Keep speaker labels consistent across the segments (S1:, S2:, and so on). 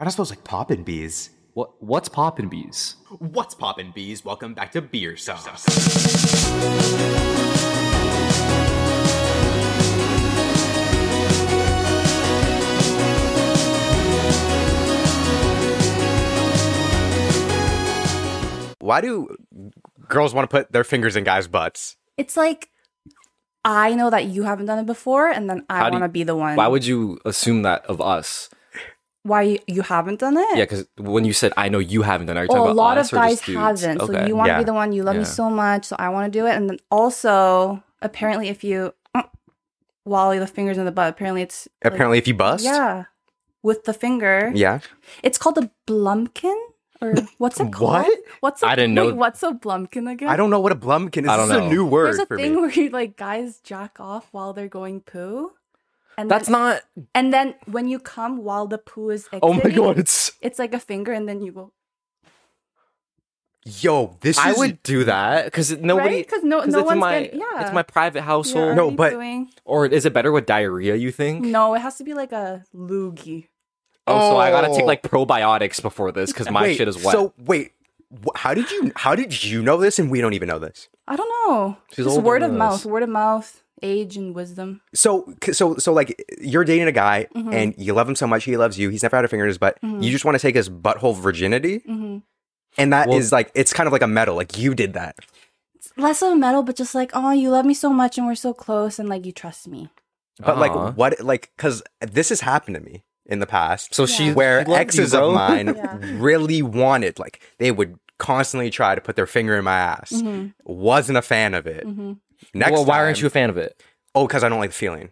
S1: I don't suppose like poppin' bees.
S2: What what's poppin' bees?
S3: What's poppin', bees? Welcome back to Beer Sauce. Why do girls want to put their fingers in guys' butts?
S4: It's like I know that you haven't done it before, and then
S2: How
S4: I
S2: do you-
S4: want to be the one.
S2: Why would you assume that of us?
S4: why you, you haven't done it?
S2: Yeah, because when you said I know you haven't done, it, are you
S4: Well,
S2: talking
S4: Oh, a
S2: about
S4: lot of
S2: us or
S4: guys
S2: just dudes?
S4: haven't.
S2: Okay.
S4: So you want to
S3: Yeah.
S4: be the one. You love me
S2: Yeah.
S4: so much, so I want to do it. And then also, apparently, if you mm, wally the fingers in the butt, apparently it's like-
S3: Apparently, if you bust,
S4: yeah, with the finger.
S3: yeah,
S4: It's called a blumpkin, or what's it called?
S3: What?
S4: What's a,
S2: I didn't know-
S4: wait, what's a blumpkin again?
S3: I don't know what a blumpkin is.
S2: I don't
S3: this is
S2: know.
S3: a new word
S4: There's a
S3: for
S4: thing
S3: me.
S4: where you like guys jack off while they're going poo, and
S2: That's
S4: then,
S2: not.
S4: And then when you come while the poo is exiting,
S2: Oh my god! It's.
S4: it's like a finger, and then you go
S3: Yo, this
S2: I
S3: is
S2: would do that because nobody.
S4: right because no,
S2: 'cause
S4: no
S2: it's
S4: one's
S2: my.
S4: gonna, yeah.
S2: It's my private
S4: You're
S2: household.
S3: No,
S4: already
S3: but-
S4: pooing.
S2: Or is it better with diarrhea? You think?
S4: No, it has to be like a loogie.
S2: Oh, so I gotta take
S3: Oh.
S2: like probiotics before this because my
S3: Wait,
S2: shit is wet.
S3: So wait, wh- how did you how did you know this and we don't even know this?
S4: I don't know.
S2: She's
S4: Just
S2: older
S4: word
S2: than
S4: of mouth,
S2: us.
S4: word of mouth, age and wisdom.
S3: So c- so so like you're dating a guy
S4: Mm-hmm.
S3: and you love him so much he loves you. He's never had a finger in his butt. You just want to take his butthole virginity,
S4: Mm-hmm.
S3: and that is
S2: Well-
S3: like it's kind of like a medal. Like you did that.
S4: It's less of a metal, but just like, oh, you love me so much and we're so close and like you trust me.
S3: But
S2: Uh-huh.
S3: like what like because this has happened to me in the past.
S2: So she
S3: where
S2: she loved
S3: exes
S2: you, bro.
S3: of mine
S4: Yeah.
S3: really wanted like they would constantly try to put their finger in my ass.
S4: Mm-hmm.
S3: Wasn't a fan of it. Next,
S2: well, why aren't
S3: time-
S2: you a fan of it?
S3: Oh, because I don't like the feeling.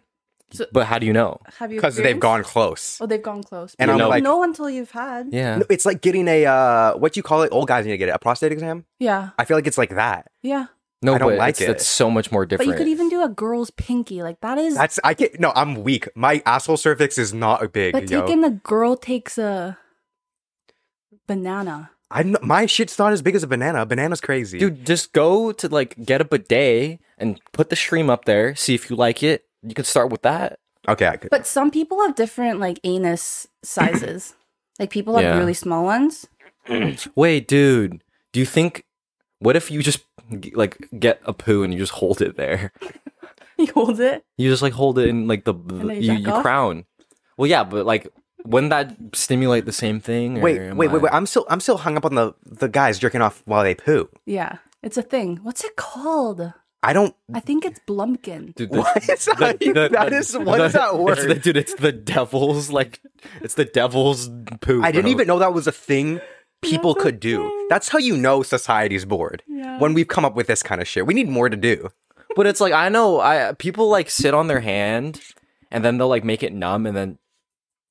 S2: But how do you know?
S4: Have you
S3: Because they've
S4: experienced-
S3: gone close.
S4: Oh, they've gone close.
S3: And
S4: But
S2: I'm
S4: you
S3: like-
S4: know until you've had.
S2: Yeah.
S3: No, it's like getting a uh, what do you call it? Old guys need to get it, a prostate exam.
S4: Yeah.
S3: I feel like it's like that.
S4: Yeah.
S2: No,
S3: I don't
S2: but
S3: like
S2: it's,
S3: it.
S2: that's so much more
S4: But
S2: different.
S4: you could even do a girl's pinky. Like that is
S3: That's I can't. No, I'm weak. My asshole cervix is not big.
S4: like
S3: yo,
S4: taking the girl takes a banana.
S3: I'm not- my shit's not as big as a banana. A banana's crazy,
S2: dude, just go to like get a bidet and put the stream up there. See if you like it. You could start with that.
S3: Okay, I could.
S4: But some people have different like anus sizes. like people have
S2: Yeah.
S4: really small ones.
S2: Wait, dude, do you think? What if you just g- like get a poo and you just hold it there?
S4: You hold it.
S2: You just like hold it in like the
S4: then you
S2: you,
S4: jack
S2: you
S4: off?
S2: crown. Well, yeah, but like wouldn't that stimulate the same thing? or
S3: wait,
S2: am
S3: wait, wait,
S2: I-
S3: wait. I'm still I'm still hung up on the the guys jerking off while they poo.
S4: Yeah. It's a thing. What's it called?
S3: I don't.
S4: I think it's Blumpkin.
S2: Dude,
S3: What is that? That is- what is that
S2: it's the-
S3: word?
S2: dude, it's the devil's like, it's the devil's poo.
S3: I didn't
S2: bro.
S3: even know that was a thing people
S4: That's a
S3: could do.
S4: thing.
S3: That's how you know society's bored.
S4: Yeah.
S3: When we've come up with this kind of shit, we need more to do.
S2: But it's like I know I people like sit on their hand and then they'll like make it numb and then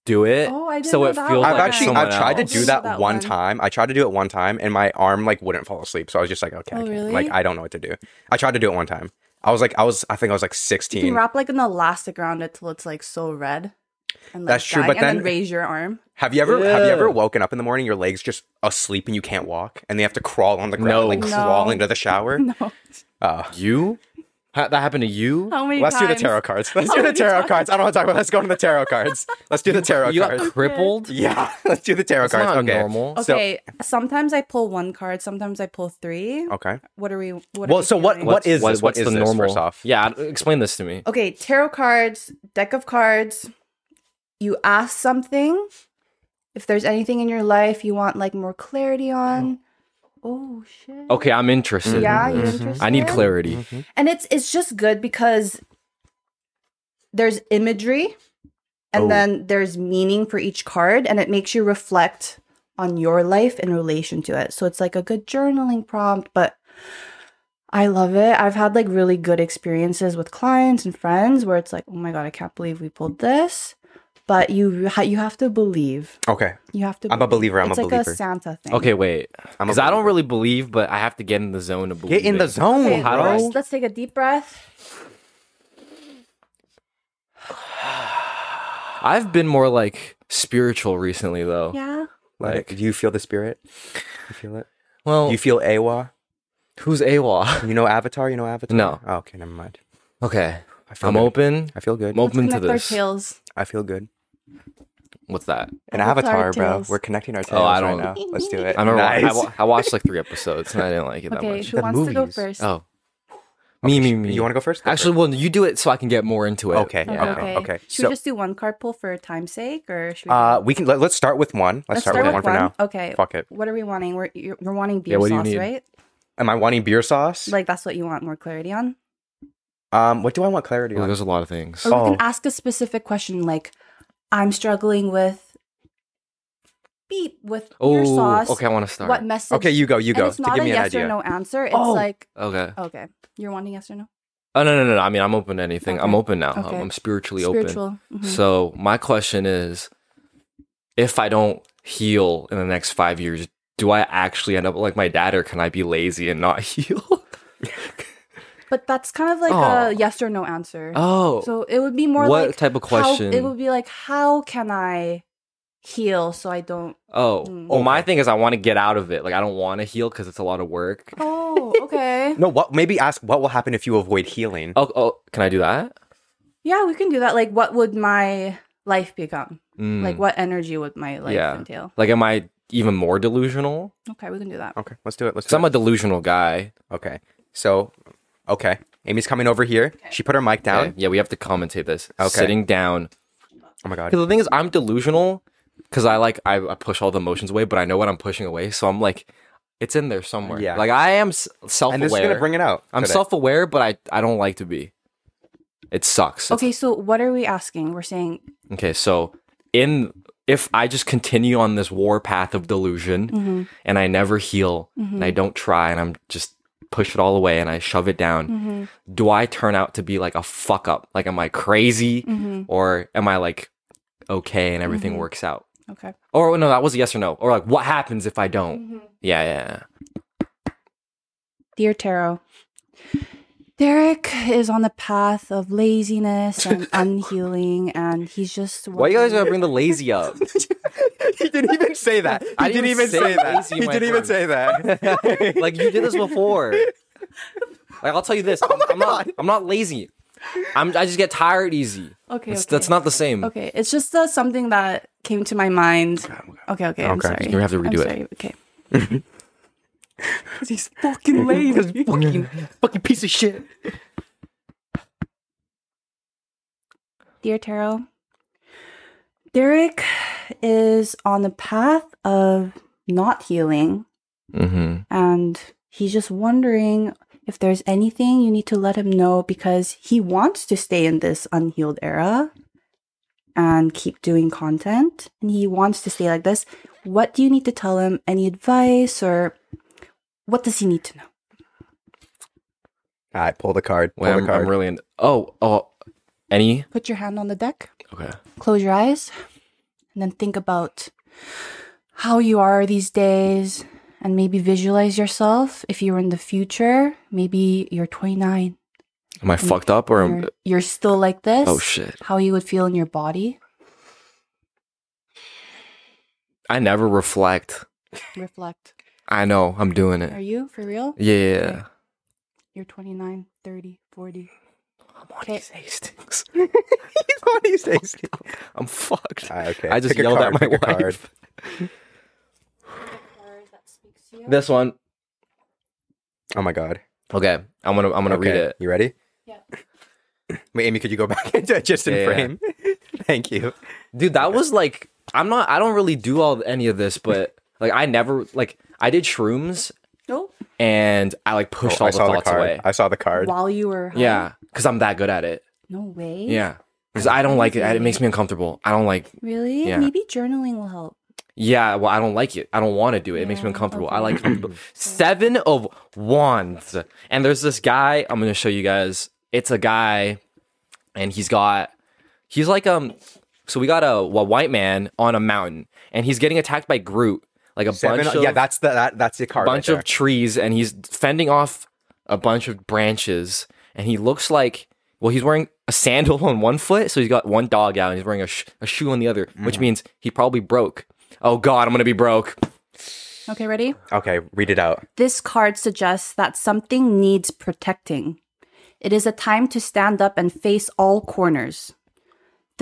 S2: do it.
S4: Oh, I didn't
S2: so
S4: know
S2: it
S4: that
S2: feels
S4: one.
S3: I've
S2: like
S3: actually
S2: someone
S3: I've tried
S2: else.
S3: to do
S4: Just
S3: that,
S4: that
S3: one,
S4: one.
S3: time. I tried to do it one time and my arm like wouldn't fall asleep. So I was just like, okay, I
S4: Oh,
S3: can't.
S4: really?
S3: like I don't know what to do. I tried to do it one time. I was like I was I think I was like
S4: You can
S3: 16.
S4: wrap like an elastic around it till it's like so red. And, like,
S3: That's true, but
S4: dying, and
S3: then-
S4: raise your arm.
S3: Have you ever have you
S2: Yeah.
S3: ever woken up in the morning your legs just asleep and you can't walk and they have to crawl on the ground
S2: No.
S3: like
S4: No.
S3: crawl into the shower?
S4: No,
S3: Oh.
S2: You? Ha- that happened to you?
S4: how many
S3: Let's do
S4: times?
S3: the tarot cards. Let's
S4: How
S3: do the
S4: many
S3: tarot
S4: times?
S3: cards. I don't want to talk about. Let's go to the tarot cards. Let's do the tarot
S2: you got
S3: cards.
S2: crippled?
S3: Yeah, let's do the tarot
S2: That's
S3: cards.
S2: not
S3: okay.
S2: normal.
S3: So-
S4: Okay, sometimes I pull one card, sometimes I pull three.
S3: Okay.
S4: What are we? What are
S3: Oh. Well,
S4: we
S3: so what-
S4: feeling?
S3: what is this? What
S2: What's
S3: is
S2: the
S3: this,
S2: normal?
S3: first off?
S2: Yeah, explain this to me.
S4: Okay, tarot cards, deck of cards. You ask something. If there's anything in your life you want like more clarity on. Oh shit.
S2: Okay, I'm interested.
S4: Yeah,
S3: Mm-hmm.
S4: you're
S2: Mhm.
S4: interested.
S2: I need clarity.
S4: and it's it's just good because there's imagery and
S3: Oh.
S4: then there's meaning for each card and it makes you reflect on your life in relation to it so it's like a good journaling prompt but i love it i've had like really good experiences with clients and friends where it's like oh my god i can't believe we pulled this but you ha- you have to believe
S3: Okay.
S4: you have to
S3: I'm a
S4: believe.
S3: believer. I'm
S4: it's
S3: a
S4: like
S3: believer.
S4: a santa thing
S2: Okay, wait.
S3: I'm a
S2: Because I don't
S3: believer.
S2: really believe, but I have to get in the zone of believing.
S3: Get in the zone.
S4: Okay,
S2: How
S3: bro.
S2: do I-
S4: first, let's take a deep breath
S2: I've been more like spiritual recently, though.
S4: yeah
S3: Let it-
S2: Like-
S3: do you feel the spirit? You feel it?
S2: Well,
S3: Do you feel Awa?
S2: who's AWOL?
S3: You know Avatar? You know Avatar?
S2: No.
S3: Oh, okay, never mind.
S2: okay,
S3: I feel
S2: I'm
S3: good.
S2: open.
S3: I feel good.
S2: I'm open to
S4: connect our
S2: this.
S4: tails
S3: I feel good.
S2: What's that?
S3: An
S4: Avatar
S3: avatar, bro.
S4: tails.
S3: We're connecting our tails
S2: Oh, I
S3: right
S2: don't-
S3: now. Let's do it.
S2: I remember I,
S3: nice.
S2: wa- I watched like three episodes and I didn't like it that
S1: Okay,
S2: much.
S1: who
S3: The
S1: wants to go
S3: movies.
S1: first?
S2: Oh, me, me, me.
S3: You want to go first? Go
S2: Actually,
S3: first.
S2: well, you do it so I can get more into it.
S3: Okay,
S2: Yeah.
S3: okay,
S1: Okay.
S3: okay.
S4: Should
S3: So-
S4: we just do one card pull for time's sake, or should we?
S3: Uh, we can let, let's start with one. Let's, start, with, one, for now.
S4: Okay.
S3: Fuck it.
S4: What are we wanting? We're you're, we're wanting beer
S2: Yeah, what do you
S4: sauce,
S2: need?
S4: right?
S3: Am I wanting beer sauce?
S4: Like that's what you want more clarity on.
S3: um, what do I want clarity
S2: Well,
S3: on?
S2: there's a lot of things.
S4: Or we
S3: Oh.
S4: can ask a specific question, like I'm struggling with beep with beer
S2: Oh,
S4: sauce.
S2: okay. I want to start.
S4: What message?
S3: Okay, you go. You
S4: And
S3: go.
S4: it's
S3: To
S4: not
S3: give
S4: a
S3: me an
S4: yes
S3: idea.
S4: or no answer. It's
S3: Oh.
S4: like
S2: Okay.
S4: okay, you're wanting yes or no.
S2: Oh no, no, no, no. I mean, I'm open to anything. I'm
S4: Okay.
S2: open now. I'm-
S4: Okay.
S2: I'm, spiritually open.
S4: Spiritual. mhm.
S2: So my question is, if I don't heal in the next five years, do I actually end up like my dad, or can I be lazy and not heal?
S4: But that's kind of like
S2: Oh.
S4: a yes or no answer.
S2: oh,
S4: So it would be more
S2: what
S4: like
S2: type of
S4: how-
S2: question?
S4: it would be like, how can I heal so I don't?
S2: oh,
S4: Mm.
S2: well, my thing is, I want to get out of it. Like, I don't want to heal because it's a lot of work.
S4: Oh, okay.
S3: No, what? Maybe ask what will happen if you avoid healing.
S2: Oh, oh, can I do that?
S4: yeah, we can do that. Like, what would my life become?
S2: Mm.
S4: Like, what energy would my life
S2: Yeah.
S4: entail?
S2: Like, am I even more delusional?
S4: Okay, we can do that.
S3: Oh.
S2: Oh,
S3: Okay, let's do it. Let's
S2: Because
S3: do
S2: I'm
S3: it.
S2: a delusional guy.
S3: Okay, so okay, Amy's coming over here. She put her mic down.
S2: Okay, Yeah, we have to commentate this.
S3: Okay.
S2: Sitting down.
S3: Oh my god.
S2: Because the thing is, I'm delusional because I like I, I push all the emotions away, but I know what I'm pushing away, so I'm like, it's in there somewhere.
S3: Yeah.
S2: Like I am s-
S3: And this is
S2: self-aware.
S3: gonna bring it out.
S2: I'm
S3: today.
S2: self-aware, but I I don't like to be. It sucks. It's-
S4: Okay, so what are we asking? We're saying,
S2: okay. So in if I just continue on this war path of delusion
S4: mhm,
S2: and I never heal and I
S4: mhm,
S2: don't try and I'm just push it all away and I shove it down,
S4: mhm,
S2: do I turn out to be like a fuck up? Like am I crazy
S4: mhm.
S2: or am I like okay and everything
S4: Mhm.
S2: works out?
S4: okay.
S2: Or oh, no, that was a yes or no. Or like, what happens if I don't?
S4: Mhm.
S2: Yeah, yeah.
S4: Dear Tarot, Derek is on the path of laziness and unhealing, and he's just.
S2: Why you guys
S4: wondering-
S2: gotta bring the lazy up?
S3: he didn't even say that. He
S2: I
S3: didn't
S2: didn't
S3: even
S2: say
S3: say that.
S2: lazy,
S3: He
S2: my
S3: didn't even
S2: friend.
S3: say that.
S2: like you did this before. Like I'll tell you
S4: Oh
S2: this, I'm, I'm not. I'm not lazy. I'm. I just get tired easy.
S4: Okay,
S2: It's-
S4: okay.
S2: That's not the same.
S4: Okay, it's just uh, something that came to my mind. Okay, okay, I'm
S3: Okay.
S4: sorry.
S2: You have to
S4: I'm
S2: redo it.
S4: sorry, Okay. 'Cause he's fucking lazy.
S2: Fucking piece of shit.
S4: Dear Tarot, Derek is on the path of not healing,
S2: Mm-hmm.
S4: and he's just wondering if there's anything you need to let him know because he wants to stay in this unhealed era and keep doing content, and he wants to stay like this. What do you need to tell him? Any advice, or what does he need to know?
S3: All right, pull the card. Pull
S2: Wait,
S3: the
S2: I'm,
S3: card.
S2: I'm really. In, oh, oh. Any?
S4: Put your hand on the deck.
S2: Okay.
S4: close your eyes and then think about how you are these days and maybe visualize yourself if you're in the future maybe you're 29
S2: Am I fucked up or? am-
S4: you're, you're still like this
S2: oh shit.
S4: how you would feel in your body
S2: I never reflect.
S4: reflect
S2: I know. I'm doing
S4: are
S2: it.
S4: you for real
S2: Yeah.
S4: Okay. you're 29 30 40
S2: I'm on
S4: Okay.
S2: these Hastings.
S3: He's on his face.
S2: I'm fucked.
S3: All right, Ah, okay.
S2: I just
S3: Pick a
S2: yelled
S3: card,
S2: at my
S3: pick a card.
S2: wife. This one.
S3: Oh my god.
S2: Okay, I'm gonna I'm gonna read
S3: Okay,
S2: it.
S3: You ready?
S4: Yeah.
S3: Wait, Amy, could you go back into just in
S2: Yeah, yeah.
S3: frame? Thank you.
S2: Dude, that was like I'm not I don't really do all any of this, but like I never like I did shrooms
S4: nope
S2: and I like pushed
S3: Oh, I
S2: all the
S3: saw the
S2: thoughts
S3: card.
S2: away.
S3: I saw the card.
S4: while you were high?
S2: Yeah, because I'm that good at it.
S4: no way
S2: Yeah, because I don't like it. It makes me uncomfortable. I don't like.
S4: really
S2: Yeah.
S4: maybe journaling will help
S2: Yeah, well, I don't like it. I don't want to do it. It makes me
S4: Yeah,
S2: uncomfortable.
S4: okay.
S2: I like seven of wands, and there's this guy. I'm gonna show you guys. It's a guy, and he's got he's like um. So we got a, a white man on a mountain, and he's getting attacked by Groot. Like a
S3: Seven-
S2: bunch of
S3: yeah, that's the that, that's the card. right
S2: bunch
S3: there.
S2: of trees and he's fending off a bunch of branches and he looks like well he's wearing a sandal on one foot so he's got one dog out and he's wearing a, sh- a shoe on the other
S3: Mm.
S2: which means he probably broke oh god i'm gonna be broke
S4: okay ready
S3: Okay, read it out.
S4: This card suggests that something needs protecting. It is a time to stand up and face all corners.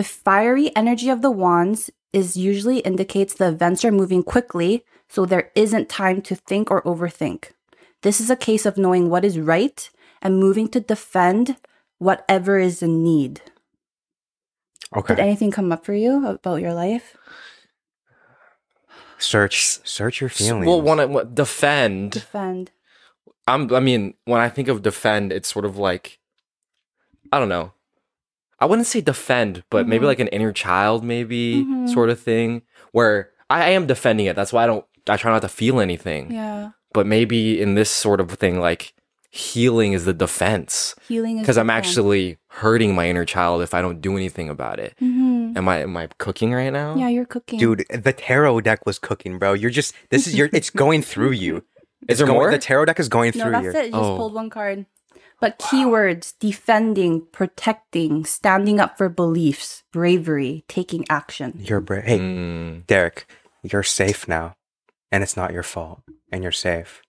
S4: The fiery energy of the wands is usually indicates the events are moving quickly, so there isn't time to think or overthink. This is a case of knowing what is right and moving to defend whatever is in need. Did
S3: Okay.
S4: anything come up for you about your life?
S3: Search search your feelings.
S2: Well, want to defend.
S4: Defend.
S2: I'm, I mean, when I think of defend, it's sort of like, I don't know. I wouldn't say defend, but maybe
S3: Mm-hmm.
S4: Mhm.
S2: like an inner child, maybe
S4: Mhm.
S2: sort of thing, where I, I am defending it. That's why I don't, I try not to feel anything.
S4: Yeah.
S2: But maybe in this sort of thing, like healing is the defense
S4: Healing is
S2: because I'm
S4: defend.
S2: actually hurting my inner child if I don't do anything about it.
S4: Mhm.
S2: Am I, am I cooking right now?
S4: Yeah, you're cooking.
S3: Dude, the tarot deck was cooking, bro. You're just this is your it's going through you.
S2: Is there
S3: Going-
S2: more?
S3: The tarot deck is going
S4: No,
S3: through
S4: that's
S3: you.
S4: it. You just
S2: Oh.
S4: pulled one card. But keywords defending, protecting, standing up for beliefs, bravery, taking action.
S3: You're brave. Hey,
S2: Mm.
S3: Derek, you're safe now. And it's not your fault. And you're safe.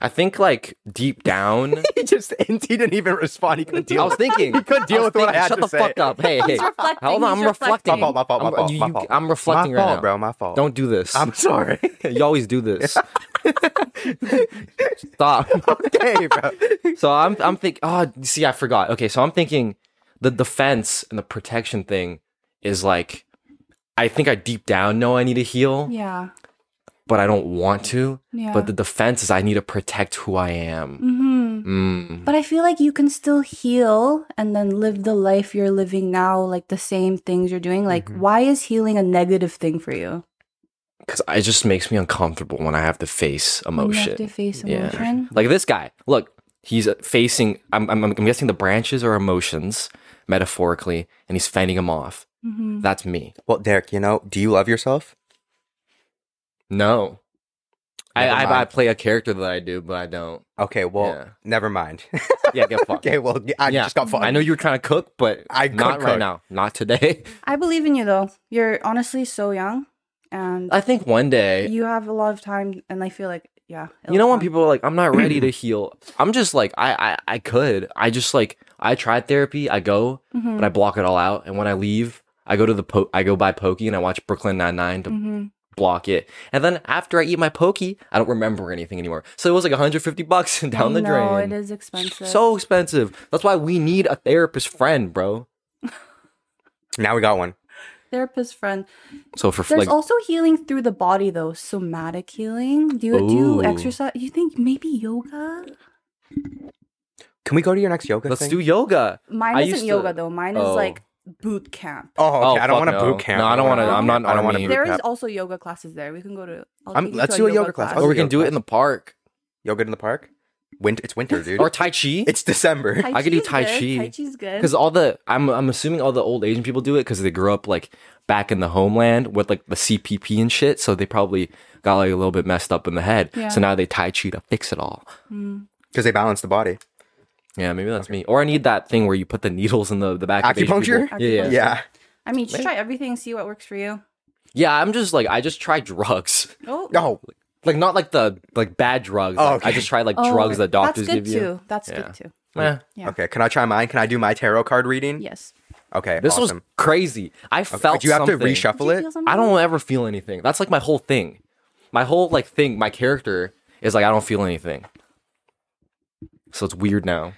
S2: I think like deep down,
S3: He just he didn't even respond. He couldn't
S2: I was thinking.
S3: He couldn't deal
S2: I was
S3: with what I had
S2: shut
S3: to
S2: the
S3: say.
S2: fuck up. Hey, hey.
S4: reflecting,
S2: Hold on,
S4: he's
S2: I'm reflecting.
S4: reflecting.
S3: My fault, my fault, my
S2: I'm,
S3: fault,
S2: you-
S3: my
S2: you-
S3: fault.
S2: I'm reflecting
S3: my
S2: right
S3: fault,
S2: now.
S3: bro. My fault.
S2: Don't do this.
S3: I'm sorry.
S2: you always do this. Stop.
S3: okay, bro.
S2: So I'm I'm thinking. Oh, see, I forgot. Okay, so I'm thinking the defense and the protection thing is like I think I deep down know I need to heal,
S4: Yeah.
S2: but I don't want to.
S4: Yeah.
S2: But the defense is I need to protect who I am.
S4: hmm
S2: Mm.
S4: But I feel like you can still heal and then live the life you're living now, like the same things you're doing. Like,
S2: Mm-hmm.
S4: why is healing a negative thing for you?
S2: Because it just makes me uncomfortable when I have to face
S4: When
S2: emotion.
S4: You have to face
S2: Yeah.
S4: emotion.
S2: Like this guy. Look, he's facing. I'm, I'm, I'm guessing the branches are emotions, metaphorically, and he's fending them off.
S4: hmm
S2: That's me.
S3: Well, Derek, you know, do you love yourself?
S2: No, I,
S3: Never
S2: I I
S3: mind.
S2: play a character that I do, but I don't.
S3: Okay, well,
S2: Yeah.
S3: never mind.
S2: Yeah, get fucked.
S3: okay, well, I
S2: Yeah.
S3: just got fucked.
S2: I know you were trying to cook, but
S3: I could
S2: not right
S3: cook.
S2: now. Not today.
S4: I believe in you, though. You're honestly so young, and
S2: I think one day.
S4: you have a lot of time. And I feel like, yeah,
S2: You know when
S4: it'll come.
S2: people are like, I'm not ready to heal. I'm just like, I, I, I could. I just like, I tried therapy. I go,
S4: Mhm.
S2: but I block it all out. And when I leave, I go to the po- I go buy pokey and I watch Brooklyn Nine Nine to
S4: Mhm.
S2: block it. And then after I eat my pokey, I don't remember anything anymore. So it was like 150 bucks and down the
S4: No,
S2: drain.
S4: it is expensive.
S2: So expensive. That's why we need a therapist friend, bro.
S3: now we got one.
S4: therapist friend.
S2: So for
S4: There's
S2: like,
S4: also healing through the body though, somatic healing. Do you do
S2: Ooh.
S4: you exercise? You think maybe yoga?
S3: Can we go to your next yoga
S2: let's
S3: thing?
S2: do yoga.
S4: Mine
S2: I used
S4: isn't yoga
S2: to-
S4: though. Mine is
S2: oh.
S4: like boot camp.
S3: Oh, okay.
S2: Oh,
S3: I don't
S2: fuck
S3: want to
S2: no.
S3: boot camp.
S2: No, I don't wanna-
S4: I'm
S2: not
S3: I don't
S2: on
S3: wanna
S2: me.
S3: boot
S4: There is
S3: camp.
S4: also yoga classes there. We can go to. I'll
S3: I'm-
S4: take you
S3: let's
S4: to
S3: do a yoga class.
S2: Or
S3: Oh,
S2: we can do it
S3: yoga
S2: in the park
S3: yoga in the park. Winter. It's winter, dude.
S2: or Tai Chi.
S3: it's December.
S4: Tai
S2: I could do
S4: Chi's
S2: Tai
S4: good.
S2: Chi.
S4: Tai Chi's good.
S2: Because all the, I'm, I'm assuming all the old Asian people do it because they grew up like back in the homeland with like the CPP and shit. So they probably got like a little bit messed up in the head.
S4: Yeah.
S2: So now they Tai Chi to fix it all.
S3: Because they balance the body.
S2: Yeah, maybe that's me. Or I need that thing where you put the needles in the, the back
S3: Acupuncture?
S2: Of Asian people. yeah, yeah, yeah.
S3: Yeah.
S4: I mean, just try everything, see what works for you.
S2: Yeah, I'm just like I just try drugs.
S4: Oh,
S3: Oh,
S2: Like not like the like bad drugs.
S3: Oh,
S2: Like, I
S3: okay.
S2: just try like
S4: oh,
S2: drugs that doctors
S4: that's good
S2: give you.
S4: too. That's
S2: Yeah.
S4: good too.
S2: Eh.
S4: Yeah.
S3: okay. Can I try mine? Can I do my tarot card reading?
S4: Yes.
S3: Okay.
S2: This
S3: awesome.
S2: was crazy. I
S3: Okay,
S2: felt
S3: Do you have
S2: something.
S3: to reshuffle
S4: Did you
S3: it?
S4: feel something?
S2: I don't ever feel anything. That's like my whole thing. My whole like thing, my character is like I don't feel anything. So it's weird now.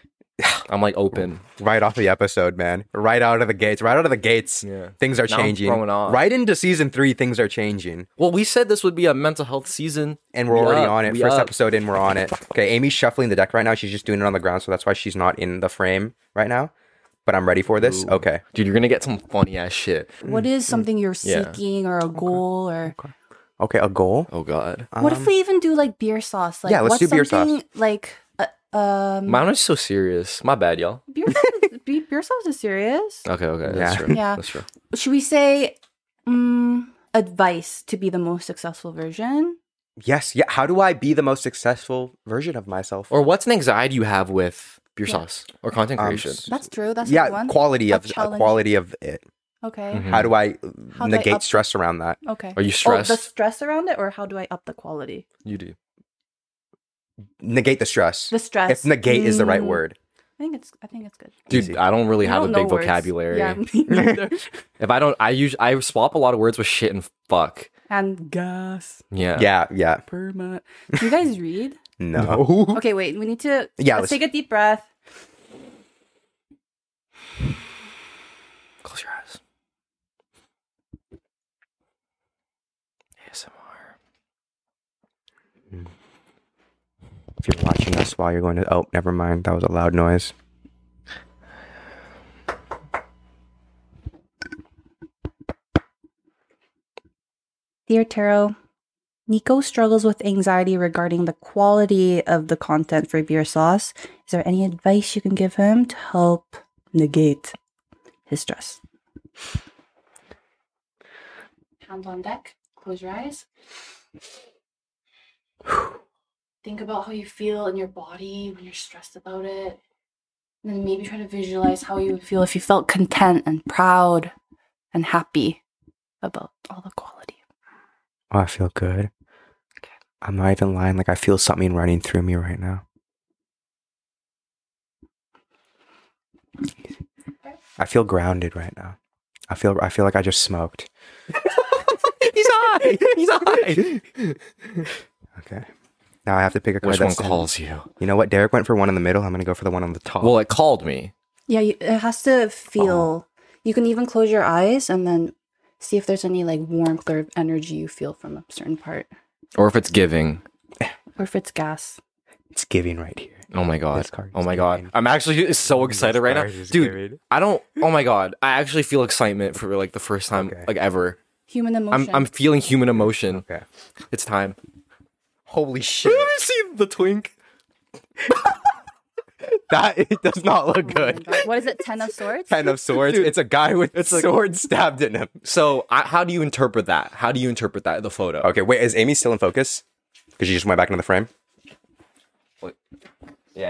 S2: I'm like open.
S3: Right off the episode, man. Right out of the gates. Right out of the gates.
S2: Yeah.
S3: Things are
S2: Now I'm
S3: changing.
S2: throwing off.
S3: Right into season three, things are changing.
S2: Well, we said this would be a mental health season.
S3: And we're
S2: We
S3: already
S2: up,
S3: on it.
S2: we
S3: First
S2: up.
S3: episode in, we're on it. Okay, Amy's shuffling the deck right now. She's just doing it on the ground, so that's why she's not in the frame right now. But I'm ready for this. Okay.
S2: Dude, you're gonna get some funny ass shit.
S4: What is something you're
S2: Mm. Yeah.
S4: seeking or a goal or
S3: Okay, a goal.
S2: Oh god.
S4: what if we even do like beer sauce? Like,
S3: Um, yeah, let's do
S4: what's
S3: beer sauce.
S4: something Like, uh, um,
S2: Mine is so serious. My bad, y'all.
S4: beer sauce, is, be- beer sauce is serious.
S2: Okay, okay. That's
S3: Yeah.
S2: true.
S4: Yeah.
S2: That's true.
S4: Should we say mm, advice to be the most successful version?
S3: Yes. Yeah. How do I be the most successful version of myself?
S2: Or what's an anxiety you have with beer
S4: Yeah.
S2: sauce or content
S3: Um,
S2: creation?
S3: s-
S4: That's true. That's a good
S3: yeah,
S4: one.
S3: quality
S4: A
S3: of uh,
S4: challenge.
S3: quality of it.
S4: okay.
S2: Mhm.
S3: How do I uh,
S4: How do I
S3: negate
S4: up-
S3: stress around that?
S4: Okay.
S2: Are you
S4: Oh, the
S2: stressed?
S4: stress around it, or how do I up the quality?
S2: you do.
S3: Negate the stress.
S4: The stress.
S3: If negate is the right
S4: Mm.
S3: word.
S4: I think it's I think it's good.
S2: Dude,
S3: Easy.
S2: I don't really
S4: You
S2: have
S4: don't
S2: a big
S4: know words.
S2: vocabulary.
S4: Yeah, me neither.
S2: If I don't, I usually I swap a lot of words with shit and fuck.
S4: and gas
S2: Yeah.
S3: Yeah, yeah.
S4: perma. Do you guys read?
S3: No.
S4: Okay, wait. We need to.
S3: Yeah, let's-
S4: let's take a deep breath.
S2: Close your eyes. ASMR.
S3: If you're watching us while you're going to oh, never mind. That was a loud noise.
S4: Dear Tarot, Nico struggles with anxiety regarding the quality of the content for beer sauce. Is there any advice you can give him to help negate his stress? Hands on deck, close your eyes. Think about how you feel in your body when you're stressed about it. And then maybe try to visualize how you would feel if you felt content and proud and happy about all the quality.
S3: Oh, I feel good.
S4: Okay.
S3: I'm not even lying. Like I feel something running through me right now. I feel grounded right now. I feel I feel like I just smoked.
S2: He's high. He's high.
S3: Okay. Now I have to pick a card.
S2: Which one
S3: that's-
S2: calls you?
S3: You know what? Derek went for one in the middle. I'm gonna go for the one on the top.
S2: Well, it called me.
S4: Yeah, you, it has to feel. You can even close your eyes and then see if there's any like warmth or energy you feel from a certain part,
S2: Or if it's giving.
S4: or if it's gas.
S3: it's giving right here.
S2: Oh my god.
S3: This card
S2: Oh
S3: is
S2: my god.
S3: giving.
S2: I'm actually so excited right now.
S3: card is
S2: Dude,
S3: giving.
S2: I don't oh my god. I actually feel excitement for like the first time
S3: Okay.
S2: like ever.
S4: Human
S2: I'm
S4: emotion.
S2: I'm feeling human emotion.
S3: Okay.
S2: It's time.
S3: Holy
S2: Have
S3: shit.
S2: you see the twink?
S3: that it does not
S2: Oh
S3: look good.
S4: What is it? Ten of swords.
S3: Ten of swords. it's a guy with a sword stabbed in him.
S2: So, I, how do you interpret that? How do you interpret that the photo?
S3: Okay, wait, is Amy still in focus? Because she just went back into the frame.
S2: Yeah,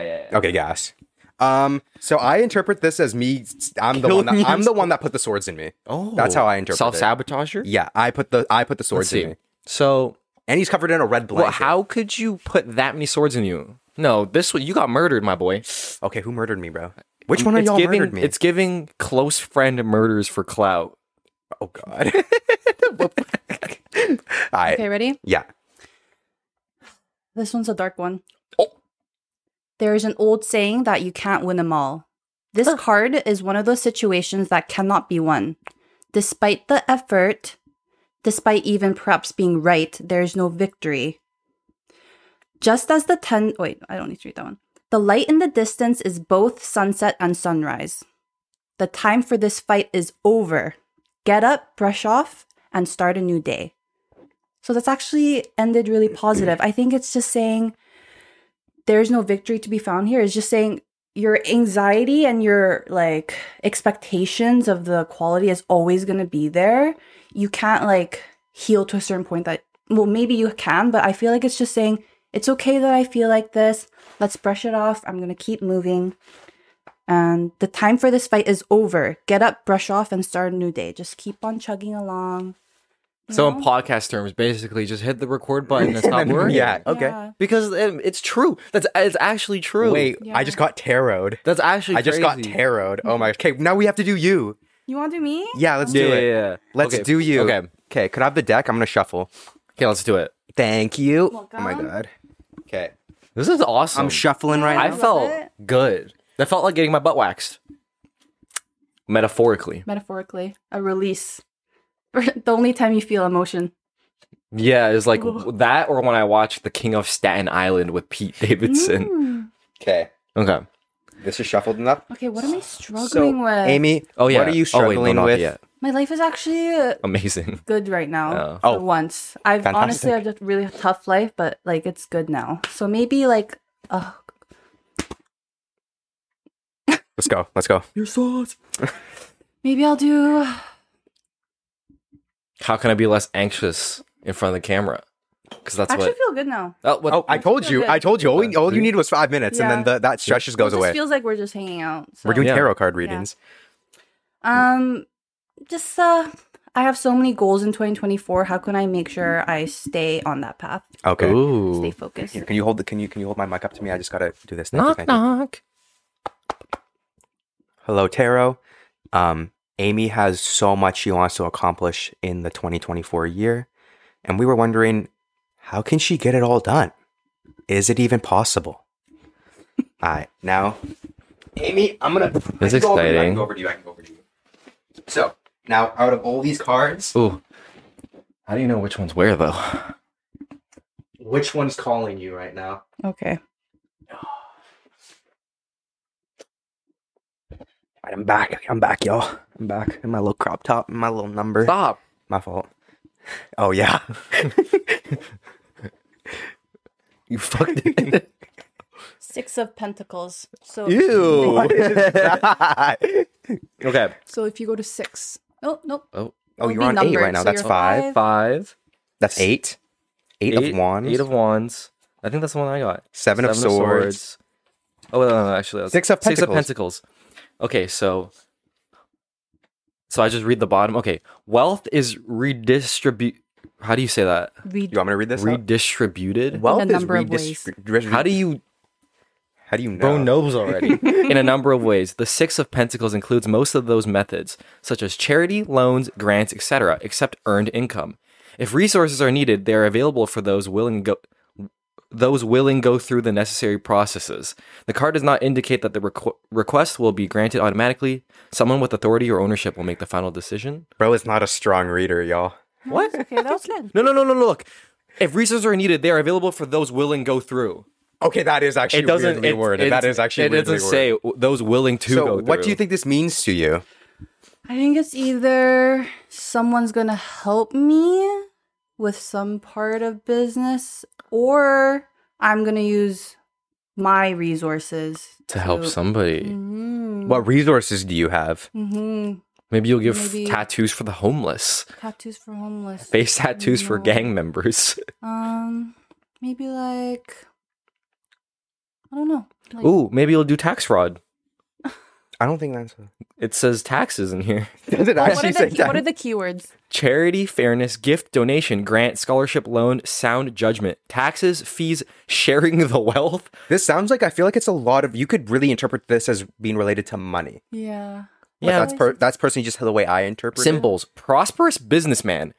S2: yeah. yeah.
S3: Okay, gas. Um, so I interpret this as me. I'm the one. That, I'm the one that put the swords in me.
S2: Oh.
S3: that's how I interpret
S2: Self
S3: it.
S2: sabotager?
S3: Yeah, I put the I put the
S2: Let's
S3: swords in
S2: see.
S3: me,
S2: So,
S3: and he's covered in a red
S2: well,
S3: blanket.
S2: how could you put that many swords in you? No, this one you got murdered, my boy.
S3: Okay, who murdered me, bro? Which one of
S2: Um, it's
S3: y'all
S2: giving,
S3: murdered me?
S2: It's giving close friend murders for clout.
S3: oh god. All right.
S4: Okay, ready?
S3: Yeah.
S4: This one's a dark one.
S2: Oh.
S4: There is an old saying that you can't win them all. This card is one of those situations that cannot be won. Despite the effort, despite even perhaps being right, there is no victory. Just as the 10 wait, I don't need to read that one. The light in the distance is both sunset and sunrise. The time for this fight is over. Get up, brush off, and start a new day. So that's actually ended really positive. I think it's just saying there's no victory to be found here. It's just saying your anxiety and your like expectations of the quality is always going to be there. You can't like heal to a certain point that well maybe you can, but I feel like it's just saying it's okay that I feel like this. Let's brush it off. I'm going to keep moving. And the time for this fight is over. Get up, brush off and start a new day. Just keep on chugging along. you
S2: So
S4: know?
S2: in podcast terms, basically, just hit the record button and stop
S3: And then-
S2: worrying.
S3: yeah. Okay.
S4: Yeah.
S2: because um, it's true. That's it's actually true.
S3: Wait,
S4: Yeah.
S3: I just got tarot.
S2: that's actually
S3: I just got
S2: crazy.
S3: tarot. Oh my gosh. Okay, now we have to do you.
S4: You want to do me?
S3: Yeah, let's
S2: Yeah,
S3: do
S2: yeah,
S3: it.
S2: yeah.
S3: Let's
S2: Okay.
S3: do you.
S2: Okay,
S3: Okay, could I have the deck? I'm gonna shuffle.
S2: okay, let's do it.
S3: Thank you. Oh my
S4: Welcome.
S3: god. Okay.
S2: This is awesome.
S3: I'm shuffling right
S2: I
S3: now.
S4: love
S2: felt
S4: it.
S2: good. That felt like getting my butt waxed, metaphorically.
S4: Metaphorically, a release. the only time you feel emotion.
S2: Yeah, it's like
S4: Ooh.
S2: that, or when I watched The King of Staten Island with Pete Davidson.
S3: Hmm. Okay.
S4: Mm.
S2: Okay.
S3: This is shuffled enough.
S4: Okay, what am I struggling with?
S3: Amy,
S2: Oh yeah.
S3: what are you
S2: Oh, wait,
S3: struggling
S2: no, not
S3: with?
S2: yet.
S4: My life is actually uh,
S2: Amazing.
S4: good right
S2: Oh.
S4: now. For
S3: Oh.
S4: once, I've honestly
S3: Fantastic.
S4: I've just really tough life, but like it's good now. So maybe like, uh,
S3: Let's go. Let's go.
S2: Your thoughts.
S4: maybe I'll do.
S2: How can I be less anxious in front of the camera? Because that's
S4: I actually
S2: what.
S4: feel good now.
S2: Oh, what
S3: Oh, I told you. I told you. All, we- all you needed was five minutes,
S4: Yeah.
S3: and then the, that stretch just goes
S4: it just
S3: away.
S4: feels like we're just hanging out. So.
S3: We're doing
S2: Yeah.
S3: tarot card readings.
S4: Um, just uh, I have so many goals in 2024. How can I make sure I stay on that path?
S3: Okay.
S2: Ooh.
S4: Stay focused.
S3: Here, can you hold the? Can you can you hold my mic up to me? I just gotta do this. Thank you,
S2: Knock
S3: thank you.
S2: knock.
S3: Hello, Tarot. Um, Amy has so much she wants to accomplish in the 2024 year, and we were wondering how can she get it all done? Is it even possible? all right, now, Amy, I'm gonna.
S2: That's
S3: I can go over to you, I
S2: exciting.
S3: can go over to you. I can go over to you. So now, out of all these cards,
S2: Ooh. How do you know which one's where though?
S3: which one's calling you right now?
S4: Okay.
S3: All right, I'm back. I'm back, y'all. I'm back in my little crop top, and my little number.
S2: Stop.
S3: My fault. Oh yeah.
S2: You fucked it.
S4: Six of Pentacles. So
S3: What is that?
S2: okay.
S4: So if you go to six. Oh nope.
S2: Oh,
S3: oh,
S4: It'll
S3: you're
S4: be
S3: on eight
S4: numbered,
S3: right now.
S4: so
S3: That's
S4: you're
S3: five.
S2: five.
S3: That's eight. Eight, of wands.
S2: Eight of wands. I think that's the one I got.
S3: Seven of swords.
S2: Oh, no, no, no, actually, that's
S3: Six of
S2: six of
S3: pentacles.
S2: pentacles. Okay, so so I just read the bottom. Okay, wealth is redistribute. How do you say that?
S4: We
S3: You want me to read this? out?
S2: Redistributed.
S3: Wealth is
S4: number of ways.
S3: redistrib-
S2: How do you
S3: how do you know?
S2: Bro knows already in a number of ways. The Six of Pentacles includes most of those methods, such as charity, loans, grants, etc., except earned income. If resources are needed, they are available for those willing go those willing go through the necessary processes. The card does not indicate that the requ- request will be granted automatically. Someone with authority or ownership will make the final decision.
S3: Bro is not a strong reader, y'all.
S2: What?
S4: Okay, that was good.
S2: No, no, no, no, no. Look, if resources are needed, they are available for those willing go through.
S3: Okay, that is actually
S2: It doesn't.
S3: weirdly
S2: it-
S3: worded.
S2: it's-
S3: That is actually
S2: It doesn't
S3: weirdly
S2: say
S3: worded.
S2: w- those willing to go
S3: So,
S2: through.
S3: what do you think this means to you?
S4: I think it's either someone's gonna help me with some part of business or I'm gonna use my resources
S2: to help somebody.
S4: Mm-hmm.
S3: What resources do you have?
S4: Mm-hmm.
S2: Maybe you'll give
S4: Maybe-
S2: tattoos for the homeless,
S4: Tattoos for homeless.
S2: face tattoos for
S4: No.
S2: gang members.
S4: Um, maybe like I don't know. Like,
S2: Ooh, maybe you'll do tax fraud.
S3: I don't think that's.
S2: It says taxes in here.
S3: Does it
S4: What
S3: actually
S4: are,
S3: say
S4: the, key-
S3: that?
S4: what are the keywords?
S2: Charity, fairness, gift, donation, grant, scholarship, loan, sound judgment, taxes, fees, sharing the wealth.
S3: This sounds like I feel like it's a lot of. You could really interpret this as being related to money.
S4: Yeah.
S3: But
S2: Yeah.
S3: that's per, that's personally just the way I interpret it.
S2: Symbols, prosperous businessman,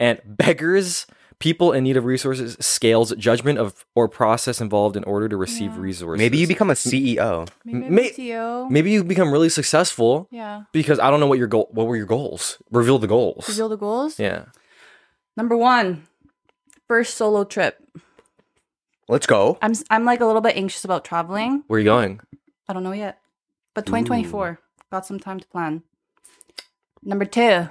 S2: and beggars, people in need of resources, scales, judgment of or process involved in order to receive
S4: Yeah.
S2: resources.
S3: Maybe you become a E CEO.
S4: Maybe
S2: M- may-
S4: MTO.
S2: maybe you become really successful
S4: yeah.
S2: Because I don't know what your goal. What were your goals? Reveal the goals.
S4: Reveal the goals.
S2: yeah.
S4: Number one, first solo trip.
S3: Let's go.
S4: I'm s- I'm like a little bit anxious about traveling.
S2: Where are you going?
S4: I don't know yet, but 2024 got some time to plan. Number two,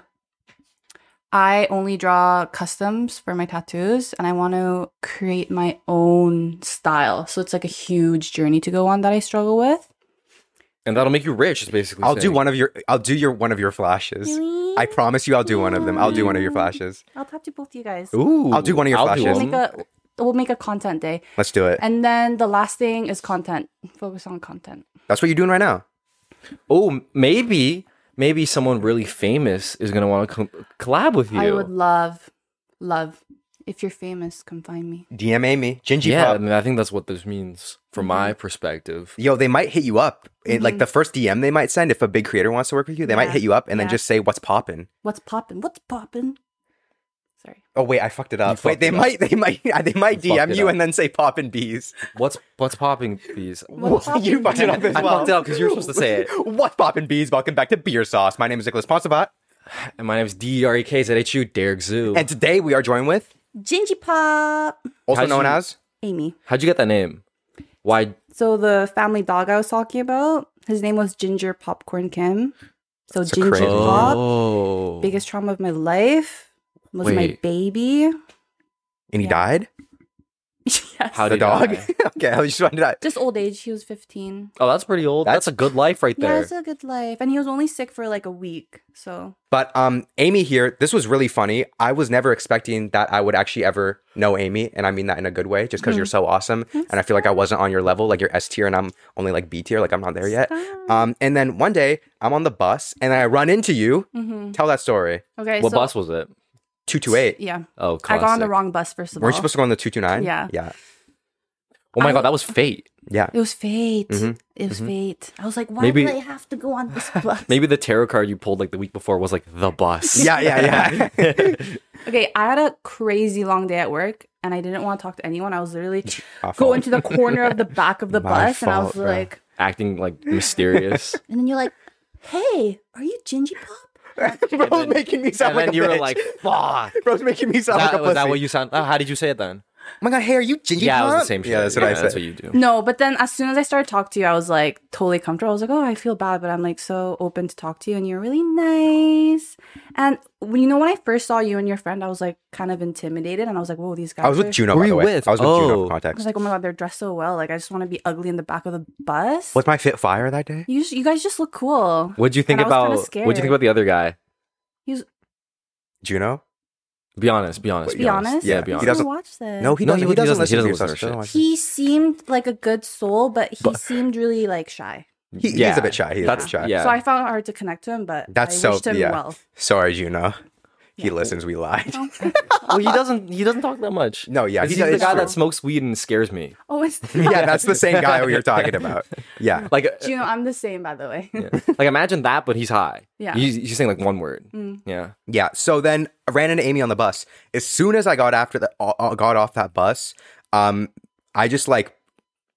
S4: I only draw customs for my tattoos, and I want to create my own style. So it's like a huge journey to go on that I struggle with.
S2: And that'll make you rich. Is basically.
S3: I'll do one of your. I'll do your one of your flashes. I promise you, I'll do one of them. I'll do one of your flashes.
S4: I'll tattoo both you guys.
S2: Ooh.
S3: I'll do one of your
S2: I'll do
S4: We'll
S3: flashes.
S2: them.
S4: make a we'll make a content day,
S3: Let's do it.
S4: and then the last thing is content. Focus on content.
S3: That's what you're doing right now.
S2: oh, m- maybe maybe someone really famous is gonna want to co- collab with you.
S4: I would love, love. If you're famous, come find me.
S3: DM Amy, Gingy
S2: yeah, I
S3: Pop.
S2: mean, I think that's what this means from
S4: Mm-hmm.
S2: my perspective.
S3: Yo, they might hit you up. It- Like the first DM they might send if a big creator wants to work with you, they might
S4: Yeah.
S3: hit you up and then
S4: Yeah.
S3: just say what's poppin'.
S4: What's poppin'? What's poppin'? Sorry.
S3: Oh wait, I fucked it up.
S2: fucked
S3: wait, they
S2: it up.
S3: might, they might, they might
S2: You fucked
S3: DM
S2: it
S3: you
S2: up.
S3: and then say poppin' bees.
S2: What's what's popping these?
S4: What's
S3: you
S4: poppin'?
S3: fucked it up as
S2: I
S3: well.
S2: fucked it up because you're supposed to say it.
S3: What's poppin' bees? Welcome back to Beer Sauce. My name is Nicholas Ponsavat,
S2: And my name is D E R E K Z H U Derek Zoo.
S3: and today we are joined with,
S4: Gingy Pop.
S3: also
S2: How'd
S3: known
S2: you-
S3: as,
S4: Amy.
S2: How'd you get that name? Why?
S4: So the family dog I was talking about, his name was Ginger Popcorn Kim. So
S3: That's a
S4: Ginger
S3: crazy name.
S4: Pop,
S2: Oh.
S4: biggest trauma of my life was my
S2: Wait.
S4: baby.
S3: and he
S4: Yeah.
S3: died.
S4: yes.
S2: How
S3: The
S2: did
S3: dog. okay, I was just wanted to.
S4: Just old age. He was 15.
S2: Oh, that's pretty old. That's,
S3: That's-
S2: a good life right
S4: Yeah,
S2: there.
S4: it's a good life. And he was only sick for like a week. So
S3: But um, Amy here, this was really funny. I was never expecting that I would actually ever know Amy, and I mean that in a good way, just because you're so awesome. And I feel like I wasn't on your level, like you're S tier, and I'm only like B tier, like I'm not there yet. Um, and then one day I'm on the bus, and I run into you.
S4: Mhm.
S3: Tell that story.
S4: Okay.
S2: what
S4: so,
S2: bus was it?
S3: Two two eight.
S4: Yeah.
S2: Oh,
S4: I got on the
S2: classic.
S4: wrong bus first of
S3: Weren't you
S4: all.
S3: supposed to go on the two two nine?
S4: Yeah.
S3: yeah.
S2: Oh my
S4: I-
S2: god, that was fate.
S3: Yeah.
S4: It was fate.
S3: Mhm.
S4: It was fate. I was like, why
S2: Maybe-
S4: do I have to go on this bus?
S2: Maybe the tarot card you pulled like the week before was like the bus.
S3: Yeah, yeah, yeah.
S4: okay, I had a crazy long day at work and I didn't want to talk to anyone. I was literally
S3: Our fault.
S4: going to the corner of the back of the
S3: My
S4: bus and I was
S3: fault, bro.
S4: like,
S2: Acting like mysterious.
S4: and then you're like, hey, are you Gingy Pop?
S3: Bro's making me sound
S2: and
S3: like
S2: then
S3: a
S2: you were
S3: bitch.
S2: like, fuck.
S3: Bro's making me sound
S2: That,
S3: like a
S2: was that
S3: pussy.
S2: what you sound? oh, how did you say it then?
S3: Oh my god, hey, are you ginger?
S2: Yeah, it was the same shit.
S3: Yeah, that's what I
S2: That's
S3: said.
S2: what you do.
S4: No, but then as soon as I started talking to you, I was like totally comfortable. I was like, oh, I feel bad, but I'm like so open to talk to you and you're really nice. And when- you know, when I first saw you and your friend, I was like kind of intimidated and I was like, whoa, these guys
S3: I was
S4: are-
S3: with Juno,
S2: Were
S3: by
S2: you
S3: the way.
S2: with-
S3: I was with Juno
S2: oh.
S3: for
S4: I was
S3: context.
S4: like, oh my god, they're dressed so well. Like, I just want to be ugly in the back of the bus.
S3: Was my fit fire that day?
S4: You, just, you guys just look cool.
S2: What'd you think
S4: And I
S2: about?
S4: was
S2: What'd
S4: kinda
S2: you think
S4: scared.
S2: about the other guy?
S3: Juno?
S2: Be honest. Be honest.
S4: To be honest,
S2: Yeah, be
S3: honest.
S4: you should
S3: He doesn't-
S4: watch this.
S3: No, he
S2: No,
S3: doesn't.
S2: he
S3: he, doesn't,
S2: doesn't- he
S3: listen to
S2: doesn't
S3: your
S2: listen to
S3: stuff.
S2: our
S3: He doesn't listen.
S4: He seemed like a good soul, but he
S2: But-
S4: seemed really like shy.
S3: He- he is a bit shy. He is
S2: That's-
S3: a bit shy.
S2: yeah.
S4: So I found it hard to connect to him, but
S3: That's
S4: I
S3: so-
S4: wished him
S3: yeah.
S4: well.
S3: Sorry, Juno. He listens. We lied.
S2: well, he doesn't. He doesn't talk that much.
S3: No, yeah,
S2: he's,
S3: he-
S2: the
S3: it's
S2: guy
S3: true.
S2: that smokes weed and scares me.
S4: Oh, it's
S3: yeah, that's the same guy we were talking about. Yeah.
S2: Like, uh,
S4: you know, I'm the same, by the way.
S2: yeah. like imagine that, but he's high.
S4: Yeah. Mm.
S2: he's, he's saying like one word. Yeah,
S3: Yeah. So then I ran into Amy on the bus. As soon as I got after the uh, uh, got off that bus, um, I just like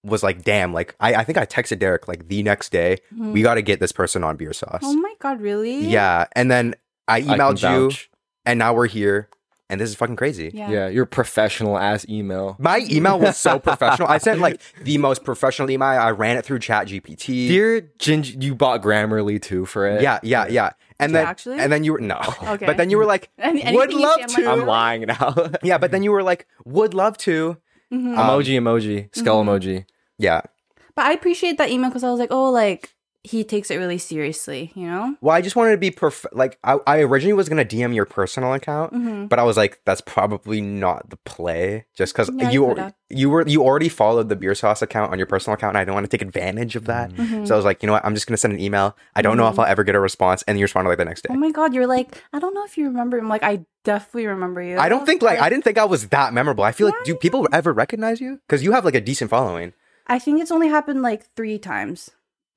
S3: was like, damn, like I, I think I texted Derek like the next day, we gotta get this person on beer sauce.
S4: Oh my god, really?
S3: yeah. And then I
S2: I can
S3: emailed you
S2: vouch.
S3: and now we're here. And this is fucking crazy.
S4: Yeah.
S2: Yeah. your professional ass email.
S3: My email was so professional. I sent like the most professional email. I ran it through Chat GPT.
S2: Dear Ginger, you bought Grammarly too for it.
S3: yeah, yeah, yeah. And
S4: Did you
S3: then
S4: actually?
S3: and then you were no.
S4: Okay.
S3: But then you were like,
S4: And
S3: would
S4: anything you
S3: love
S4: say, I'm
S3: to.
S4: like,
S2: I'm lying now.
S3: yeah, but then you were like, would love to. Um,
S2: emoji, emoji, skull emoji.
S3: Yeah.
S4: mm-hmm. But I appreciate that email because I was like, oh, like he takes it really seriously, you know?
S3: Well, I just wanted to be perf- like I, I originally was gonna DM your personal account,
S4: Mm-hmm.
S3: but I was like, that's probably not the play, just because
S4: Yeah, you
S3: you
S4: could've.
S3: you were you already followed the beer sauce account on your personal account, and I didn't want to take advantage of that. So I was like, you know what, I'm just gonna send an email. I don't know
S4: Mm-hmm.
S3: if I'll ever get a response, and you responded like the next day.
S4: Oh my god, you're like, I don't know if you remember. I'm like, I definitely remember you.
S3: I don't think like I didn't think I was that memorable. I feel like do people ever recognize you? Because you have like a decent following.
S4: I think it's only happened like three times.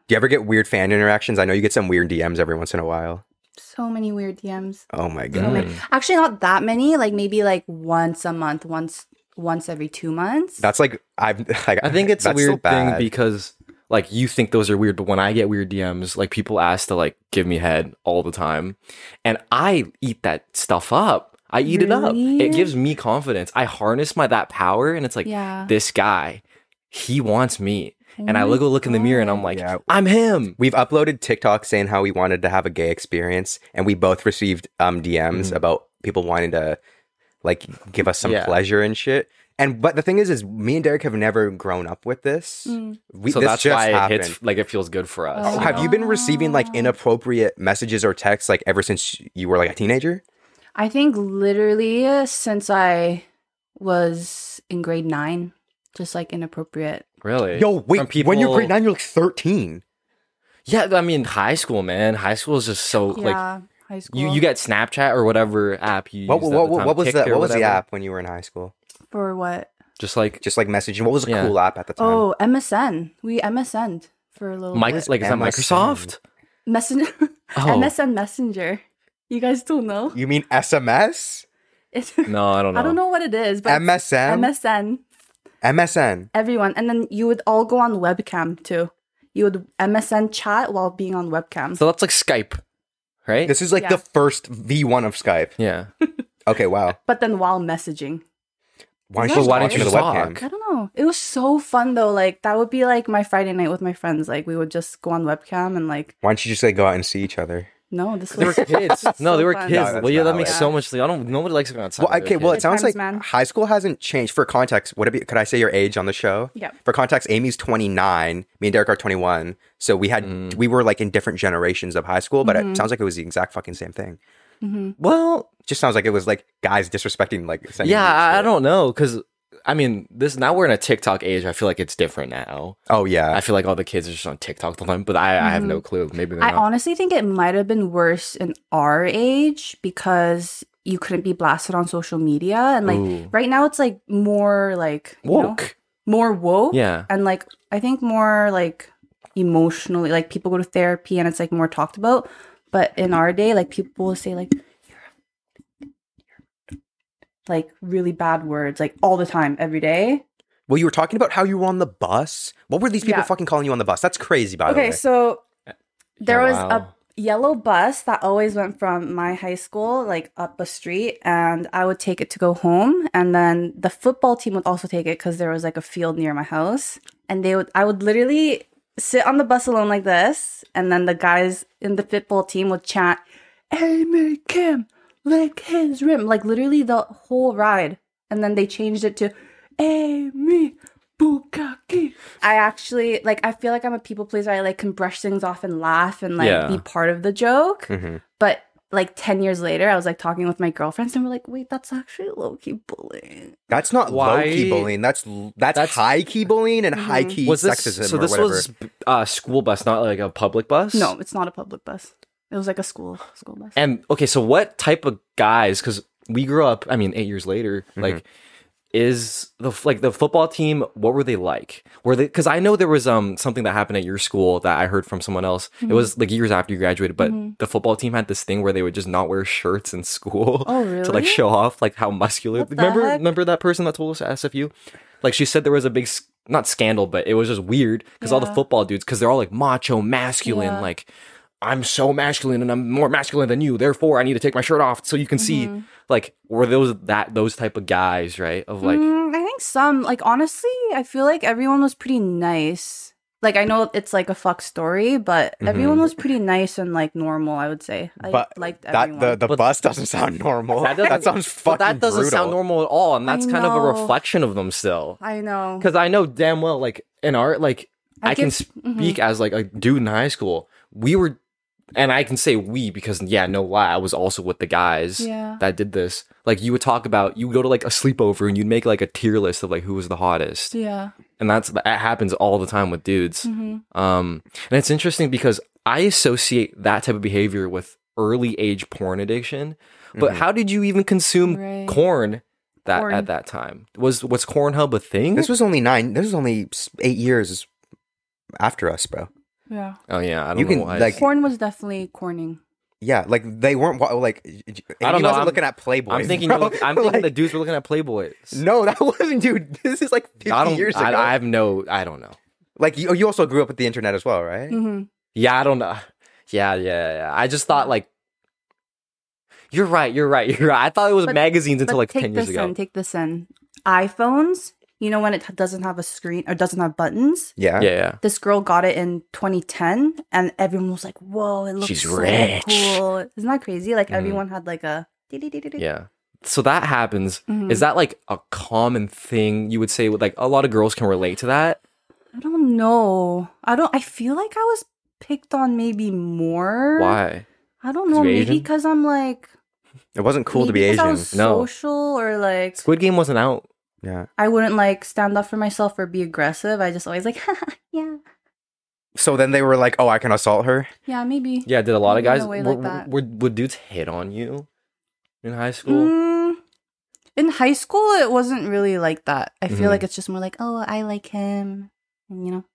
S3: Do you ever get weird fan interactions? I know you get some weird DMs every once in a while.
S4: So many weird DMs.
S3: Oh my
S4: So
S3: god,
S4: many-
S2: Mm.
S4: Actually, not that many. Like maybe like once a month, once once every two months.
S3: that's like I've like,
S2: I think it's a
S3: that's so
S2: weird thing
S3: bad.
S2: because like you think those are weird, but when I get weird DMs, like people ask to like give me head all the time, and I eat that stuff up. I eat it up.
S4: Really?
S2: It gives me confidence. I harness my that power, and it's like
S4: Yeah.
S2: this guy, he wants me, and I look look in the mirror, and I'm like,
S3: Yeah.
S2: I'm him.
S3: We've uploaded TikTok saying how we wanted to have a gay experience, and we both received um, DMs about people wanting to like give us some
S2: Mm-hmm. Yeah.
S3: pleasure and shit. And but the thing is, is me and Derek have never grown up with this. We,
S2: Mm. so
S3: this
S2: that's
S3: just
S2: why
S3: happened.
S2: it hits like it feels good for us.
S4: Oh,
S2: you
S3: Have
S2: know?
S3: you been receiving like inappropriate messages or texts like ever since you were like a teenager?
S4: I think literally uh, since I was in grade nine, just like inappropriate.
S2: really?
S3: Yo, wait,
S2: From people,
S3: when you're grade nine, you're like 13.
S2: Yeah, I mean high school, man. High school is just so like
S4: yeah, high school.
S2: you you get Snapchat or whatever app you
S3: What,
S2: used
S3: what,
S2: at
S3: what,
S2: the time,
S3: what was
S2: Kick
S3: the
S2: or
S3: what was the
S2: whatever.
S3: app when you were in high school?
S4: for what?
S2: Just like
S3: Just like messaging. What was a
S2: Yeah.
S3: cool app at the time?
S4: Oh, MSN. We MSN'd for a little
S2: Mike,
S4: bit.
S2: like is that
S3: MSN?
S2: Microsoft?
S4: Messenger.
S2: Oh.
S4: MSN Messenger. You guys don't know?
S3: You mean SMS?
S4: It's,
S2: No, I don't know.
S4: I don't know what it is, but it's
S3: MSN?
S4: MSN.
S3: MSN.
S4: Everyone, and then you would all go on webcam too. You would MSN chat while being on webcam.
S2: So that's like Skype, right?
S3: This is like
S4: Yeah.
S3: the first V1 of Skype.
S2: yeah.
S3: Okay, wow.
S4: but then while messaging.
S3: Why
S4: So
S3: don't you,
S4: why
S3: why
S4: don't
S3: you
S4: you
S3: the
S2: talk?
S3: webcam?
S4: I don't know. It was so fun though. Like that would be like my Friday night with my friends. Like we would just go on webcam and like
S3: Why don't you just like go out and see each other?
S4: no, this
S2: They were
S4: was
S2: kids. no, they were
S4: fun.
S2: kids.
S3: No, that's
S2: well, yeah, that
S3: valid.
S2: makes so much. I don't. Nobody likes going outside.
S3: Well, okay. Well, it
S4: Good
S3: sounds like
S4: times, man.
S3: high school hasn't changed. For context, would it be? Could I say your age on the show?
S4: Yeah.
S3: For context, Amy's twenty nine. Me and Derek are twenty one. So we had
S2: Mm.
S3: we were like in different generations of high school, but
S4: Mm-hmm.
S3: it sounds like it was the exact fucking same thing.
S2: well,
S3: Just sounds like it was like guys disrespecting like. sending
S2: yeah,
S3: nudes
S2: I, I
S3: shit.
S2: don't know because I mean, this now we're in a TikTok age. I feel like it's different now.
S3: Oh yeah.
S2: I feel like all the kids are just on TikTok all the time, but I, I have no clue. Maybe they're
S4: Mm-hmm. I
S2: not.
S4: honestly think it might have been worse in our age because you couldn't be blasted on social media and like
S2: Ooh.
S4: right now it's like more like you know-
S2: woke.
S4: more woke
S2: Yeah.
S4: and like I think more like emotionally like people go to therapy and it's like more talked about. But in our day, like people will say like you're- you're- like really bad words like all the time every day.
S3: Well, you were talking about how you were on the bus. What were these people
S4: Yeah.
S3: fucking calling you on the bus? That's crazy, by the
S4: Okay,
S3: way.
S4: so there
S2: Yeah,
S4: was
S2: wow.
S4: a yellow bus that always went from my high school like up a street and I would take it to go home and then the football team would also take it cuz there was like a field near my house and they would I would literally sit on the bus alone like this and then the guys in the football team would chant Amy Kim lick his rim like literally the whole ride and then they changed it to Amy Bukaki. I actually like I feel like I'm a people pleaser. I like can brush things off and laugh and like
S2: Yeah.
S4: be part of the joke.
S2: Mm.
S3: Mhm.
S4: But like 10 years later, I was like talking with my girlfriends and we're like, wait, that's actually low key bullying.
S3: That's not low key
S2: Why-
S3: bullying. That's l- that's,
S2: That's-
S3: high key bullying and
S4: Mhm.
S3: high key
S2: Was this
S3: sexism
S2: so?
S3: or
S2: This
S3: whatever.
S2: was uh, school bus, not like a public bus.
S4: No, it's not a public bus. It was like a school school bus.
S2: And okay, so what type of guys? Because we grew up. I mean, eight years later. Like, is the f- like the football team? What were they like? Were they? Because I know there was um something that happened at your school that I heard from someone else.
S4: Mm-hmm.
S2: It was like years after you graduated, but the football team had this thing where they would just not wear shirts in school
S4: Oh,
S2: to like
S4: really?
S2: show off like how muscular.
S4: What the
S2: remember,
S4: heck?
S2: remember that person that told us at SFU? Like she said there was a big. s- Not scandal, but it was just weird because all the
S4: Yeah.
S2: football dudes, because they're all like macho, masculine,
S4: Yeah.
S2: like I'm so masculine and I'm more masculine than you, therefore I need to take my shirt off so you can
S4: Mm-hmm.
S2: see like were those that those type of guys, right? Of like
S4: Mm, I think some like honestly, I feel like everyone was pretty nice. Like I know it's like a fuck story, but
S2: Mm-hmm.
S4: everyone was pretty nice and like normal, I would say. I
S3: but
S4: liked
S3: that
S4: everyone.
S3: the, the
S2: But-
S3: bus doesn't sound normal. That,
S2: doesn't-
S3: sounds
S2: but
S3: fucking
S2: that doesn't
S3: brutal.
S2: sound normal at all and
S4: I
S2: that's kind of a
S4: know.
S2: reflection of them still.
S4: I know.
S2: Cuz I know damn well like in art like I,
S4: I mm-hmm.
S2: can
S4: give-
S2: speak as like a dude in high school. We were and I can say we because yeah, no lie, I was also with the guys
S4: Yeah.
S2: that did this. Like you would talk about you would go to like a sleepover and you'd make like a tier list of like who was the hottest.
S4: Yeah.
S2: and that's that happens all the time with dudes.
S4: Mhm.
S2: Um, and it's interesting because I associate that type of behavior with early age porn addiction. But
S3: Mm-hmm.
S2: how did you even consume
S4: Right.
S2: corn that
S4: Corn.
S2: at that time? Was was Cornhub a thing?
S3: This was only nine. This was only s- eight years after us, bro.
S4: Yeah.
S2: oh yeah, I don't
S3: You
S2: know
S3: can,
S2: why.
S3: like-
S4: Corn was definitely corning.
S3: Yeah, like they weren't wa- like. I
S2: know,
S3: don't wasn't
S2: I'm-
S3: looking at Playboy.
S2: I'm thinking,
S3: bro.
S2: you're look- I'm thinking
S3: Like,
S2: the dudes were looking at Playboys.
S3: No, that wasn't, dude. This is like 50
S2: I don't.
S3: years ago.
S2: I, I have no. I don't know.
S3: like you, you also grew up with the internet as well, right?
S4: Mm-hmm.
S2: Yeah, I don't know. Yeah, yeah, yeah. I just thought like. You're right. You're right. You're right. I thought it was
S4: But-
S2: magazines until like ten years
S4: this
S2: ago.
S4: in. Take this in. iPhones. You know when it doesn't have a screen or doesn't have buttons.
S3: Yeah.
S2: yeah, yeah.
S4: This girl got it in 2010, and everyone was like, "Whoa, it looks
S2: She's
S4: so
S2: rich.
S4: cool!" Isn't that crazy? Like
S2: Mhm.
S4: everyone had like a yeah.
S2: Yeah. So that happens.
S4: Mm-hmm. Mm.
S2: Is that like a common thing you would say? With like a lot of girls can relate to that.
S4: I don't know. I don't. I feel like I was picked on maybe more.
S2: Why?
S4: I don't
S2: 'Cause
S4: know.
S2: you're
S4: Maybe
S2: Asian?
S4: because I'm like
S3: It wasn't cool to be
S4: maybe 'cause
S3: Asian.
S4: I was
S2: No.
S4: social or like
S2: Squid Game wasn't out.
S3: Yeah.
S4: I wouldn't like stand up for myself or be aggressive. I just always like yeah
S3: So then they were like, "Oh, I can assault her."
S4: yeah maybe.
S2: Yeah. Did a lot of
S4: Maybe in
S2: guys
S4: a way
S2: were,
S4: like that.
S2: were, would dudes hit on you in high school?
S4: Mm, in high school, it wasn't really like that. I feel
S2: Mhm.
S4: like it's just more like, oh, I like him, and you know.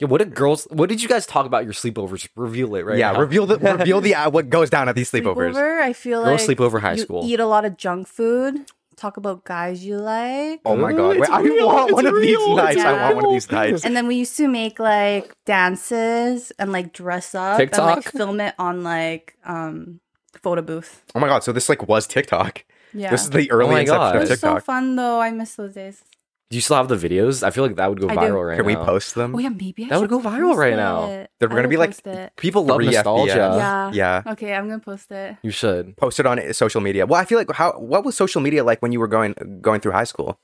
S2: Yeah. What did girls? What did you guys talk about your sleepovers? Reveal it right.
S3: yeah.
S2: now.
S3: Reveal the reveal the uh, what goes down at these sleepovers.
S4: Sleepover, I feel
S2: Girls
S4: like
S2: sleepover high
S4: you
S2: school.
S4: Eat a lot of junk food. Talk about guys you like,
S3: Oh my
S2: Ooh,
S3: god!
S2: it's
S3: Wait, I
S2: real,
S3: want
S2: it's
S3: one of these
S2: real,
S3: nights.
S4: it's
S3: I want one of
S2: real.
S3: these nights.
S4: and then we used to make like dances and like dress up and like
S2: TikTok?
S4: film it on like um photo booth.
S3: Oh my god! So this like was TikTok.
S4: Yeah,
S3: This is the early
S2: Oh my
S3: inception
S2: God.
S4: it
S3: of
S4: was so
S3: TikTok.
S4: fun though. I miss those days.
S2: Do you still have the videos? I feel like that would go
S4: I do.
S2: viral right
S3: Can we
S2: now.
S3: post them?
S4: Oh yeah, maybe I
S2: That would
S4: should
S2: go viral
S4: post
S2: right now.
S4: it.
S3: They're
S4: I
S3: gonna
S4: will
S3: be, like,
S4: post it.
S2: People love
S3: 3
S2: nostalgia.
S3: FBS.
S4: yeah.
S3: Yeah.
S4: Okay, I'm gonna post it.
S2: You should.
S3: Post it on social media. Well, I feel like how what was social media like when you were going going through high school?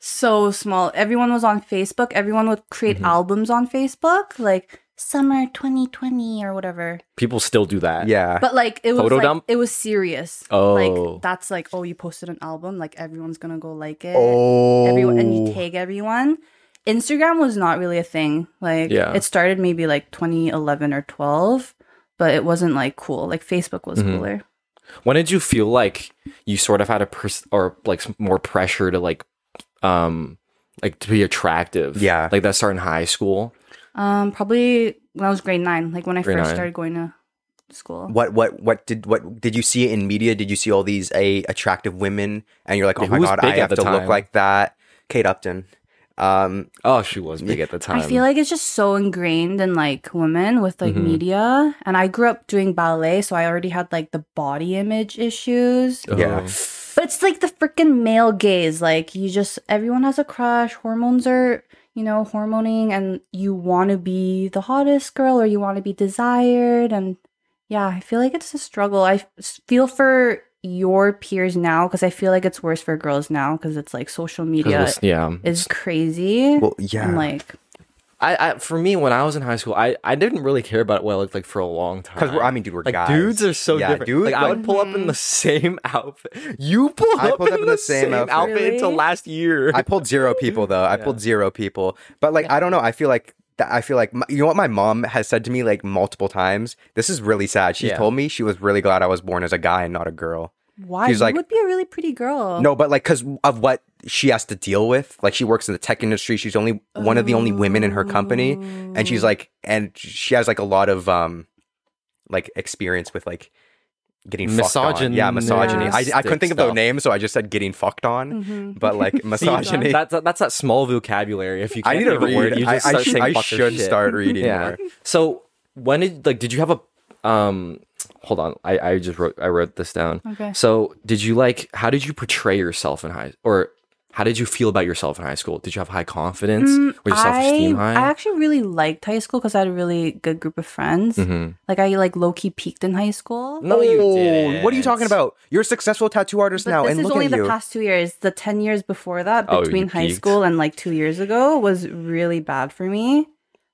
S4: so small. Everyone was on Facebook. Everyone would create
S2: Mm-hmm.
S4: albums on Facebook, like summer 2020 or whatever.
S2: People still do that.
S3: Yeah.
S4: But like it was
S2: Ah. Photo
S4: like,
S2: dump?
S4: it was serious.
S2: Oh.
S4: Like that's like oh you posted an album, like everyone's going to go like it.
S3: oh.
S4: Everyone and you tag everyone. Instagram was not really a thing. Like
S2: Yeah.
S4: it started maybe like 2011 or 12, but it wasn't like cool. Like Facebook was
S2: Mhm.
S4: cooler.
S2: When did you feel like you sort of had a pers- or like some more pressure to like um like to be attractive?
S3: Yeah.
S2: like that started in high school.
S4: Um, probably when I was grade nine, like when I
S2: Grade
S4: first
S2: nine.
S4: started going to school.
S3: What what what did what did you see in media? Did you see all these a attractive women and you're like, oh
S2: Yeah,
S3: my
S2: who was
S3: god,
S2: big
S3: I
S2: at
S3: have
S2: the
S3: to look
S2: time?
S3: like that? Kate Upton. Um,
S2: Oh, she was big at the time.
S4: I feel like it's just so ingrained in like women with like
S2: Mhm.
S4: media. And I grew up doing ballet, so I already had like the body image issues.
S2: Oh.
S3: Yeah.
S4: But it's like the freaking male gaze. Like you just everyone has a crush. Hormones are, you know, hormoning and you want to be the hottest girl or you want to be desired and yeah, I feel like it's a struggle. I f- s- feel for your peers now cuz I feel like it's worse for girls now cuz it's like social
S2: 'Cause it
S4: media
S2: was- yeah.
S4: is crazy.
S3: well, yeah.
S4: And like
S2: I, I for me when I was in high school, I, I didn't really care about what I looked like for a long time.
S3: because we're, I mean, dude, we're
S2: like
S3: guys.
S2: dudes are so
S3: yeah,
S2: different.
S3: Dude,
S2: like I would pull up
S4: Mm-hmm.
S2: in the same outfit. You pulled,
S3: I
S2: up,
S3: pulled
S2: in the, same, outfit,
S4: Really?
S2: until last year.
S3: I pulled zero people though. I pulled zero people. But like, I don't know. I feel like that. I feel like my, you know what my mom has said to me like multiple times. This is really sad. She
S2: Yeah.
S3: told me she was really glad I was born as a guy and not a girl.
S4: why
S3: She's
S4: you
S3: like-
S4: would be a really pretty
S2: Oh.
S4: girl.
S3: No, but like because of what she has to deal with. Like she works in the tech industry. She's only one of the only women in her company, and she's like, and she has like a lot of um, like experience with like getting fucked on. Yeah, misogyny. I, I couldn't think of the
S2: Misogynistic
S3: name, so I just said getting fucked on.
S4: Oh. Mm-hmm.
S3: "Mm, But like
S2: See,
S3: misogyny.
S2: that's that's that small vocabulary. If you can't
S3: I need to
S2: think of a word,
S3: read.
S2: you
S3: I,
S2: just
S3: I,
S2: start
S3: should,
S2: saying
S3: I
S2: fuck or
S3: should
S2: shit.
S3: start reading
S2: Yeah.
S3: more.
S2: So when did like did you have a um? Hold on, I I just wrote I wrote this down.
S4: Okay.
S2: So did you like how did you portray yourself in high or how did you feel about yourself in high school? Did you have high confidence? Was your self esteem
S4: Mm, I,
S2: high?
S4: I actually really liked high school because I had a really good group of friends.
S3: Mm-hmm.
S4: Like I like low key peaked in high school.
S2: no, you
S3: Oh,
S2: didn't.
S3: What are you talking about? You're a successful tattoo artist
S4: But
S3: now,
S4: this
S3: and
S4: is
S3: look
S4: only
S3: at
S4: the
S3: you.
S4: past two years. The ten years before that,
S2: Oh, you
S4: between high
S2: peaked.
S4: school and like two years ago, was really bad for me.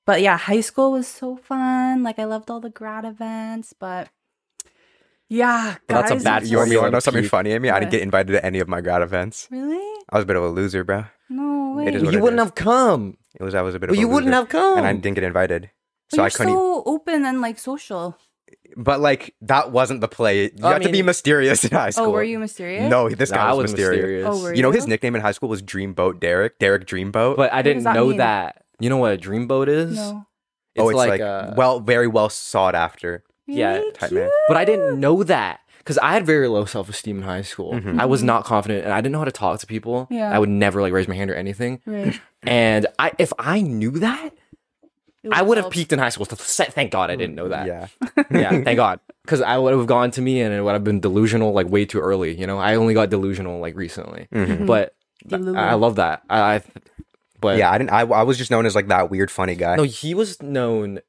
S4: But yeah, high school was so fun. Like I loved all the grad events, but yeah,
S2: Well, that's a
S4: guys,
S2: bad-
S4: it's
S3: you want me
S4: just-
S3: to know something
S2: Peak.
S3: funny, Amy? I didn't
S4: What?
S3: get invited to any of my grad events.
S4: Really?
S3: I was a bit of a loser, bro.
S4: No way.
S3: It is what
S2: you
S3: it
S2: wouldn't
S3: is.
S2: have come.
S3: It was I was a bit
S2: Well,
S3: of a
S2: you wouldn't
S3: loser,
S2: have come.
S3: and I didn't get invited, so
S4: But you're
S3: I couldn't. e-,
S4: so open and like social. Oh,
S3: But like that wasn't the play. You
S2: I
S3: have to be
S2: mean-
S3: mysterious in high school.
S4: Oh, were you mysterious?
S3: No, this
S2: Nah,
S3: guy
S2: I
S3: was
S2: was
S3: mysterious.
S4: Oh, were
S3: You know
S4: you?
S3: his nickname in high school was Dreamboat Derek. Derek Dreamboat.
S2: But I
S4: does
S2: didn't
S4: that
S2: know
S4: mean?
S2: that. You know what a dreamboat is?
S4: No.
S2: It's
S3: oh, it's like,
S2: uh,
S3: well, very well sought after.
S2: Yeah,
S4: Really
S3: type
S4: cute.
S3: man.
S2: but I
S4: Ah.
S2: didn't know that because I had very low self esteem in high school.
S3: Mm-hmm.
S2: I was not confident, and I didn't know how to talk to people.
S4: Yeah.
S2: I would never like raise my hand or anything.
S4: Right.
S3: Mm-hmm.
S2: And I, if I knew that,
S4: It
S2: I would have
S4: help.
S2: peaked in high school. Th- Thank God I didn't know that.
S3: Yeah.
S2: yeah thank God, because I would have gone to me and it would have been delusional like way too early. You know, I only got delusional like recently,
S3: Mm-hmm.
S2: but th-
S4: Delulu.
S2: I love that. I, I but
S3: Yeah, I didn't. I, I was just known as like that weird funny guy.
S2: no, he was known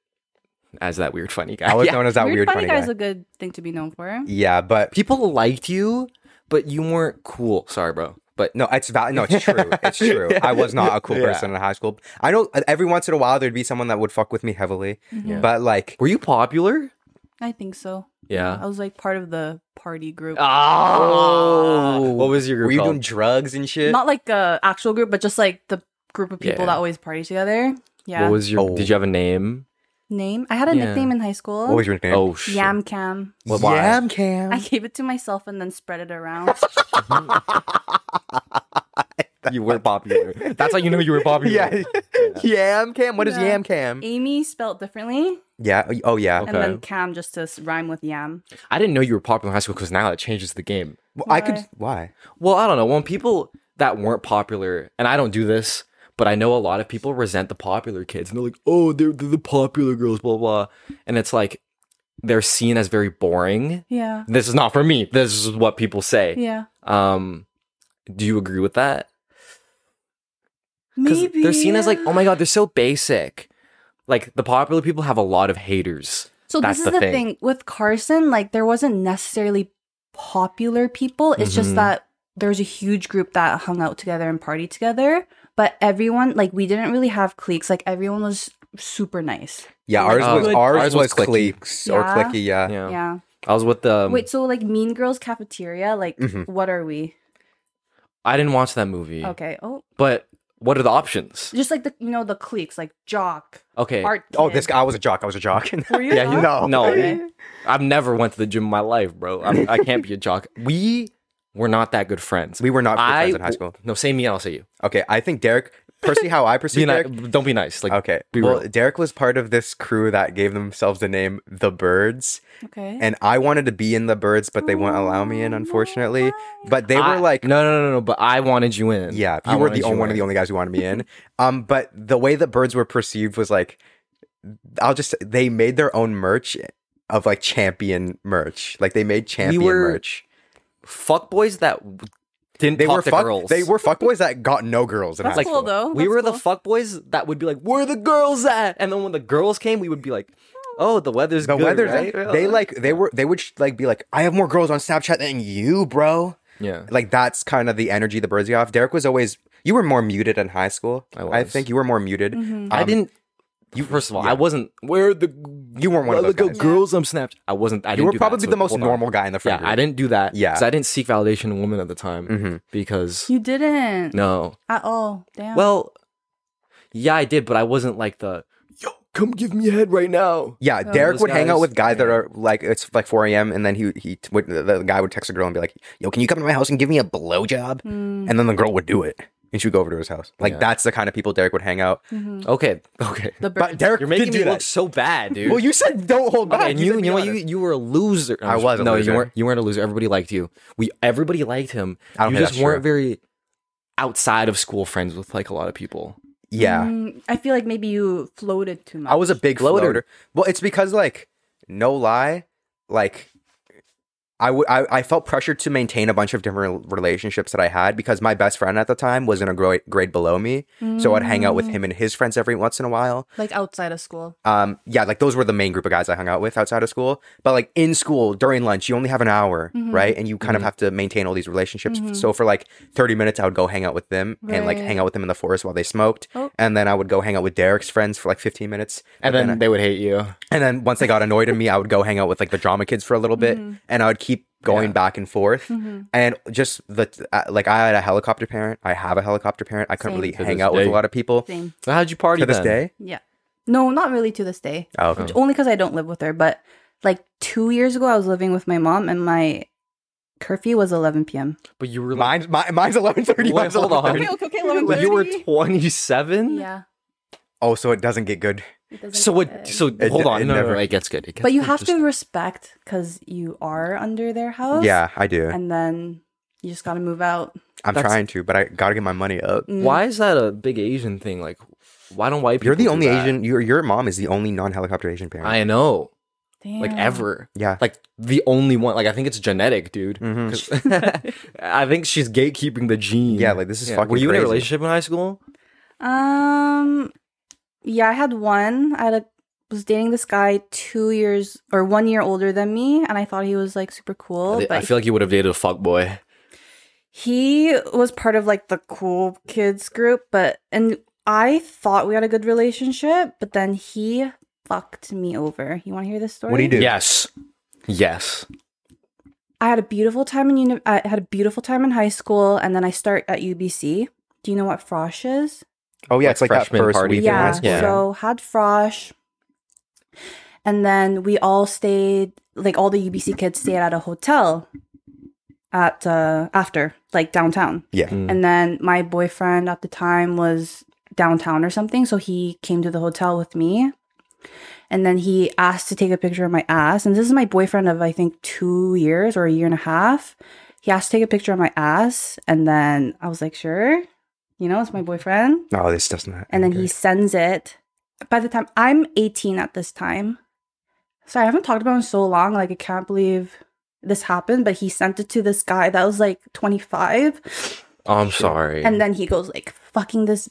S2: as that weird funny guy.
S3: I was
S2: Yeah.
S3: known as that
S4: Weird,
S3: weird,
S4: funny, guy
S3: guy.
S4: is a good thing to be known for.
S3: yeah, but
S2: people liked you, but you weren't cool. Sorry, bro. But
S3: no, it's val- no, it's true. It's true. I was not a cool
S2: Yeah.
S3: person in high school. I know uh, every once in a while there'd be someone that would fuck with me heavily, but like
S2: were you popular?
S4: Mm-hmm. I think so. I
S2: Yeah.
S4: was like part of the party group.
S2: Oh, what was your group
S3: were you doing
S2: called?
S3: drugs and shit?
S4: Not like a actual group, but just like the group of people
S2: Yeah.
S4: that always party together. Yeah.
S2: What was your?
S3: Oh.
S2: Did you have a name?
S4: name? I had a
S2: Yeah.
S4: nickname in high school.
S3: what was your name?
S2: Oh shit.
S4: Yam Cam.
S2: Well, why?
S3: Yam Cam.
S4: I gave it to myself and then spread it around.
S2: You were popular. That's how you know you were popular.
S3: yeah, Yam Cam. What is
S4: Yeah.
S3: Yam Cam?
S4: Amy spelt differently,
S3: Yeah. Oh yeah.
S4: and then
S2: Okay.
S4: Cam just to s- rhyme with Yam.
S2: I didn't know you were popular in high school because now that changes the game.
S3: Well, I could. Why?
S2: Well, I don't know. When people that weren't popular, and I don't do this, but I know a lot of people resent the popular kids, and they're like, "Oh, they're, they're the popular girls," blah blah, and it's like they're seen as very boring.
S4: Yeah.
S2: This is not for me. This is what people say.
S4: Yeah.
S2: Um, do you agree with that? Because
S4: Maybe.
S2: they're seen as like, oh my god, they're so basic. Like the popular people have a lot of haters.
S4: So
S2: That's
S4: this is
S2: the
S4: the
S2: thing.
S4: thing. with Carson. Like there wasn't necessarily popular people. It's
S2: Mhm.
S4: just that there's a huge group that hung out together and partied together. But everyone, like we didn't really have cliques. Like everyone was super nice.
S3: Yeah,
S4: Like,
S3: ours was
S2: good-
S3: ours, was,
S2: Ours was clicky.
S3: cliques or
S4: Yeah.
S3: clicky. Yeah.
S2: Yeah. Um,
S4: Yeah.
S2: I was with the.
S4: Wait. So like Mean Girls cafeteria. Like
S3: Mhm.
S4: what are we?
S2: I didn't watch that movie.
S4: Okay. Oh,
S2: But what are the options?
S4: just like the you know the cliques like jock,
S2: Okay.
S4: art.
S3: Oh,
S4: kid.
S3: this guy. I was a jock. I was a jock.
S4: Were you
S2: Yeah,
S4: not?
S3: no.
S2: No.
S4: Okay.
S2: I've never went to the gym in my life, bro. I'm, I can't be a jock. We were not that good friends.
S3: We were not good
S2: I,
S3: friends in high school.
S2: No, say me and I'll say you.
S3: Okay, I think Derek, personally, how I perceive
S2: Be ni-
S3: Derek. Uh,
S2: don't be nice. Like
S3: Okay,
S2: Be
S3: well,
S2: real.
S3: Derek was part of this crew that gave themselves the name The Birds,
S4: Okay. Oh,
S3: and I wanted to be in The Birds, but they wouldn't allow me in, unfortunately. But they
S2: I-
S3: were like,
S2: no, no, no, no, no. But I wanted you in.
S3: yeah,
S2: I
S3: you were
S2: wanted
S3: the only one of
S2: in.
S3: the only guys who wanted me in. um, but the way The Birds were perceived was like, I'll just they made their own merch of like champion merch, like they made champion
S2: were-
S3: merch.
S2: fuck boys that w- didn't
S3: They
S2: talk
S3: were
S2: to
S3: fuck.
S2: girls.
S3: They were fuckboys that got no girls. In
S2: It's
S3: high
S2: like,
S3: school.
S1: cool, though.
S2: We
S1: That's
S2: were the
S1: cool.
S2: fuck boys that would be like, "Where are the girls at?" And then when the girls came, we would be like, "Oh, the weather's
S3: The
S2: good,
S3: weather,
S2: right?"
S3: they like, they were, they would sh- like be like, I have more girls on Snapchat than you, bro.
S2: yeah.
S3: Like that's kind of the energy the birds get off. Derek was always, you were more muted in high school.
S2: I was.
S3: think you were more muted.
S2: I
S4: Mm-hmm.
S3: Um,
S2: didn't. You first of all, I wasn't. Where are the
S3: You weren't one of
S2: look
S3: those
S2: at
S3: guys.
S2: girls on Snapchat? I wasn't. I
S3: You
S2: didn't
S3: were
S2: do that,
S3: probably
S2: so
S3: the most
S2: hold on.
S3: normal guy in the
S2: Yeah,
S3: friend
S2: I didn't do that.
S3: Yeah. Mm-hmm.
S2: 'cause I didn't seek validation in women at the time because
S4: you didn't
S2: no.
S4: at all.
S3: Oh.
S4: Damn.
S2: Well, yeah, I did, but I wasn't like the yo, come give me head right now.
S3: Yeah, Derek
S2: those
S3: would hang out
S2: guys-
S3: with guys that
S2: yeah.
S3: are like it's like 4 a.m. and then he he would, the the guy would text a girl and be like, "Yo, can you come to my house and give me a blowjob?"
S4: Hmm.
S2: Mm-hmm.
S3: And then the girl would do it, and she would go over to his house. Like
S2: Yeah.
S3: that's the kind of people Derek would hang out.
S2: Okay, okay.
S4: the
S3: Mm-hmm. But
S4: bird.
S3: Derek
S2: You're making
S3: did do
S2: me
S3: that.
S2: look so bad, dude.
S3: well, you said don't hold back.
S2: Okay, and you,
S3: said
S2: you know,
S3: be
S2: what, you
S3: honest.
S2: you were a loser. No,
S3: I was a
S2: no,
S3: loser.
S2: you weren't. You weren't a loser. Everybody liked you. We everybody liked him.
S3: I don't
S2: you
S3: think
S2: just
S3: that's
S2: weren't very outside of school friends with like a lot of people.
S3: yeah.
S4: Mm, I feel like maybe you floated too much.
S3: I was a big
S2: Floater.
S3: floater. Well, it's because like no lie, like I would I I felt pressured to maintain a bunch of different rel- relationships that I had because my best friend at the time was in a grade grade below me, so I'd hang out
S4: Mm.
S3: with him and his friends every once in a while.
S4: like outside of school.
S3: Um, yeah, like those were the main group of guys I hung out with outside of school. But like in school during lunch, you only have an hour, right? And you kind of have to maintain all these relationships. So for like thirty minutes, I would go hang out with them and like
S4: Right.
S3: hang out with them in the forest while they smoked,
S4: Oh.
S3: and then I would go hang out with Derek's friends for like fifteen minutes,
S2: And then they would hate you.
S3: and then once they got annoyed at me, I would go hang out with like the drama kids for a little
S4: Mm-hmm.
S3: bit, and I would keep going back and forth. And just the uh, like, I had a helicopter parent. I have a helicopter parent. I couldn't
S4: Same.
S3: really
S2: To
S3: hang
S2: this
S3: out with
S2: day.
S3: a lot of people to
S4: Same.
S2: So how'd you party
S3: this
S2: then?
S3: day.
S4: Yeah. No, not really to this day.
S3: Oh, okay.
S4: Only 'cause Only because I don't live with her. But like two years ago, I was living with my mom, and my curfew was 11 p.m.
S2: But you were like,
S3: Mine's mine, mine's eleven thirty.
S2: Wait, hold on.
S4: Okay, okay, okay. 11
S2: but you were twenty seven.
S4: Yeah.
S3: Oh, so it doesn't get good.
S4: it doesn't
S2: So
S4: get
S2: what?
S4: good.
S2: So
S3: It-
S2: hold on.
S3: it
S2: no, no,
S3: never-
S2: no, it gets good. It gets
S4: uh, but you
S2: good.
S4: have
S2: Just-
S4: to respect because you are under their house.
S3: Yeah, I do.
S4: Oh. And then you just got to move out.
S3: I'm
S2: that's-
S3: trying to, but I gotta get my money up.
S4: Mm.
S2: Why is that a big Asian thing? Like, why don't white people?
S3: You're the
S2: do
S3: only
S2: that?
S3: Asian. Your your mom is the only non-helicopter Asian parent.
S2: I know.
S4: Damn.
S2: Like ever.
S3: yeah.
S2: Like the only one. Like I think it's genetic, dude.
S3: Mhm.
S2: 'Cause- I think she's gatekeeping the gene.
S3: Yeah, like, this is fucking
S2: Were you in a
S3: crazy.
S2: relationship in high school?
S4: Um, yeah, I had one. I had a, was dating this guy two years or one year older than me, and I thought he was like super cool.
S2: I,
S4: but
S2: I feel like you would have dated a fuck boy.
S4: he was part of like the cool kids group, but and I thought we had a good relationship, but then he fucked me over. You want to hear this story?
S3: What'd he do? Dude.
S2: Yes. Yes.
S4: I had a beautiful time in uni- I had a beautiful time in high school, and then I start at UBC. Do you know what frosh is?
S3: Oh yeah,
S2: Like
S3: it's like that
S2: freshman
S3: first
S2: party
S3: week
S2: thing.
S3: in high
S4: yeah,
S3: school.
S2: Yeah.
S4: So had frosh, and then we all stayed. Like all the UBC kids stayed at a hotel at uh, after like downtown,
S3: yeah.
S2: Mm.
S4: and then my boyfriend at the time was downtown or something, so he came to the hotel with me. And then he asked to take a picture of my ass. And this is my boyfriend of, I think, two years or a year and a half. He asked to take a picture of my ass. And then I was like, sure. You know, it's my boyfriend
S3: No, Oh, this does not.
S4: and then
S3: end
S4: he
S3: good.
S4: sends it by the time i'm 18 at this time so i haven't talked about him so long like i can't believe this happened but he sent it to this guy that was like 25
S2: Oh, I'm sorry.
S4: and then he goes like fucking this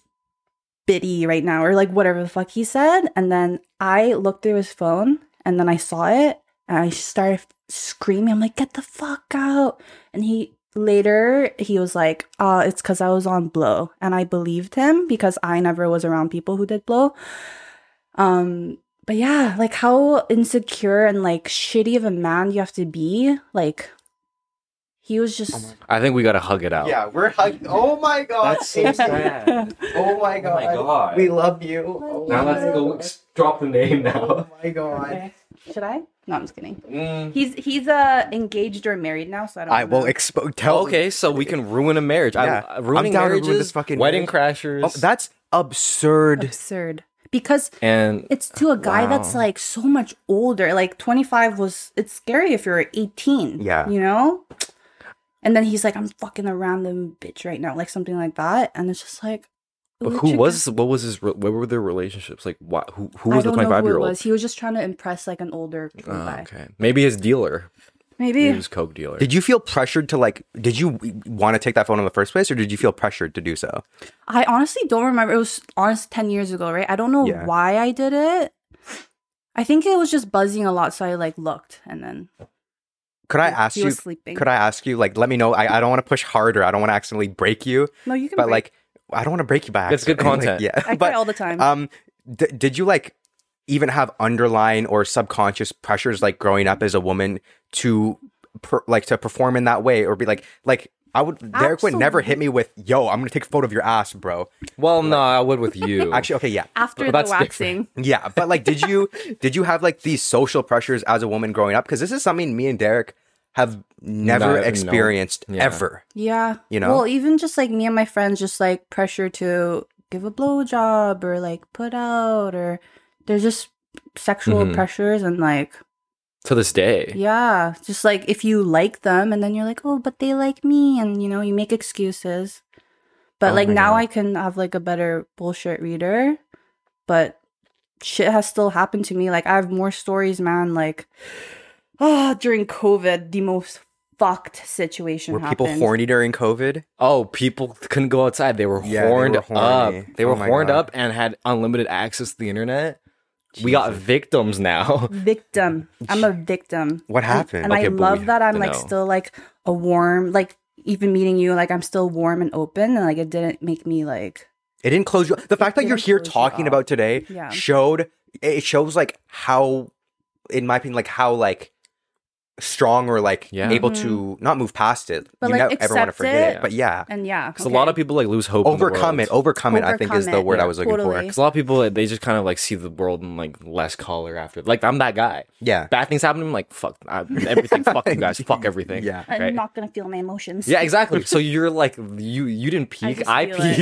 S4: biddy right now or like whatever the fuck he said and then i looked through his phone and then i saw it and i started screaming i'm like get the fuck out and he later he was like uh it's because i was on blow and i believed him because i never was around people who did blow um but yeah like how insecure and like shitty of a man you have to be like He was just
S3: Oh
S2: I think we gotta hug it out.
S3: Yeah, we're hugging. Oh my god.
S2: That's so sad.
S3: Oh my
S2: Oh
S3: god.
S2: my God.
S3: We love you. Oh
S2: now
S3: my
S2: let's go ex- drop the name
S3: Oh
S2: now.
S3: my god.
S4: Should I? No, I'm just kidding.
S2: Mm.
S4: He's he's uh engaged or married now, so I don't.
S3: I
S4: know.
S3: will expose. Tell
S2: Okay, so we can ruin a marriage.
S3: Yeah.
S2: I, uh, ruining
S3: I'm down to ruin
S2: marriages,
S3: this fucking
S2: wedding
S3: marriage.
S2: crashers,
S3: Oh, that's absurd.
S4: absurd because
S2: and
S4: it's to a guy that's
S2: Wow.
S4: like so much older. Like 25 was it's scary if you're 18.
S3: Yeah.
S4: you know. And then he's like, "I'm fucking around them bitch right now," like something like that, and it's just like. it
S2: But
S4: a
S2: who
S4: chick-
S2: was what was his re- what were their relationships like? What who who
S4: I
S2: was the
S4: don't know
S2: twenty
S4: who it
S2: five year old?
S4: was. He was just trying to impress like an older guy.
S2: okay, maybe his dealer. Maybe
S4: Maybe
S2: he was coke dealer.
S3: Did you feel pressured to like? Did you want to take that phone in the first place, or did you feel pressured to do so?
S4: I honestly don't remember. It was honest ten years ago, right? I don't know
S3: Yeah.
S4: why I did it. I think it was just buzzing a lot, so I like looked and then
S3: Could I
S4: he-
S3: ask
S4: he
S3: you?
S4: was sleeping.
S3: Could I ask you? Like, let me know. I, I don't want to push harder. I don't want to accidentally break you.
S4: No, you can.
S3: But
S4: break.
S3: like, I don't want to break you back.
S2: That's good content.
S3: yeah.
S4: I cry
S3: but
S4: all the time.
S2: Mm-hmm.
S3: um, d- did you like even have underlying or subconscious pressures like growing up as a woman to per- like to perform in that way or be like like. I would Derek would never hit me with "Yo, I'm gonna take a photo of your ass, bro."
S2: well, no, I would with you.
S3: Actually, okay, yeah,
S4: After the
S2: that's different.
S4: waxing,
S3: Yeah, but like, did you did you have like these social pressures as a woman growing up? Because this is something me and Derek have never
S2: Not- no.
S3: experienced
S2: Yeah.
S3: ever.
S4: yeah,
S3: You know?
S4: Well, even just like me and my friends, just like pressure to give a blowjob or like put out, or there's just sexual
S3: Mm-hmm.
S2: Mhm.
S4: pressures and like
S2: to this day,
S4: yeah, just like if you like them and then you're like, oh, but they like me, and you know, you make excuses. But
S3: Oh
S4: like
S3: my
S4: now,
S3: God.
S4: I can have like a better bullshit reader, but shit has still happened to me. Like I have more stories, man. Like, ah, during COVID, the most fucked situation.
S3: Were
S4: happened.
S3: people horny during COVID?
S2: oh, people couldn't go outside. They were
S3: Yeah, they were
S2: horned
S3: horny.
S2: up. They were
S3: Oh my
S2: horned
S3: God.
S2: up and had unlimited access to the internet. We got
S3: Jesus.
S2: victims now.
S4: Victim. I'm a victim.
S3: What happened?
S4: And I
S2: Okay, but we
S4: love that
S2: have
S4: I'm
S2: to
S4: like
S2: know.
S4: still like a warm, like even meeting you, like I'm still warm and open, and like it didn't make me like
S3: It didn't close you. The fact that you're
S4: didn't
S3: here
S4: close you
S3: talking
S4: off.
S3: about today
S4: Yeah.
S3: showed it shows like how, in my opinion, like how like strong or like
S2: Yeah.
S3: able to not move past it.
S4: Mm-hmm. But,
S3: you
S4: like,
S3: never ever want to
S4: accept
S3: forget it.
S2: it.
S3: But yeah,
S4: and yeah.
S2: Because a lot of people like lose hope.
S3: overcome it. Oh. Overcome it. I think is
S4: Overcome
S3: the
S4: it,
S3: word I
S4: yeah,
S3: was looking
S4: totally.
S3: for.
S2: Because a lot of people they just kind of like see the world in like less color after. Like I'm that guy.
S3: Yeah.
S2: Bad things happen. I'm like fuck I, everything. fuck you guys. Fuck everything.
S3: Yeah.
S4: I'm
S2: Right.
S4: not gonna feel my emotions.
S2: Yeah, exactly. So you're like you you didn't peak.
S4: just
S2: I,
S4: feel it.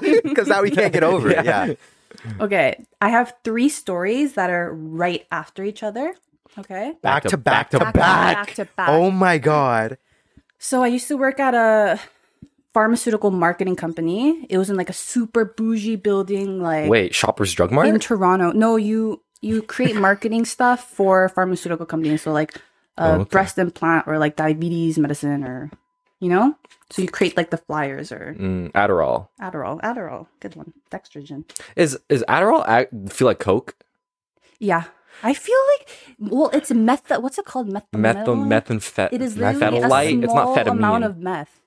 S2: peaked.
S3: Because now we can't get over it.
S2: Yeah.
S3: Yeah.
S4: Okay. I have three stories that are right after each other. Okay.
S3: back to back to back.
S4: back to back to back.
S3: Oh my god.
S4: So I used to work at a pharmaceutical marketing company. It was in like a super bougie building, like
S2: Wait, Shoppers Drug
S4: in
S2: Mart.
S4: Toronto. No, you you create marketing stuff for pharmaceutical companies, so like uh,
S2: Oh, okay.
S4: breast implant or like diabetes medicine or you know. So you create like the flyers or
S2: Mm, Adderall
S4: Adderall, Adderall, good one, Dextrogen.
S2: is is Adderall ac feel like Coke?
S4: Yeah, I feel like well, it's meth. What's it called? Meth.
S2: Meth methamphetamine.
S4: It is literally a
S3: Fetolite?
S4: small
S2: It's not ketamine.
S4: amount of meth.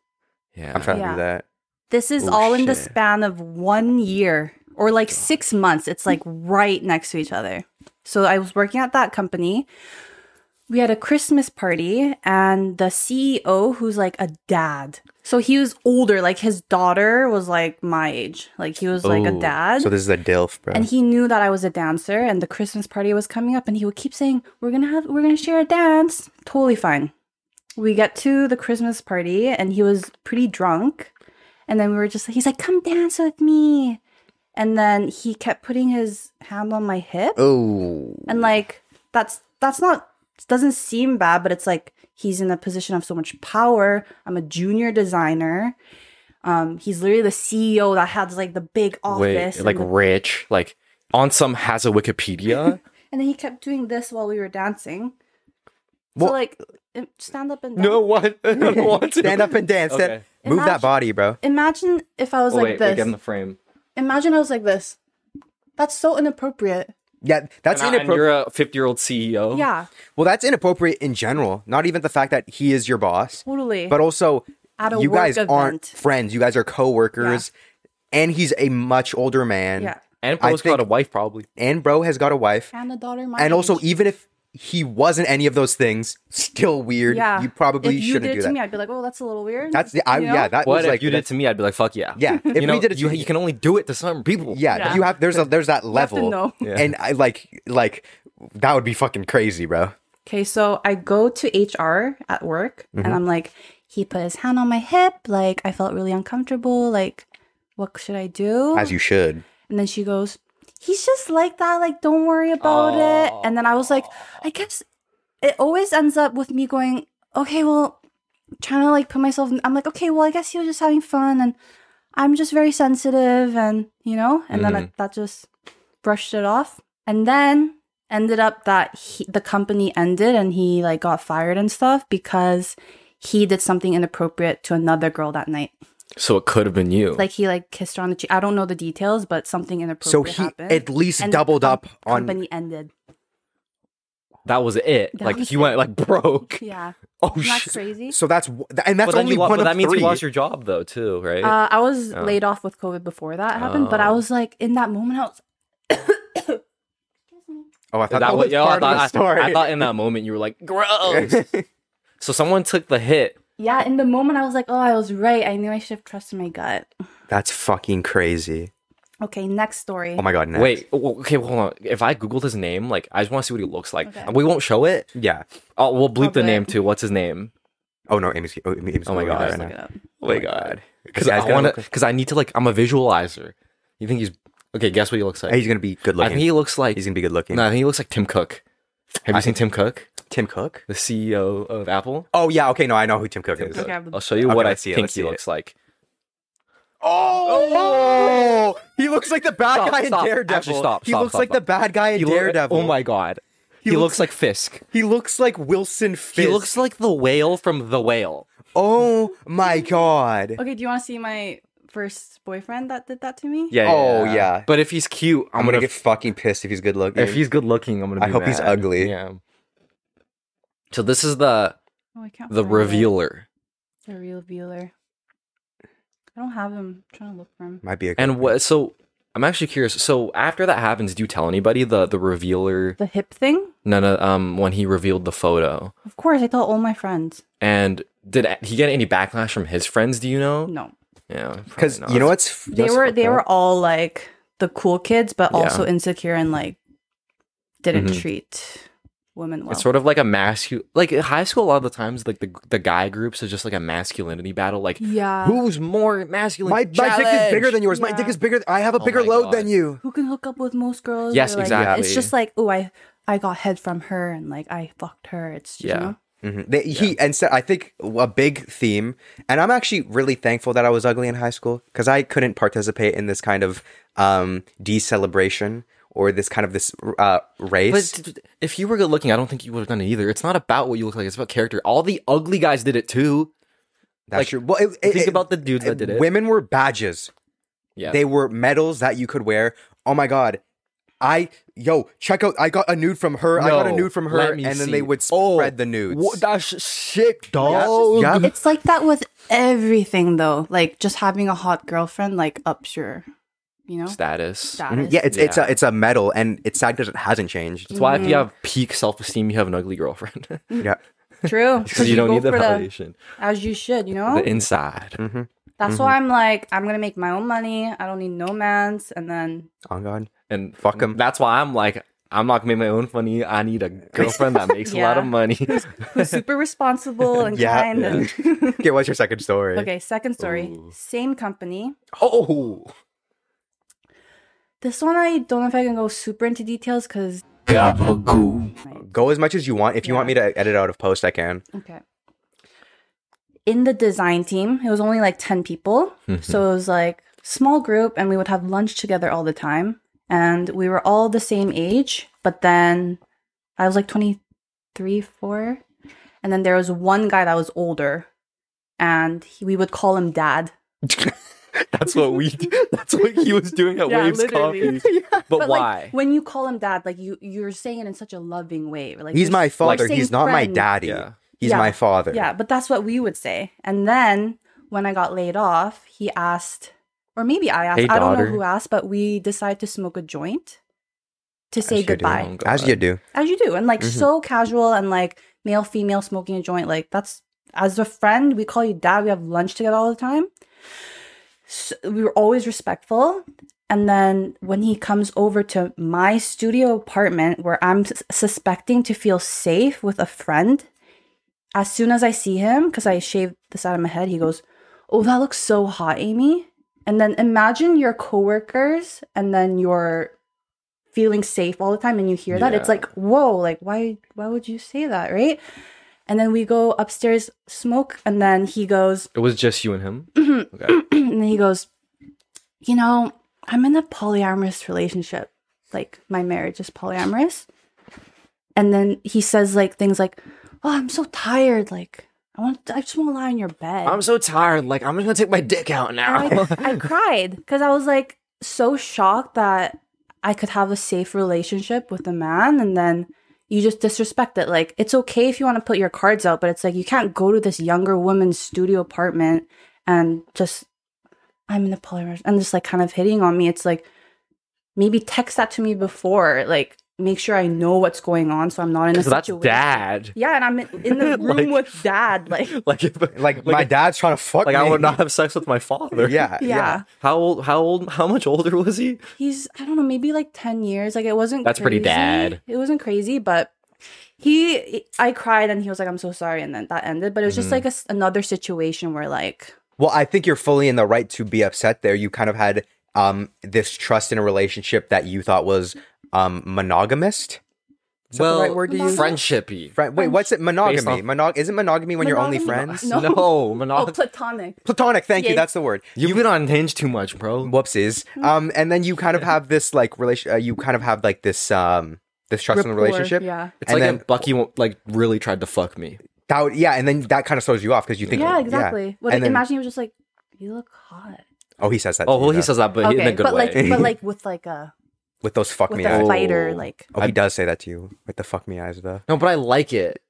S2: yeah.
S3: I'm trying to
S4: Yeah.
S3: do that.
S4: This is
S3: Oh,
S4: all in the
S3: shit.
S4: span of one year or like six months. It's like right next to each other. So I was working at that company. We had a Christmas party, and the CEO, who's like a dad, so he was older. Like his daughter was like my age. Like he was like a
S2: Ooh.
S4: dad.
S3: Oh, So this is a DILF, bro.
S4: and he knew that I was a dancer and the Christmas party was coming up and he would keep saying, "We're going to have we're going to share a dance." Totally fine. We get to the Christmas party and he was pretty drunk. And then we were just he's like, "Come dance with me." And then he kept putting his hand on my hip
S3: oh.
S4: and like that's that's not doesn't seem bad, but it's like he's in a position of so much power. I'm a junior designer. Um, he's literally the CEO that has like the big office.
S2: Wait, like
S4: and the
S2: rich, like on some has a Wikipedia.
S4: And then he kept doing this while we were dancing.
S3: Well-
S4: so like im- stand up and dance.
S2: no one, I don't want to.
S3: Stand up and dance. Stand-
S2: Okay.
S3: Move
S4: Imagine-
S3: that body, bro.
S4: Imagine if I was
S2: Oh,
S4: like
S2: wait, wait,
S4: this.
S2: get in the frame.
S4: Imagine I was like this. That's so inappropriate.
S3: Yeah, that's
S2: and, I- and
S3: inappropriate.
S2: you're a E 50 year old CEO.
S4: Yeah,
S3: Well, that's inappropriate in general. Not even the fact that he is your boss,
S4: totally.
S3: but also
S4: At a
S3: you
S4: work
S3: guys aren't
S4: event.
S3: friends. You guys are coworkers, and he's a much older man.
S4: yeah,
S2: And
S3: I
S2: Bro's got
S3: think-
S2: a wife, probably.
S3: And bro has got a wife,
S4: and a daughter. My
S3: and also
S4: age.
S3: even if he wasn't any of those things. Still weird.
S4: Yeah.
S3: You probably
S4: if you
S3: shouldn't
S4: did it
S3: do
S4: to
S3: that.
S4: me, I'd be like, oh, that's a little weird.
S3: That's the I
S4: You know?
S3: yeah. That
S2: What
S3: was
S2: if
S3: like
S2: you did it
S3: that's-
S2: to me? I'd be like, fuck yeah.
S3: yeah. If
S2: You know,
S3: we did it,
S2: you,
S3: to,
S2: you can only do it to certain people.
S3: yeah,
S4: Yeah.
S3: You have there's a there's that
S4: have to
S3: level.
S4: know.
S2: Yeah.
S3: And I like like that would be fucking crazy, bro.
S4: Okay, so I go to HR at work
S3: Mm-hmm.
S4: and I'm like, he put his hand on my hip. Like, I felt really uncomfortable. Like, what should I do?
S3: As you should.
S4: and then she goes, he's just like that. Like, don't worry about it. And then I was like, I guess it always ends up with me going, okay, well, trying to like put myself, in- I'm like, okay, well, I guess he was just having fun. And I'm just very sensitive and, you know, and then
S3: Mm-hmm.
S4: I, that just brushed it off. And then ended up that he, the company ended and he like got fired and stuff because he did something inappropriate to another girl that night.
S3: Oh.
S2: So it could have been you.
S4: Like he like kissed her on the cheek. I don't know the details, but something inappropriate
S3: So he
S4: happened.
S3: at least
S4: And the
S3: doubled
S4: com-
S3: up on
S4: company ended.
S2: that was it.
S4: That
S2: like
S4: was
S2: he
S4: it.
S2: went like broke.
S4: Yeah.
S2: Oh
S4: Isn't that
S2: shit.
S4: crazy?
S3: So that's w- th- and that's
S2: But then
S3: only
S2: you lo-
S3: one
S2: but
S3: of
S2: that means
S3: three.
S2: you lost your job though too, right?
S4: Uh, I was
S2: Oh.
S4: laid off with COVID before that happened, but I
S2: Oh.
S4: was like in that moment I was
S3: oh, I thought
S2: Is
S3: that,
S2: that
S3: was
S2: what- yo, I
S3: part of the
S2: thought- I-
S3: story.
S2: I thought in that moment you were like, gross. so someone took the hit.
S4: yeah, in the moment I was like, oh, I was right. I knew I should have trusted my gut.
S3: that's fucking crazy.
S4: Okay, next story.
S3: Oh my god. Next.
S2: Wait, o- okay, hold on. If I googled his name, like I just want to see what he looks like.
S4: Okay.
S2: And We won't show it.
S3: Yeah.
S2: Oh, we'll bleep the
S4: Okay.
S2: name too. What's his name?
S3: Oh no, Amy's. Oh, Amy's
S2: Oh my
S3: going
S2: God.
S3: Right
S4: Look
S3: now.
S4: it up.
S2: Oh my god. Because
S3: Yeah, he's
S2: I
S3: gonna
S2: want to.
S3: look-
S2: Because I need to like. I'm a visualizer. You think he's okay? Guess what he looks like.
S3: He's gonna be good
S2: I
S3: looking.
S2: think he looks like.
S3: He's gonna be good looking.
S2: no, I think he looks like Tim Cook. Have you
S3: I-
S2: seen Tim Cook,
S3: Tim Cook.
S2: the CEO of Apple?
S3: Oh yeah. Okay. No, I know who Tim Cook is.
S4: Cook. Okay.
S2: I'll show you
S3: Okay,
S2: what I
S3: let's see it,
S2: think
S3: let's
S2: he
S3: see it.
S2: looks like.
S3: Oh! He looks like the bad
S2: Stop,
S3: guy in
S2: stop.
S3: Daredevil.
S2: Actually, stop,
S3: He
S2: stop,
S3: looks
S2: stop,
S3: like the
S2: stop.
S3: bad guy in
S2: He loo-
S3: Daredevil.
S2: Oh my god. He,
S3: looks-
S2: looks, like Fisk.
S3: He looks like Wilson Fisk.
S2: He looks like the whale from The Whale.
S3: Oh my god.
S4: Okay, do you want to see my first boyfriend that did that to me?
S2: Yeah.
S3: Oh, yeah.
S2: But if he's cute, I'm,
S3: I'm
S2: gonna.
S3: gonna get fucking pissed if he's good looking.
S2: if he's good looking, I'm gonna.
S3: I
S2: Be
S3: hope he's
S2: mad.
S3: ugly.
S2: Yeah. So this is the
S4: Oh, I can't
S2: the
S4: find it.
S2: revealer.
S4: The revealer. I don't have him. I'm trying to look for him.
S3: might be a
S2: And what? So I'm actually curious. So after that happens, do you tell anybody the the revealer?
S4: The hip thing?
S2: No, no. Um, when he revealed the photo,
S4: Of course, I tell all my friends.
S2: and did he get any backlash from his friends? Do you know?
S4: No.
S2: Yeah,
S3: because
S2: probably
S3: you know
S2: not.
S3: what's
S4: they
S3: what's
S4: were
S3: fucked
S4: they
S3: up?
S4: were all like the cool kids, but
S2: Yeah.
S4: also insecure and like didn't
S2: Mhm.
S4: treat women well.
S2: It's sort of like a masculine, like in high school. A lot of the times, like the the guy groups is just like a masculinity battle. Like
S4: yeah. Who,
S2: who's more masculine?
S3: My, my dick is bigger than yours. My
S4: Yeah.
S3: dick is bigger. th- I have a
S2: Oh
S3: bigger
S2: my
S3: load
S2: God.
S3: than you.
S4: can hook up with most girls?
S2: Yes,
S4: or, like,
S2: exactly.
S4: It's just like, oh, I I got head from her and like I fucked her. It's just,
S2: Yeah.
S4: you know?
S2: Mm-hmm.
S3: Mhm. They, He and so I think a big theme, and I'm actually really thankful that I was ugly in high school because I couldn't participate in this kind of um, celebration or this kind of this uh, race.
S2: But d- if you were good looking, I don't think you would have done it either. It's not about what you look like; it's about character. All the ugly guys did it too.
S3: That's
S2: like,
S3: true. Well, it, it-
S2: Think
S3: it-
S2: about the dudes that did it.
S3: Women were badges.
S2: yeah,
S3: They were medals that you could wear. Oh my god. I yo check out. I got a nude from her. I got a
S2: No,
S3: nude from her,
S2: let me
S3: and then they
S2: see.
S3: would
S2: Oh,
S3: spread the nudes.
S2: Wha- that's sick,
S3: dog.
S2: Mm-hmm.
S3: Yeah.
S4: Uh, It's like that with everything though. Like just having a hot girlfriend like ups your, you know,
S2: Status. Mm-hmm.
S4: status.
S3: Mhm. Yeah, it's it's
S2: Yeah.
S3: a it's a medal, and it's sad because it hasn't changed.
S2: That's why
S4: Mm-hmm.
S2: if you have peak self esteem, you have an ugly girlfriend
S3: Yeah.
S4: True.
S2: because you don't
S4: go
S2: need the
S4: for Oh.
S2: validation.
S4: as you should, you know?
S2: The mm-hmm. inside.
S4: That's why I'm like, I'm gonna make my own money. I don't need no man's. And then
S3: Oh god.
S2: And
S3: Fuck 'em.
S2: That's why I'm like, I'm not gonna make my own money. I need a girlfriend that makes a lot of
S4: Yeah.
S2: money.
S4: who's super responsible and
S3: Yeah.
S4: kind. And
S3: Okay, what's your second story?
S4: okay, second story.
S2: Ooh.
S4: Same company.
S2: oh,
S4: This one I don't know if I can go super into details because
S3: Go as much as you want. If you want me to edit out of post, I can.
S4: okay. In the design team, it was only like ten people,
S2: Hmm.
S4: so it was like small group, and we would have lunch together all the time, and we were all the same age. But then I was like twenty three, four, and then there was one guy that was older, and he, we would call him dad.
S2: that's what we. That's what he was doing at
S4: Yeah,
S2: Waves
S4: literally.
S2: Coffee. But,
S4: like,
S2: why?
S4: when you call him dad, like you you're saying it in such a loving way. Like
S3: He's
S4: you're-
S3: my father.
S4: saying
S3: He's not my
S4: friend.
S3: daddy.
S2: Yeah.
S3: He's
S4: Yeah.
S3: my father.
S4: Yeah, but that's what we would say. And then when I got laid off, he asked, or maybe I asked.
S2: Hey,
S4: I don't know
S2: daughter.
S4: who asked, but we decided to smoke a joint. to say
S3: you do.
S4: goodbye.
S2: Oh,
S3: As
S2: God.
S3: you do.
S4: as you do and like
S3: Mhm.
S4: so casual and like male female smoking a joint like that's as a friend we call you dad we have lunch together all the time so we were always respectful and then when he comes over to my studio apartment where i'm s- suspecting to feel safe with a friend as soon as i see him because i shaved this out of my head he goes oh that looks so hot amy and then imagine your coworkers and then your feeling safe all the time and you hear that it's
S2: Yeah.
S4: like whoa like why why would you say that right and then we go upstairs smoke and then he goes
S2: It was just you and him.
S4: and
S2: Okay.
S4: then he goes you know i'm in a polyamorous relationship like my marriage is polyamorous and then he says like things like oh i'm so tired like i want i just want to lie in your bed
S2: I'm so tired. Like I'm just gonna take my dick out now.
S4: and I, I cried because I was like so shocked that I could have a safe relationship with a man and then you just disrespect it. Like, it's okay if you want to put your cards out, but it's like you can't go to this younger woman's studio apartment and just, I'm in the polymers and just like kind of hitting on me. It's like, maybe text that to me before, like, make sure I know what's going on so I'm not in a
S2: so that's
S4: situation.
S2: dad.
S4: Yeah, and I'm in, in the room
S2: Like-
S4: with dad. Like,
S2: Like if
S3: Like, my dad's trying to fuck
S2: Like
S3: me.
S2: I would not have sex with my father.
S3: Yeah.
S4: yeah.
S2: How old? How old? How much older was he?
S4: he's I don't know, maybe like ten years. Like it wasn't.
S2: That's pretty
S4: crazy.
S2: bad.
S4: It wasn't crazy, but he, I cried and he was like, "I'm so sorry," and then that ended. But it was
S2: Mm-hmm.
S4: just like a s another situation where like,
S3: Well, I think you're fully in the right to be upset there. You kind of had um, this trust in a relationship that you thought was um, monogamous. Is that the right word to use?
S2: friendshipy.
S3: Fri- wait, what's it? Monogamy.
S2: off-
S3: Monog- isn't monogamy when you're only
S4: Monogamy-
S3: friends?
S4: No.
S2: no, monog-
S4: oh, platonic.
S3: Platonic, thank you.
S4: Yeah.
S3: That's the word.
S2: You've been on Hinge too much, bro.
S3: Whoopsies.
S4: Mm-hmm.
S3: Um, and then you kind of have this like relation. Uh, you kind of have like this um, this trust in the
S4: Rapport,
S3: relationship.
S4: yeah.
S2: It's
S3: and
S2: like
S3: then
S2: if Bucky won't- like really tried to fuck me.
S3: that would, yeah, and then that kind of throws you off because you think oh,
S4: Yeah, exactly. What,
S3: And then-
S4: imagine he was just like, "You look hot."
S3: Oh, he says that. to
S2: Oh
S3: you,
S2: well, he
S3: though.
S2: says that, but he- in a good
S4: but
S2: way.
S4: like, but like with like a
S3: with those fuck
S4: with
S3: me
S4: a
S3: eyes.
S2: Oh.
S4: fighter like.
S3: Oh, he does say that to you with the fuck me eyes though.
S2: no, but I like it.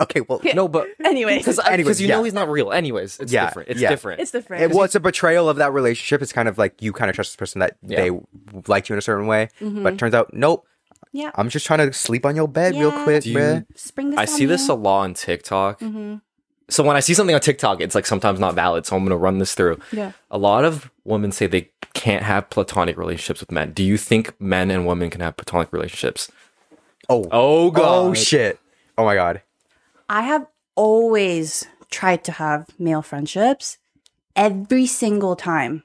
S3: Okay, well,
S2: No, but
S4: Anyway,
S2: because because
S3: Anyways,
S2: you know
S3: yeah.
S2: he's not real. Anyways, it's
S3: Yeah,
S2: different. It's
S3: yeah.
S2: different.
S4: it's different.
S3: It, well, it's a betrayal of that relationship. It's kind of like you kind of trust this person that
S2: Yeah.
S3: they w- liked you in a certain way, but
S4: Mhm.
S3: it turns out, nope.
S4: Yeah.
S3: I'm just trying to sleep on your bed real
S4: Yeah.
S3: quick,
S2: Do you-
S3: bruh.
S4: Spring this
S2: I see this a lot on TikTok.
S4: hmm
S2: So when I see something on TikTok, it's like sometimes not valid. So I'm gonna run this through.
S4: Yeah.
S2: A lot of women say they can't have platonic relationships with men. Do you think men and women can have platonic relationships?
S3: Oh,
S2: Oh god.
S3: oh shit. Oh my god.
S4: I have always tried to have male friendships. Every single time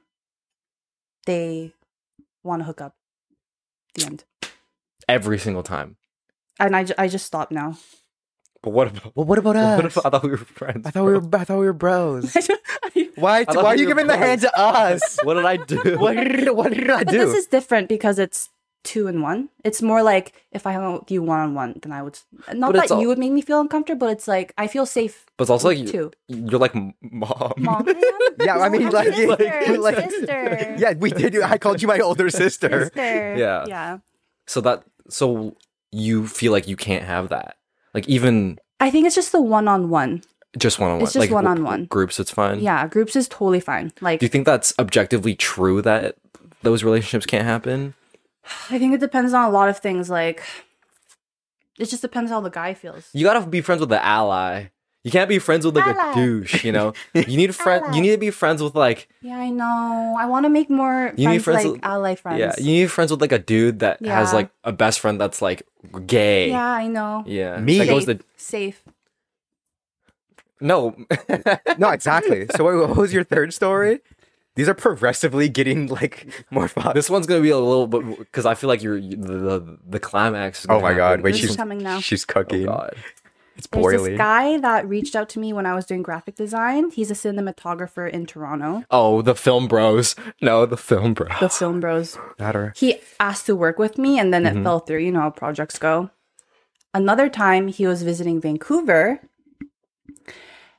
S4: they want to hook up. The end.
S2: Every single time.
S4: And I, ju- I just stopped now.
S2: But what about?
S3: Well, what about us?
S2: What if I thought we were friends?
S3: I thought we
S2: bro?
S3: were. I thought we were bros. Why?
S2: thought
S3: Why are
S2: we
S3: you
S2: were
S3: giving the
S2: bros.
S3: hand to us?
S2: What did I do?
S3: what, did, what did I
S4: but
S3: do?
S4: this is different because it's two in one. It's more like if I hung out with you one on one, then I would. Not
S2: But it's
S4: that
S2: all-
S4: you would make me feel uncomfortable, but it's like I feel safe
S2: But it's also like you,
S4: too.
S2: you're like m- mom.
S4: Mom.
S3: yeah, I mean,
S4: I'm
S3: like,
S4: sister,
S3: like,
S4: I'm
S3: like-
S4: sister.
S3: yeah, we did. I called you my older sister.
S4: Sister.
S2: Yeah.
S4: Yeah.
S2: So that so you feel like you can't have that. Like even
S4: I think it's just the one on one.
S2: just one on one.
S4: It's just
S2: like,
S4: one-on-one.
S2: Groups, it's fine.
S4: Yeah, groups is totally fine. Like
S2: Do you think that's objectively true that those relationships can't happen?
S4: I think it depends on a lot of things. Like, it just depends how the guy feels.
S2: You gotta be friends with the ally. You can't be friends with like
S4: Ally.
S2: a douche, you know. You need friend.
S4: Ally.
S2: You need to be friends with like
S4: Yeah, I know. I want to make more
S2: You need
S4: friends,
S2: friends
S4: like
S2: with-
S4: ally friends.
S2: yeah. You need friends with like a dude that has
S4: Yeah.
S2: like a best friend that's like gay.
S4: Yeah, I know.
S2: Yeah.
S3: Me.
S2: That
S4: Safe.
S2: goes to
S4: safe.
S2: no.
S3: No, exactly. So what, what was your third story? These are progressively getting like more fun.
S2: this one's gonna be a little bit because I feel like you're you- the the, the climax. is
S3: Oh
S2: gonna
S3: my god!
S2: happen.
S3: Wait,
S4: This
S3: she's
S4: is coming now.
S3: She's
S2: Oh
S3: cooking.
S2: god.
S3: it's
S4: There's
S3: boiling.
S4: this guy that reached out to me when I was doing graphic design. He's a cinematographer in Toronto.
S2: Oh, the film bros. No, the film bros.
S4: The film bros.
S3: Matter.
S4: He asked to work with me, and then
S3: Mm-hmm.
S4: it fell through. You know how projects go. Another time, he was visiting Vancouver,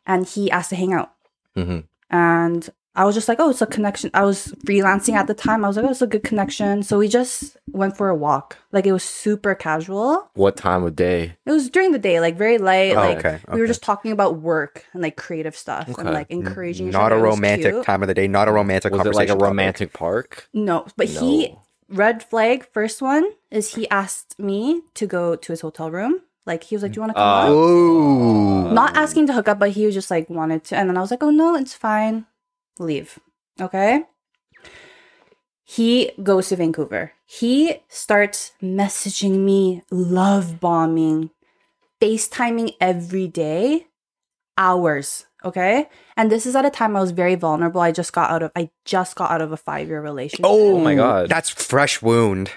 S4: and he asked to hang out.
S3: Mm-hmm.
S2: hmm
S4: and I was just like, oh, it's a connection. I was freelancing at the time. I was like, oh, it's a good connection. So we just went for a walk. Like it was super casual.
S2: What time of day?
S4: It was during the day, like very light.
S3: Oh,
S4: like
S3: okay,
S4: we were
S3: okay.
S4: just talking about work and like creative stuff
S2: Okay.
S4: and like encouraging. each
S3: Not
S4: other.
S3: a
S4: It was
S3: romantic
S4: cute.
S3: time of the day. Not a romantic.
S2: Was it like
S3: conversation
S2: a
S3: topic.
S2: romantic park?
S4: No, but he
S2: No.
S4: red flag first one is he asked me to go to his hotel room. Like he was like, "Do you want to come?"
S2: Uh,
S4: up?
S2: Oh.
S3: Ooh.
S4: Not asking to hook up, but he was just like wanted to. And then I was like, "Oh no, it's fine. Leave." Okay. He goes to Vancouver. He starts messaging me, love bombing, FaceTiming every day, hours. Okay. And this is at a time I was very vulnerable. I just got out of I just got out of a five year relationship
S2: Oh my God.
S3: That's fresh wound.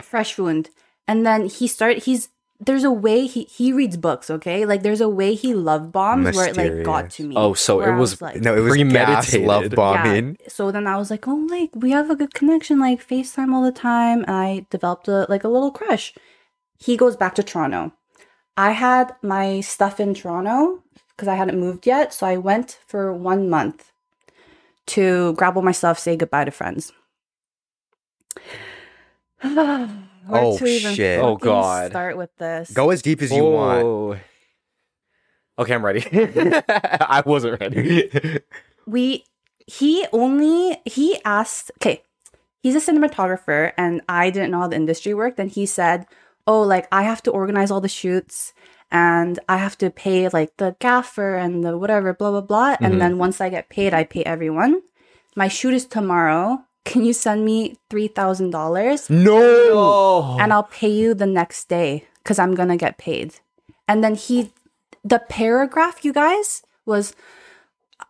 S4: fresh wound and then he start he's there's a way he he reads books okay like there's a way he love bombs where it like got
S3: Mysterious.
S4: to me
S2: Oh, so
S4: where
S2: it
S4: I
S2: was-
S4: like,
S3: No, it was gas
S2: Premeditated.
S3: love bombing.
S4: yeah. so then i was like oh like we have a good connection like facetime all the time and i developed a like a little crush he goes back to toronto i had my stuff in toronto because i hadn't moved yet so i went for one month to grab all my stuff say goodbye to friends Where
S3: Oh,
S4: to even
S3: shit.
S2: Oh,
S4: fucking
S2: God.
S4: start with this
S3: Go as deep as you want.
S2: Oh. Okay, I'm ready. I wasn't ready.
S4: we he only he asked okay he's a cinematographer and i didn't know how the industry worked and he said oh like i have to organize all the shoots and i have to pay like the gaffer and the whatever blah blah blah
S2: Mhm.
S4: and then once i get paid i pay everyone my shoot is tomorrow can you send me $3000
S3: No.
S2: oh.
S4: and i'll pay you the next day because i'm gonna get paid and then he the paragraph you guys was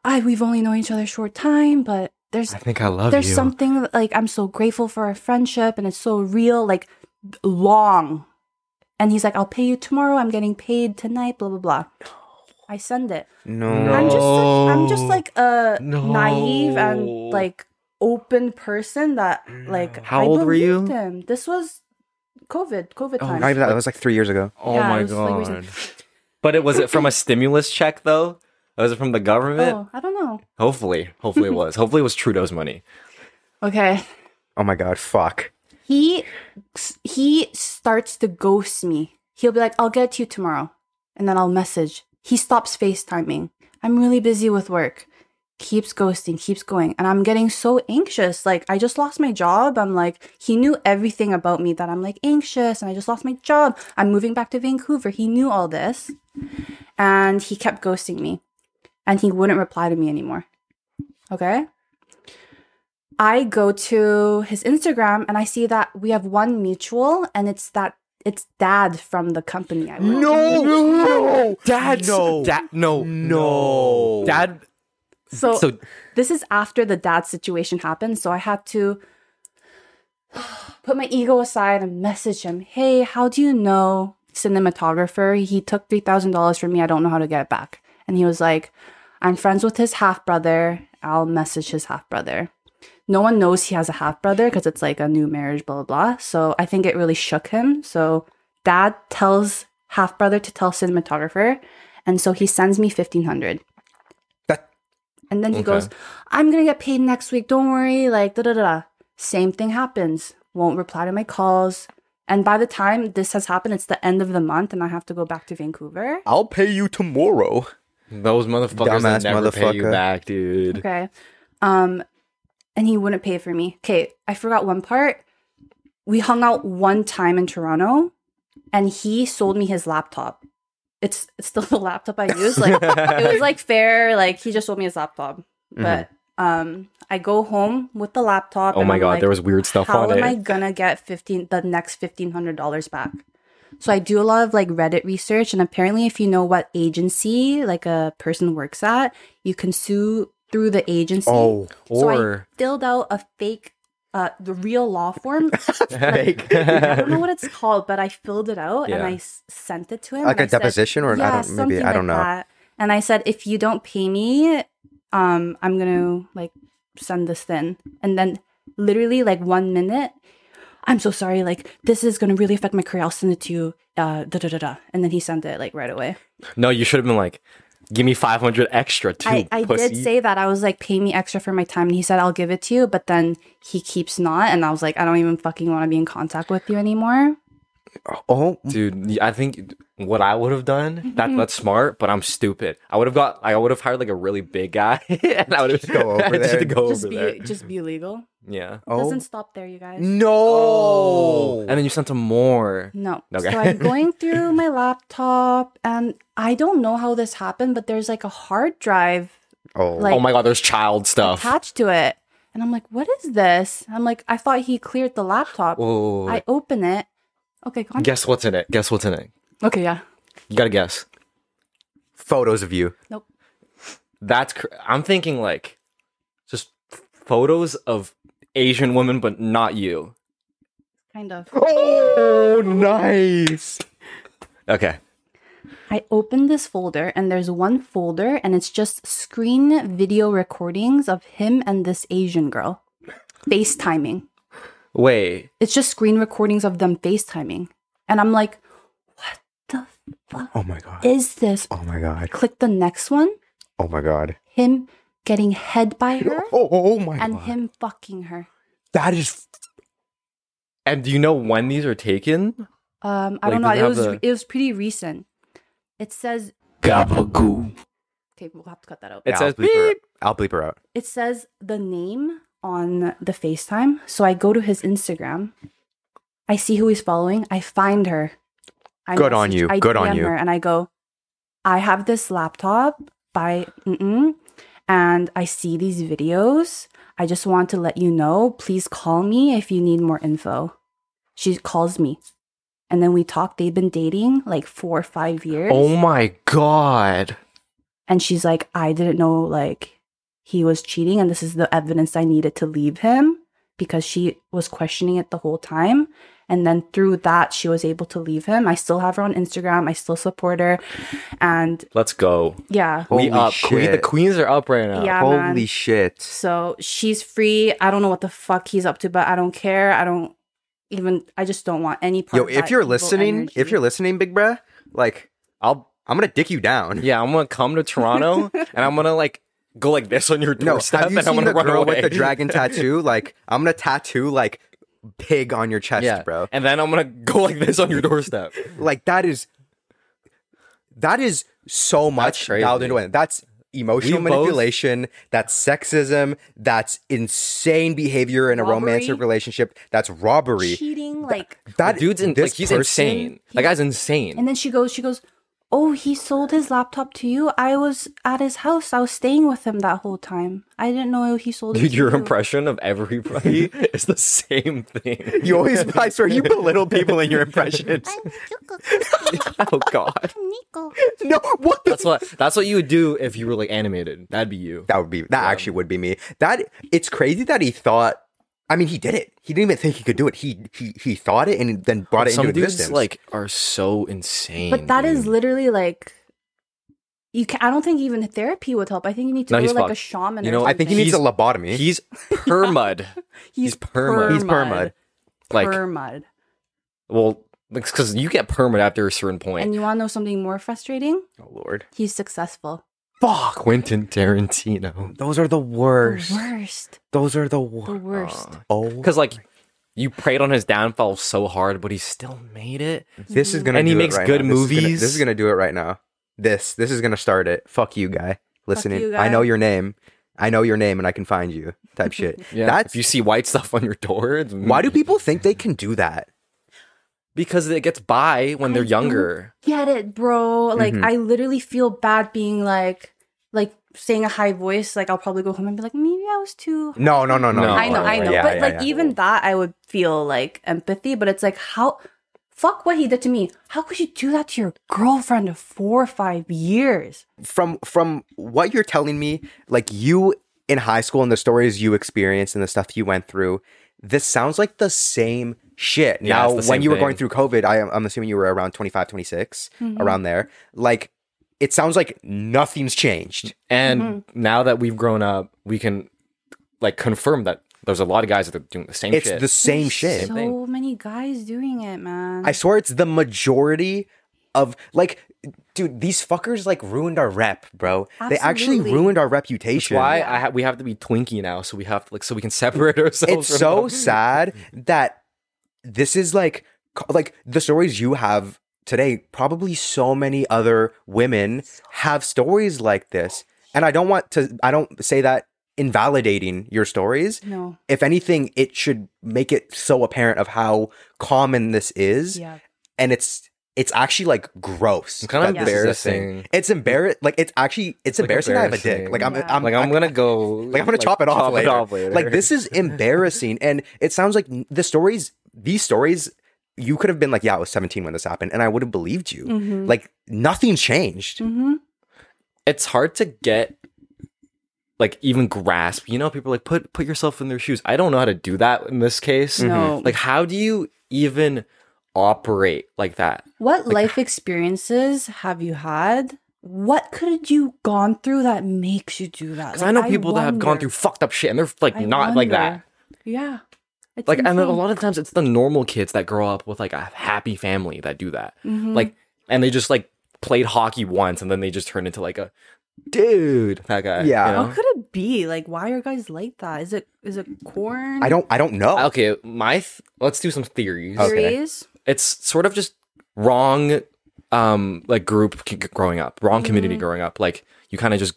S4: i we've only known each other a short time but there's
S2: I think I love
S4: there's
S2: you.
S4: something that, like I'm so grateful for our friendship and it's so real, like long. And he's like, I'll pay you tomorrow. I'm getting paid tonight. Blah blah blah. I send it.
S3: No.
S2: No.
S4: I'm just like, I'm just
S2: No.
S4: like a
S2: No.
S4: naive and like open person that like
S2: How
S4: I
S2: old were you?
S4: believed Him. This was COVID, COVID
S2: Oh,
S4: time.
S3: Not even that. That was like three years ago.
S2: oh
S4: Yeah,
S2: my
S4: it was, like,
S2: god.
S4: recent.
S2: but it was it from a stimulus check though? Was it from the government?
S4: oh, I don't know.
S2: Hopefully. Hopefully it was. Hopefully it was Trudeau's money.
S4: Okay.
S3: Oh my god. Fuck.
S4: he he starts to ghost me. He'll be like, "I'll get to you tomorrow," and then I'll message. He stops FaceTiming. I'm really busy with work. Keeps ghosting, keeps going, and I'm getting so anxious. Like I just lost my job. I'm like, he knew everything about me that I'm like anxious, and I just lost my job. I'm moving back to Vancouver. He knew all this, and he kept ghosting me, and he wouldn't reply to me anymore. Okay. I go to his Instagram and I see that we have one mutual and it's that it's dad from the company I work with.
S3: No.
S2: Dad's
S3: No.
S2: Dad no.
S3: No.
S2: Dad
S4: So,
S2: so
S4: this is after the dad situation happened, so I had to put my ego aside and message him, "Hey, how do you know cinematographer? He took $3,000 from me. I don't know how to get it back." And he was like, "I'm friends with his half brother. I'll message his half brother." No one knows he has a half brother because it's like a new marriage, blah, blah, blah. So I think it really shook him. So dad tells half brother to tell cinematographer. And so he sends me 1500
S3: That-
S4: And then he
S2: Okay.
S4: goes, I'm going to get paid next week. Don't worry. Like, da da da. da. Same thing happens. Won't reply to my calls. And by the time this has happened, it's the end of the month and I have to go back to Vancouver.
S3: I'll pay you tomorrow.
S2: those motherfuckers that
S3: Dumbass
S2: never pay you
S3: motherfucker.
S2: back, dude.
S4: Okay. Um, and he wouldn't pay for me. Okay, I forgot one part. We hung out one time in Toronto, and he sold me his laptop. It's, it's still the laptop I use. Like it was like fair. Like he just sold me his laptop, but um, I go home with the laptop.
S2: Mm-hmm. Oh
S4: and
S2: my
S4: I'm
S2: god,
S4: like,
S2: there was weird stuff
S4: how
S2: on
S4: am
S2: it.
S4: I gonna get fifteen the next fifteen hundred dollars back? So I do a lot of like Reddit research, and apparently, if you know what agency like a person works at, you can sue through the agency.
S3: Oh.
S4: so I
S2: or
S4: filled out a fake, uh, the real law form.
S3: Fake.
S4: I don't know what it's called, but I filled it out and
S2: Yeah.
S4: I s- sent it to him.
S3: Like
S4: and
S3: a
S4: I said-
S3: deposition or an- I don't maybe
S4: something
S3: I don't
S4: like
S3: know.
S4: that. And I said, if you don't pay me, um, I'm gonna like send this in. And then literally like one minute, I'm so sorry. Like this is gonna really affect my career. I'll send it to you. Uh, da da da da. And then he sent it like right away.
S2: no, you should have been like, give me five hundred extra too.
S4: I, I
S2: pussy.
S4: did say that. I was like, pay me extra for my time. And he said, I'll give it to you. But then he keeps not. And I was like, I don't even fucking want to be in contact with you anymore.
S3: Oh,
S2: dude i think what i would have done that
S4: Mm-hmm.
S2: that's smart but i'm stupid i would have got i would have hired like a really big guy and i would have
S3: go over there.
S2: just go
S4: just
S2: over
S4: be
S2: there
S4: just be legal.
S2: yeah
S3: oh Mm.
S4: Doesn't stop there, you guys.
S3: no! Oh.
S4: Oh.
S2: and then you sent him more
S4: No.
S2: Okay.
S4: So I'm going through my laptop and I don't know how this happened, but there's like a hard drive
S3: oh,
S4: like-
S2: oh my god there's child stuff
S4: attached to it. And I'm like, what is this? I'm like, I thought he cleared the laptop.
S2: Whoa.
S4: I open it. Okay, go on.
S2: guess what's in it guess what's in it
S4: okay, yeah.
S2: you gotta guess
S3: photos of you.
S4: Nope.
S2: that's cr- i'm thinking like just photos of asian women but not you
S4: Kind of.
S3: Oh, nice.
S2: okay
S4: I opened this folder and there's one folder and it's just screen video recordings of him and this Asian girl FaceTiming.
S2: wait
S4: It's just screen recordings of them FaceTiming. And I'm like, what the fuck
S3: Oh my god.
S4: is this?
S3: Oh my god.
S4: Click the next one,
S3: Oh my god.
S4: him getting head by her
S3: Oh, oh, oh my
S4: and
S3: god.
S4: him fucking her.
S3: that is.
S2: and do you know when these are taken
S4: Um, I
S2: Like,
S4: don't know.
S2: does it
S4: It
S2: have
S4: was
S2: the-
S4: it was pretty recent. It says
S2: gabagoo
S4: okay, we'll have to cut that out.
S2: It
S3: Yeah,
S2: says
S3: I'll bleep her
S2: beep.
S3: out. I'll bleep her out.
S4: It says the name on the FaceTime. So I go to his Instagram. I see who he's following. I find her. I
S3: Good on you.
S4: I
S3: Good on
S4: DM
S3: you.
S4: Her and I go, I have this laptop by mm-mm, and I see these videos. I just want to let you know. Please call me if you need more info. She calls me. And then we talk. They've been dating like four or five years
S2: oh my god
S4: and she's like i didn't know like he was cheating and this is the evidence i needed to leave him because she was questioning it the whole time and then through that she was able to leave him i still have her on instagram i still support her and
S2: let's go
S4: yeah
S2: we up. Que- the
S3: shit.
S2: queens are up right now.
S4: Yeah,
S3: Holy
S4: man.
S3: shit.
S4: so she's free i don't know what the fuck he's up to but i don't care i don't even i just don't want any part
S3: Yo,
S4: of
S3: if
S4: that
S3: you're
S4: evil
S3: listening, if
S4: energy.
S3: you're listening, big bruh, like
S2: I'll
S3: I'm gonna dick you down.
S2: yeah, I'm gonna come to Toronto and I'm gonna like go like this on your
S3: No,
S2: doorstep
S3: have you
S2: and I'm
S3: seen
S2: gonna
S3: the
S2: run
S3: girl
S2: away
S3: with the dragon tattoo? Like I'm gonna tattoo like pig on your chest,
S2: yeah,
S3: bro.
S2: And then I'm gonna go like this on your doorstep.
S3: Like that is that is so much
S2: crazy.
S3: dialed into it. That's emotional
S2: We both-
S3: manipulation. That's sexism. That's insane behavior in a romantic
S4: Robbery.
S3: relationship. That's robbery.
S4: cheating like
S3: That
S2: That dude's in,
S3: this
S2: like he's
S3: person-
S2: insane. That guy's insane.
S4: And then she goes, she goes, Oh, he sold his laptop to you. I was at his house. I was staying with him that whole time. I didn't know he sold it
S2: Dude,
S4: to
S2: your
S4: you."
S2: impression of everybody is the same thing.
S3: You always, I swear, you belittle people in your impressions.
S2: oh god.
S3: No, what the
S2: That's what that's what you would do if you were like animated. That'd be you.
S3: that would be that actually would be me. That it's crazy that he thought. I mean, he did it. He didn't even think he could do it. He he he thought it and then brought it
S2: Some
S3: into
S2: dudes
S3: existence.
S2: like are so insane.
S4: But that is
S2: dude.
S4: literally like, you can, I don't think even therapy would help. I think you need to
S2: No,
S4: go
S2: he's
S4: to like a
S2: fucked.
S4: shaman
S2: You
S4: or
S2: know,
S3: I think he needs a
S2: he's-
S3: lobotomy.
S2: he's permud.
S4: he's,
S2: perma.
S3: He's permud.
S2: like
S4: Permud.
S2: well because you get permit after a certain point.
S4: And you want to know something more frustrating?
S3: oh lord,
S4: He's successful.
S2: Fuck Quentin Tarantino.
S3: those are the worst.
S4: The worst.
S3: Those are the
S4: The
S3: worst.
S4: worst.
S3: Oh,
S2: Because like you preyed on his downfall so hard, but he still made it.
S3: this is gonna.
S2: And
S3: do
S2: he
S3: it
S2: makes
S3: right
S2: good
S3: now. This is gonna-
S2: movies.
S3: This is, gonna, do it right now. This this is gonna start it. Fuck you, guy. Listening,
S4: you,
S3: I
S4: guy.
S3: know your name. I know your name, and I can find you. Type shit.
S2: That's
S3: That's
S2: if you see white stuff on your door. It's
S3: why do people think they can do that?
S2: because it gets by when they're
S4: I
S2: younger.
S4: get it, bro. Like
S2: Mm-hmm.
S3: Mhm.
S4: I literally feel bad being like like saying a high voice, like I'll probably go home and be like, maybe I was too
S3: No, no, no, no.
S2: No.
S4: I know, I know.
S3: Yeah,
S4: but
S3: yeah,
S4: like
S3: yeah.
S4: even that I would feel like empathy, but it's like how fuck what he did to me. How could you do that to your girlfriend of four or five years?
S3: from from what you're telling me, like you in high school and the stories you experienced and the stuff you went through, this sounds like the same shit.
S2: Yeah,
S3: now,
S2: it's the
S3: when
S2: same
S3: you were
S2: thing.
S3: going through COVID, I, am- I'm assuming you were around 25, 26,
S4: Mm-hmm.
S3: around there. Like, it sounds like nothing's changed.
S2: And now that we've grown up, we can like confirm that there's a lot of guys that are doing the same
S3: It's
S2: shit.
S3: the same
S4: There's
S3: shit.
S4: So
S2: thing.
S4: many guys doing it, man.
S3: I swear it's the majority of like, dude, these fuckers like ruined our rep, bro. They actually
S4: Absolutely.
S3: ruined our reputation.
S2: why I ha- we have to be twinkie now, so we have to like so we can separate
S3: it's
S2: ourselves. from
S3: so
S2: them.
S3: sad that this is like co- like the stories you have today, probably so many other women have stories like this. And I don't want to, I don't say that invalidating your stories.
S4: No.
S3: If anything, it should make it so apparent of how common this is.
S4: Yeah.
S3: And it's, it's actually like gross.
S2: It's kind of
S3: that this is a thing.
S2: embarrassing.
S3: It's embarrassing. Like it's actually it's
S2: like,
S3: embarrassing. I have a
S2: embarrassing.
S3: dick. Like I'm,
S4: Yeah.
S3: I'm
S2: Like I'm gonna go.
S3: like I'm gonna chop it off later.
S2: later.
S3: Like this is embarrassing, and it sounds like n- the stories, these stories, you could have been like, yeah, I was 17 when this happened, and I would have believed you.
S2: Mm. Mm-hmm.
S4: Mhm.
S3: Like nothing changed.
S4: Mm-hmm.
S2: it's hard to get like even grasp. You know, people are like put put yourself in their shoes. I don't know how to do that in this case.
S4: No.
S2: Like how do you even operate like that?
S4: What life experiences have you had? What could you gone through that makes you do that?
S2: Because
S4: Like,
S2: I know people that have gone
S4: wonder.
S2: through fucked up shit and they're like
S4: I
S2: not like that.
S4: wonder. Mm-hmm. Yeah. It's
S2: Like and a
S4: insane.
S2: lot of times it's the normal kids that grow up with like a happy family that do that.
S4: Mhm.
S2: Like and they just like played hockey once and then they just turn into like a dude that guy.
S3: Yeah.
S2: you know?
S4: How could it be? Like, why are guys like that? Is it is it corn?
S3: I don't. I don't know.
S2: Okay, my th- let's do some theories.
S3: Okay.
S4: Theories?
S2: it's sort of just wrong um like group c- growing up wrong
S4: Mm-hmm.
S2: community growing up like you kind of just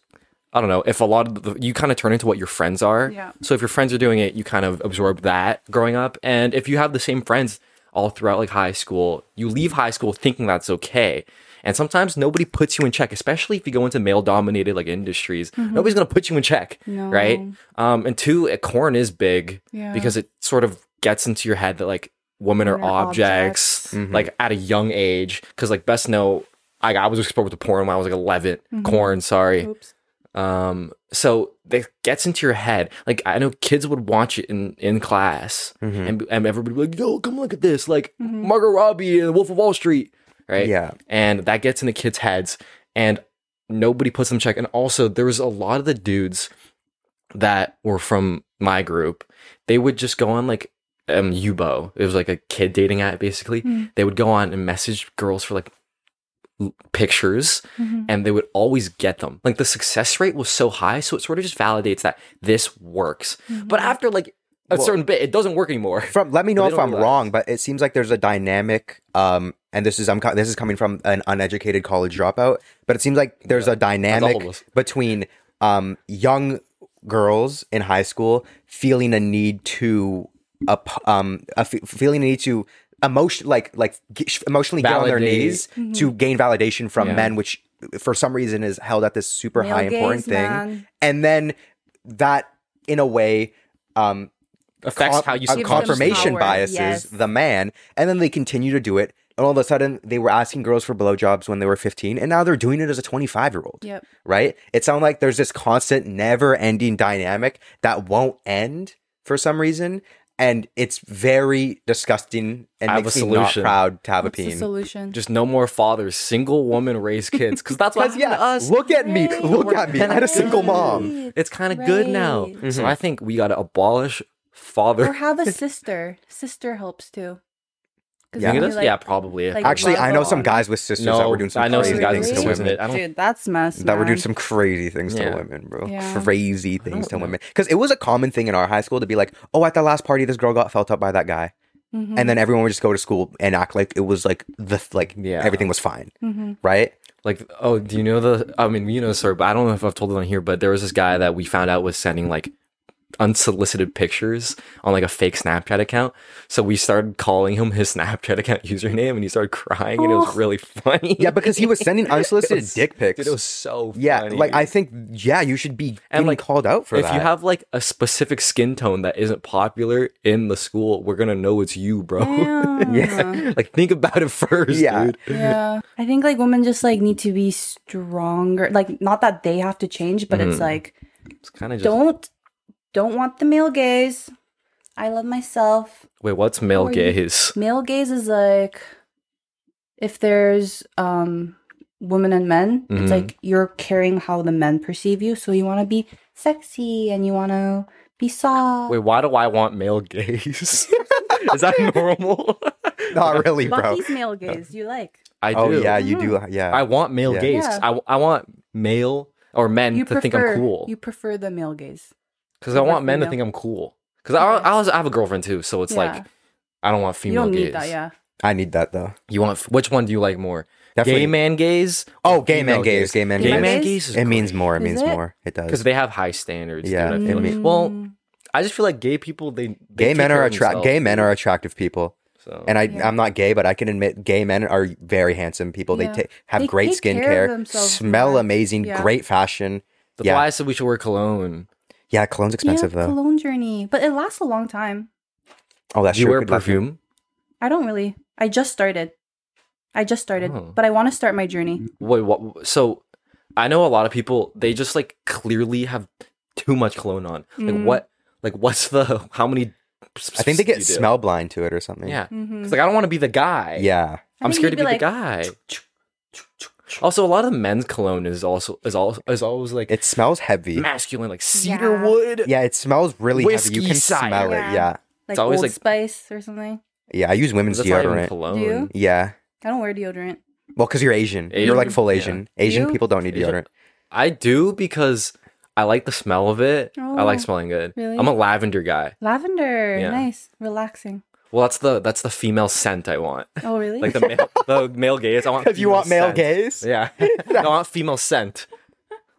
S2: i don't know if a lot of the, you kind of turn into what your friends are
S4: Yeah.
S2: so if your friends are doing it you kind of absorb that growing up and if you have the same friends all throughout like high school you leave high school thinking that's okay and sometimes nobody puts you in check especially if you go into male dominated like industries nobody's gonna put you in check
S4: Mm-hmm. No.
S2: right um and two a corn is big
S4: Yeah.
S2: because it sort of gets into your head that like women are
S4: Women are
S2: objects,
S4: objects.
S2: like at a young age because like best know I, I was exposed to porn when I was like 11
S4: Mm-hmm.
S2: corn sorry
S4: Oops.
S2: um so it gets into your head like I know kids would watch it in in class
S3: Mm-hmm.
S2: and, and everybody would be like yo come look at this like
S4: Mm-hmm.
S2: Margot Robbie and Wolf of Wall Street right
S3: Yeah.
S2: and that gets into kids heads and nobody puts them in check and also there was a lot of the dudes that were from my group, they would just go on like um Yubo. It was like a kid dating app basically. They would go on and message girls for like l- pictures
S4: Mm-hmm.
S2: and they would always get them. Like the success rate was so high, so it sort of just validates that this works.
S4: Mm-hmm. Hmm.
S2: But after like a
S3: Well-
S2: certain bit, it doesn't work anymore.
S3: From let me know
S2: They
S3: if
S2: don't
S3: I'm
S2: realize.
S3: wrong, but it seems like there's a dynamic. Um, and this is I'm co- this is coming from an uneducated college dropout, but it seems like there's a
S2: all of
S3: dynamic
S2: us.
S3: between um young girls in high school feeling a need to up, um a f- feeling a need to emotion like like g- emotionally get on their
S2: Validate.
S3: knees
S4: Mm-hmm.
S3: to gain validation from
S2: Yeah.
S3: men, which for some reason is held at this super
S4: Male
S3: high important
S4: gaze,
S3: thing,
S4: man.
S3: and then that in a way um
S2: Affects
S3: com-
S2: how you
S3: uh,
S4: Gives them
S3: confirmation
S4: power,
S3: biases
S4: yes.
S3: the man, and then they continue to do it. And all of a sudden, they were asking girls for blowjobs when they were 15, and now they're doing it as a 25 year old.
S4: Yep.
S3: Right? It sounds like there's this constant, never ending dynamic that won't end for some reason. And it's very disgusting and
S2: I have
S3: makes
S2: a
S3: me not
S2: solution.
S3: proud to have
S4: What's
S3: a
S4: the
S3: peen.
S4: solution?
S2: Just no more fathers, single woman raise kids. Cause that's what
S3: 'Cause,
S2: happened
S3: yeah,
S2: to us.
S3: look at me,
S4: Right.
S3: look at me. I had a single mom. Mm-hmm.
S4: Right.
S2: It's kind of good now.
S4: Right.
S2: So I think we gotta abolish father
S4: Or have a sister. Sister helps too. 'Cause
S3: Yeah.
S4: then
S2: Think it
S4: you,
S2: is?
S4: like-
S2: yeah, probably.
S4: like,
S3: Actually, I know some
S4: Volleyball.
S3: guys with sisters that
S2: No,
S3: were doing some
S2: I know some
S3: crazy
S2: guys with
S3: things to
S2: sisters,
S3: women.
S2: I don't-
S4: Dude, that's mess.
S3: that were doing
S4: man.
S3: some crazy things
S2: Yeah.
S3: to women, bro.
S4: Yeah.
S3: Crazy things
S2: don't
S3: to
S2: know.
S3: women. Because it was a common thing in our high school to be like, oh, at the last party, this girl got felt up by that guy,
S4: Mhm.
S3: and then everyone would just go to school and act like it was like the like
S2: Yeah.
S3: everything was fine,
S4: Mhm.
S3: right?
S2: like, oh, do you know the? I mean, you know, sorry, but I don't know if I've told it on here, but there was this guy that we found out was sending like unsolicited pictures on like a fake Snapchat account. So we started calling him his Snapchat account username, and he started crying, and it
S4: Oh.
S2: was really funny.
S3: Yeah, because he was sending
S2: It
S3: unsolicited
S2: was-
S3: dick pics.
S2: Dude, it was so
S3: yeah,
S2: funny.
S3: like I think yeah, you should be
S2: And,
S3: getting
S2: like,
S3: called out for
S2: if
S3: that.
S2: you have like a specific skin tone that isn't popular in the school, we're gonna know it's you, bro.
S4: Damn.
S2: like think about it first,
S3: Yeah.
S2: dude.
S4: yeah i think like women just like need to be stronger like not that they have to change but it's
S3: Mm-hmm.
S4: like
S2: It's kind of just
S4: don't don't want the male gaze i love myself
S2: wait. What's male
S4: How are you?
S2: gaze?
S4: male gaze is like if there's um women and men
S2: Mhm.
S4: it's like you're caring how the men perceive you so you want to be sexy and you want to be soft
S2: Wait, why do I want male gaze? Is that normal?
S3: Not really, bro.
S4: Bucky's
S2: Uh,
S4: male gaze you like
S2: I do.
S3: Oh yeah, you do.
S4: Mm-hmm.
S3: Yeah,
S2: I want male
S3: Yeah.
S2: gaze. 'cause I, I want male or men
S4: you
S2: to think I'm cool.
S4: you prefer the male gaze
S2: Because I want
S4: prefer
S2: men to
S4: female.
S2: think I'm cool. Because I, I also have a girlfriend too, so it's
S4: Yeah.
S2: like I don't want
S4: you
S2: female
S4: don't
S2: gaze.
S4: need that yeah
S3: I need that though.
S2: You want which one do you like more?
S3: Definitely-
S2: Gay man gaze.
S3: Oh,
S2: or
S3: gay man
S2: female
S3: gaze, gay man
S2: Gay
S4: gaze.
S2: man
S4: Gaze?
S2: gaze.
S3: It means more. It
S4: Is
S3: means
S4: it?
S3: more. It
S2: because
S3: does.
S2: they have high standards.
S3: Yeah,
S2: Yeah. Dude, I
S3: it
S2: feel like.
S3: mean-
S2: Well,
S4: Mm-hmm.
S2: I just feel like gay people they, they
S3: Gay
S2: take
S3: men
S2: care
S3: are
S2: of
S3: attract.
S2: themselves,
S3: Gay men are attractive people,
S2: So.
S3: and I
S4: Yeah.
S3: I'm not gay, but I can admit gay men are very handsome people.
S4: Yeah.
S3: They ta- have
S4: They
S3: great
S4: take care of
S3: skincare,
S4: themselves
S3: smell
S4: more.
S3: amazing,
S4: Yeah.
S3: great fashion.
S2: that's
S3: yeah.
S2: why I said we should wear cologne.
S3: Yeah, cologne's expensive
S4: yeah,
S3: though.
S4: cologne journey, but it lasts a long time.
S3: Oh, that's
S2: do you
S3: true.
S2: wear
S3: Good luck.
S2: perfume?
S4: I don't really. I just started. I just started,
S2: Oh. Mm-hmm.
S4: but I want to start my journey.
S2: Wait, what? So I know a lot of people they just like clearly have too much cologne on. Like
S4: Mm.
S2: what? Like what's the? How many?
S3: I think they
S2: you
S3: get
S2: do?
S3: smell blind to it or something.
S2: Yeah.
S4: Mhm.
S2: It's like I don't want to be the guy.
S3: Yeah.
S4: I
S2: I'm
S4: think
S2: scared to
S4: you'd
S2: be
S4: like,
S2: the guy. Also, a lot of the men's cologne is also is also is always like
S3: It smells heavy.
S2: masculine, like
S4: Yeah.
S2: cedarwood.
S3: Yeah, it smells really heavy. You
S2: Whiskey
S3: can
S2: cider.
S3: smell it.
S4: Yeah.
S3: Yeah.
S4: like
S2: it's always
S4: Old
S2: like-
S4: Spice or something.
S3: Yeah, I use women's
S2: That's not even
S3: deodorant.
S2: cologne.
S4: Do you?
S3: yeah.
S4: I don't wear deodorant.
S3: Well, because you're Asian.
S2: Asian?
S3: You're like full
S2: Yeah.
S3: Asian. Asian
S4: You?
S3: people don't need
S2: Asian-
S3: deodorant.
S2: I do because I like the smell of it. I like
S4: Oh,
S2: smelling good.
S4: really?
S2: I'm a lavender guy.
S4: Lavender,
S2: Yeah.
S4: nice, relaxing.
S2: Well, that's the that's the female scent I want.
S4: Oh, really?
S2: Like the male, the male gaze. I want
S3: Because you
S2: female
S3: want male
S2: scent.
S3: gaze?
S2: Yeah, No, I want female scent.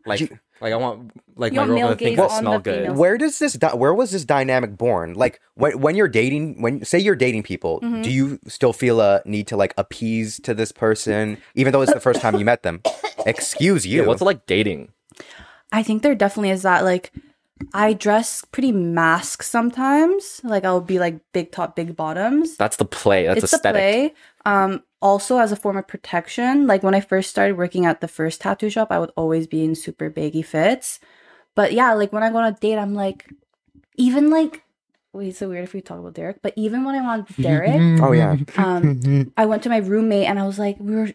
S2: Like
S3: You-
S2: like I want like
S4: You
S2: my
S4: want male
S2: girlfriend to think
S4: gaze
S2: I
S4: on
S2: smell
S4: the
S2: good.
S4: female
S3: Where does this? Di- where was this dynamic born? Like when when you're dating, when say you're dating people, do you still feel a need to like appease to this person, even though it's the first time you met them? Excuse you.
S2: Yeah, what's it like dating?
S4: I think there definitely is that. Like, I dress pretty mask sometimes. Like, I'll be like big top, big bottoms.
S2: That's the play. That's
S4: it's
S2: aesthetic.
S4: the play. Um, also as a form of protection. Like when I first started working at the first tattoo shop, I would always be in super baggy fits. But yeah, like when I go on a date, I'm like, even like, wait, it's so weird if we talk about Derek. But even when I went with Derek,
S3: oh yeah.
S2: Mm-hmm.
S3: Mm-hmm.
S4: um, I went to my roommate and I was like, we were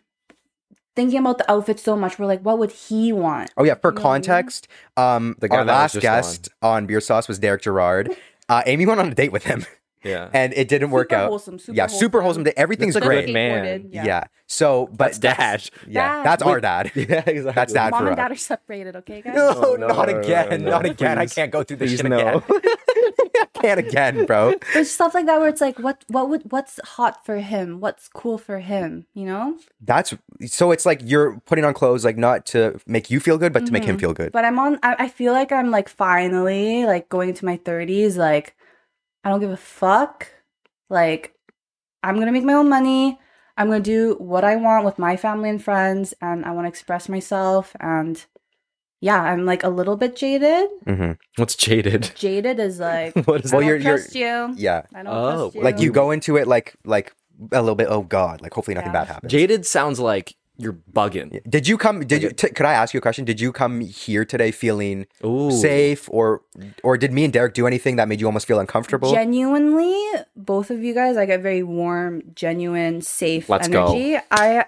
S4: thinking about the outfit so much. We're like, what would he want?
S3: Oh yeah, for
S4: Yeah, yeah.
S3: context, um,
S2: The guy
S3: our
S2: that was
S3: last
S2: just
S3: guest on. Beer Sauce was Derek Gerard. Uh, Amy went on a date with him,
S2: Yeah,
S3: and it didn't work
S4: Super
S3: out.
S4: Wholesome, super
S3: yeah, super wholesome. date. Everything's
S2: That's a
S3: great.
S2: good man.
S4: skateboarded,
S3: Yeah. So, but
S2: That's dash.
S3: Yeah,
S4: Dad.
S3: that's our dad.
S2: yeah, exactly.
S3: That's that
S4: Mom
S3: for
S4: and
S3: us.
S4: dad are separated, okay, guys?
S3: No,
S2: Oh, no,
S3: not
S2: no, no,
S3: again.
S2: no, no.
S3: Not again. I
S2: Please.
S3: can't go through this
S2: Please,
S3: shit
S2: no.
S3: again. I can't again, bro.
S4: there's stuff like that where it's like what what would what's hot for him what's cool for him you know
S3: That's so it's like you're putting on clothes like not to make you feel good, but to make him feel good.
S4: Mm-hmm. but i'm on I, I feel like i'm like finally like going into my 30s like i don't give a fuck like i'm gonna make my own money i'm gonna do what i want with my family and friends and i want to express myself and yeah i'm like a little bit jaded
S3: hmm
S2: What's jaded?
S4: jaded is like
S2: What is
S4: I
S3: Well,
S4: don't
S3: you're- you're-
S4: trust you
S3: Yeah,
S4: i don't
S2: Oh,
S4: trust you
S3: like you go into it like like a little bit. Oh God, like hopefully nothing
S4: Yeah.
S3: bad happens.
S2: jaded? Sounds like you're bugging.
S3: Did you come? Did you? T- could I ask you a question? Did you come here today feeling
S2: Ooh,
S3: safe, or or did me and Derek do anything that made you almost feel uncomfortable?
S4: Genuinely, both of you guys, I get very warm, genuine, safe
S2: Let's go.
S4: energy. I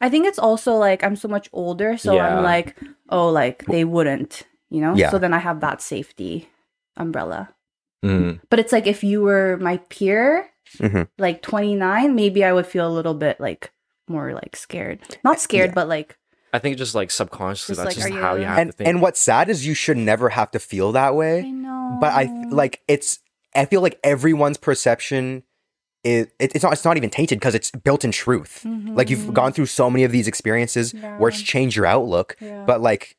S4: I think it's also like I'm so much older, so
S2: Yeah.
S4: I'm like, oh, like they wouldn't, you know?
S3: Yeah.
S4: So then I have that safety umbrella.
S2: Mm.
S4: But it's like if you were my peer,
S2: Mm-hmm.
S3: Mhm.
S4: like 29, maybe I would feel a little bit like more like scared.
S2: Eh,
S4: Not scared,
S3: Yeah.
S4: but like
S2: I think just like subconsciously,
S4: Just
S2: that's
S4: like,
S2: just
S4: are
S2: how you
S4: you-
S2: have
S3: and
S2: to think.
S3: and what's sad is you should never have to feel that way.
S4: I know.
S3: but I like it's. I feel like everyone's perception is it, it's not. It's not even tainted because it's built in truth. Like you've
S4: Mhm.
S3: gone through so many of these experiences where it's
S4: Yeah.
S3: changed your outlook.
S4: Yeah.
S3: But like,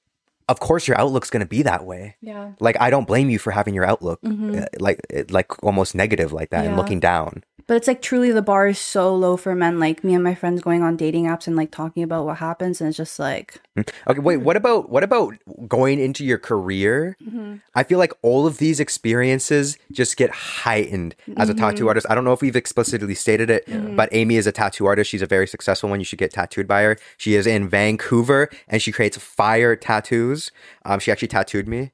S3: of course, your outlook's gonna be that way.
S4: yeah.
S3: Like I don't blame you for having your outlook
S4: Mhm.
S3: uh, like it- like almost negative like that and
S4: Yeah.
S3: looking down.
S4: But it's like truly the bar is so low for men. Like me and my friends going on dating apps and like talking about what happens, and it's just like
S3: Okay,
S4: Mm-hmm.
S3: wait. What about what about going into your career? I feel like all of these experiences just get heightened as a tattoo artist. I don't know if we've explicitly stated it, but Amy is a tattoo artist. She's a very successful one. You should get tattooed by her. She is in Vancouver and she creates fire tattoos. Um, she actually tattooed me.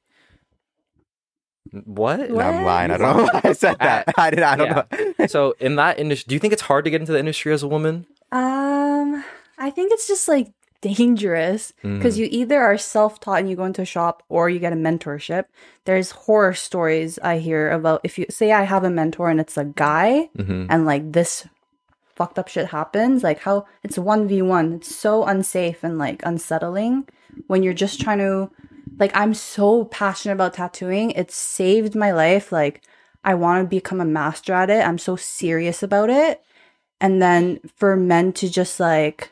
S2: what?
S3: No, I'm
S4: What?
S3: lying. I don't know why I said that. I did. I don't
S2: Yeah.
S3: know.
S2: so in that industry, do you think it's hard to get into the industry as a woman?
S4: Um, I think it's just like dangerous because you either are self taught and you go into a shop or you get a mentorship. There's horror stories I hear about if you say I have a mentor and it's a guy
S2: Mm-hmm.
S4: and like this fucked up shit happens, like how it's 1v1. It's so unsafe and like unsettling when you're just trying to like I'm so passionate about tattooing. It saved my life. Like I want to become a master at it. I'm so serious about it and then for men to just like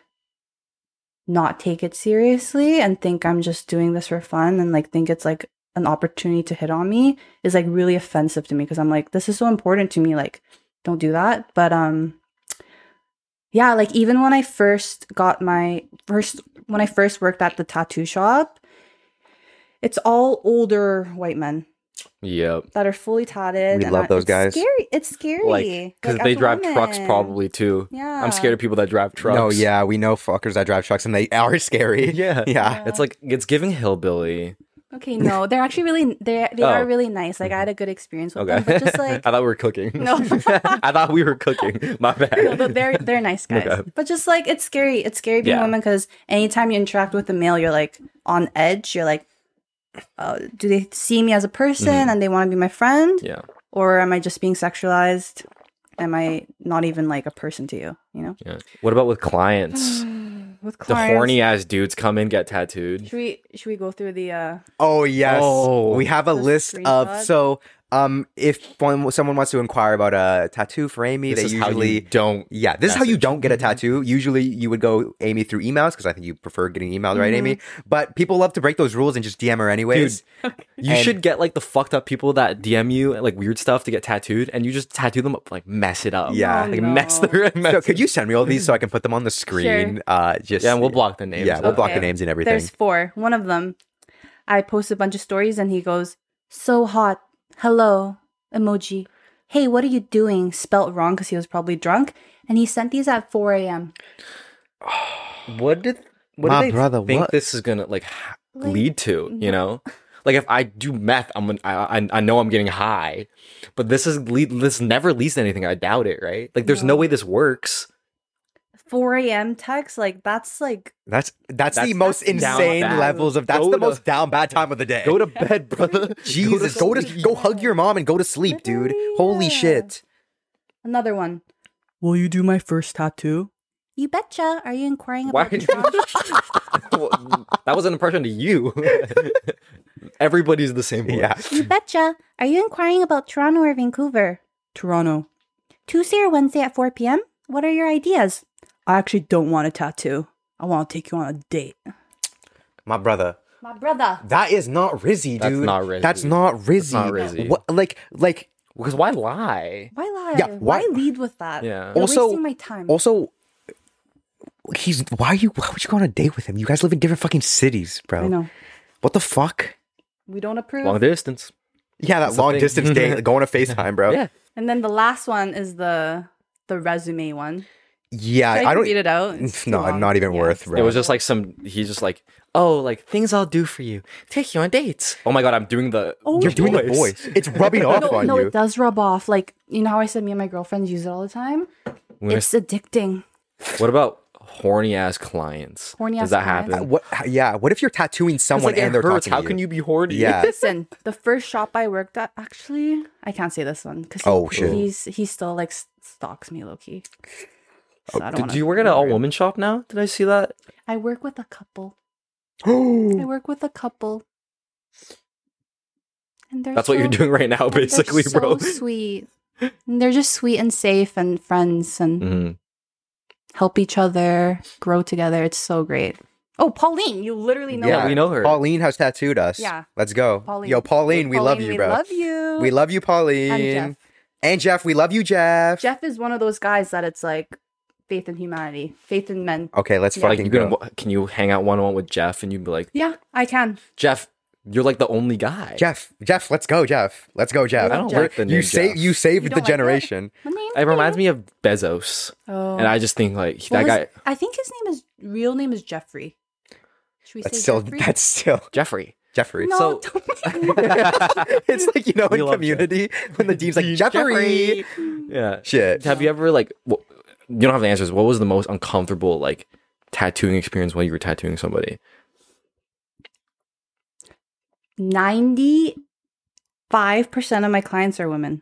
S4: not take it seriously and think I'm just doing this for fun and like think it's like an opportunity to hit on me is like really offensive to me because I'm like this is so important to me like don't do that but um yeah like even when I first got my first when I first worked at the tattoo shop it's all older white men
S2: Yep.
S4: that are fully tatted.
S3: We
S4: and
S3: love
S4: I-
S3: those
S4: it's
S3: guys.
S4: Scary. It's scary.
S2: Like, because
S4: Like,
S2: they
S4: as a
S2: drive trucks
S4: woman.
S2: probably too.
S4: Yeah.
S2: I'm scared of people that drive trucks.
S3: No, yeah, we know fuckers that drive trucks and they are scary.
S2: Yeah.
S3: Yeah.
S2: It's like, it's giving hillbilly.
S4: Okay, no, they're actually really they they
S2: Oh.
S4: are really nice. Like I had a good experience with
S2: Okay.
S4: them, but just like
S2: I thought we were cooking.
S4: No.
S2: I thought we were cooking. My
S4: no, but
S2: bad.
S4: they're they're nice guys.
S2: Okay.
S4: But just like it's scary. It's scary being
S2: Yeah.
S4: a woman because anytime you interact with a male, you're like on edge. You're like, uh, do they see me as a person
S2: Mhm.
S4: and they want to be my friend,
S2: Yeah.
S4: or am I just being sexualized? Am I not even like a person to you? You know,
S2: Yeah. What about with clients?
S4: with
S2: The
S4: clients,
S2: horny ass dudes come in, get tattooed.
S4: Should we should we go through the uh
S3: Oh yes,
S2: Oh.
S3: we have a
S4: The
S3: list
S4: screenshot?
S3: of so. Um, if one, someone wants to inquire about a tattoo for Amy,
S2: This
S3: they
S2: is how
S3: usually
S2: you don't.
S3: Yeah, this is how you
S2: message.
S3: don't get a tattoo. Usually, you would go Amy through emails because I think you prefer getting emailed, right,
S4: Mhm.
S3: Amy?
S2: Mm-hmm.
S3: But people love to break those rules and just DM her anyways.
S2: You
S3: And-
S2: should get like the fucked up people that DM you like weird stuff to get tattooed, and you just tattoo them up, like mess it up.
S3: Yeah.
S2: Like
S4: Oh, no.
S2: mess their. Mess
S3: so, could you send me all these so I can put them on the screen? Uh, just
S2: Yeah, and we'll block the names.
S3: Yeah, we'll block the
S4: Okay.
S3: names and everything.
S4: There's four. One of them, I post a bunch of stories and he goes, "So hot, hello emoji, hey, what are you doing?" Spelt wrong because he was probably drunk, and he sent these at 4 a.m.
S2: What did what
S3: My
S2: do they
S3: brother,
S2: think
S3: what-
S2: this is gonna like, h-
S4: Like,
S2: lead to? You
S4: no.
S2: know, like if I do meth, I'm gonna, I, I I know I'm getting high, but this is lead this never leads to anything. I doubt it, right? Like, there's no,
S4: No.
S2: way this works.
S4: 4 a.m. text, like that's like
S3: that's, that's
S2: That's-
S3: the most
S2: that's down
S3: insane
S2: bad.
S3: levels of. That's
S2: Go
S3: the
S2: to-
S3: most down bad time of the day.
S2: Go to bed, brother.
S3: Jesus, go to
S2: sleep.
S3: go hug your mom and go to sleep, dude.
S4: Literally,
S3: Holy
S4: yeah.
S3: shit.
S4: another one.
S1: Will you do my first tattoo?
S4: You betcha. Are you inquiring
S2: Why
S4: about
S2: would
S4: the
S2: you-
S4: drunk?
S2: Well, that was an impression to you. Everybody's the same. way.
S3: Yeah.
S4: you betcha. Are you inquiring about Toronto or Vancouver?
S1: Toronto.
S4: Tuesday or Wednesday at 4 p.m. What are your ideas?
S1: I actually don't want a tattoo. I want to take you on a date.
S3: My brother.
S4: My brother.
S3: That is not Rizzy, dude.
S2: That's not Rizzy.
S3: That's not Rizzy.
S2: not Rizzy.
S3: What like like
S2: Because why lie?
S4: Why lie?
S3: Yeah,
S4: why,
S3: why-
S4: lead with that?
S2: Yeah.
S4: You're
S3: Also-
S4: wasting my time.
S3: Also, he's why are you? Why would you go on a date with him? You guys live in different fucking cities, bro.
S4: I know.
S3: What the fuck?
S4: We don't approve.
S2: Long distance.
S3: Yeah, that
S2: It's a
S3: long
S2: thing.
S3: distance date, like, going to FaceTime, bro.
S2: Yeah.
S4: and then the last one is the the resume one.
S3: Yeah,
S4: Should
S3: I, don't.
S4: read it out.
S3: It's
S4: It's too
S3: not-
S4: long.
S3: not even worth,
S4: it's
S3: bro.
S2: It
S4: not
S2: was
S4: worth
S2: just like some. He's just like, oh, like things I'll do for you, take you on dates. Oh my god, I'm doing the.
S4: Oh.
S3: You're doing the voice. It's rubbing off
S4: no,
S3: on
S4: no,
S3: you.
S4: it does rub off. Like you know how I said me and my girlfriends use it all the time.
S2: We're-
S4: It's addicting.
S2: What about horny ass clients?
S4: Horny
S2: Does
S4: ass
S2: that
S4: clients?
S2: happen?
S3: What? Yeah. What if you're tattooing
S2: It's
S3: someone
S2: like,
S3: and
S2: it
S3: they're
S2: hurts.
S3: talking
S2: How
S3: to
S2: can
S3: you?
S2: you be horny?
S3: Yeah.
S4: Listen, the first shop I worked at, actually, I can't say this one because
S3: Oh, shit.
S4: he's he still like s- stalks me low key. So I don't
S2: Oh, Did
S4: wanna-
S2: you work at an all woman shop now? Did I see that?
S4: I work with a couple. I
S3: Oh,
S4: work with a couple. And they're
S2: That's what you're
S4: so-
S2: doing right now,
S4: and they're
S2: basically,
S4: so
S2: bro. Mm-hmm.
S4: Sweet. And they're just sweet and safe and friends and
S2: Mhm.
S4: help each other grow together. It's so great. Oh, Pauline, you literally know.
S2: Yeah,
S4: her.
S2: we know her.
S3: Pauline has tattooed us.
S4: Yeah.
S3: Let's go.
S4: Pauline.
S3: Yo, Pauline, we love
S4: Pauline,
S3: you, bro.
S4: We love you.
S3: We love you, Pauline.
S4: and Jeff.
S3: And Jeff, we love you, Jeff.
S4: Jeff is one of those guys that it's like faith in humanity, faith in men.
S3: Okay, let's
S4: Yeah.
S2: Like,
S3: fucking
S2: you
S3: go.
S2: gonna, can you hang out one on one with Jeff and you'd be like,
S4: Yeah, I can.
S2: Jeff, you're like the only guy.
S3: Jeff, Jeff, let's go, Jeff. Let's go, Jeff.
S4: I don't
S3: We're-
S4: like
S2: the
S3: you
S2: name
S3: save
S2: Jeff.
S3: you saved
S4: You
S3: the
S4: don't like it?
S3: generation.
S4: My name.
S2: It reminds me of Bezos,
S4: Oh.
S2: and I just think like that
S4: Well, his-
S2: guy
S4: I think his name is real name is Jeffrey. Should we
S3: That's
S4: say
S3: still
S4: Jeffrey?
S3: that's still
S2: Jeffrey.
S3: Jeffrey.
S4: no.
S2: so-
S4: don't make me-
S3: it's like you know
S2: We
S3: in
S2: love
S3: community when the dean's like Jeffrey.
S2: Yeah.
S3: Shit.
S2: Have you ever like? wh- you don't have the answers. What was the most uncomfortable like tattooing experience while you were tattooing somebody?
S4: 95% of my clients are women.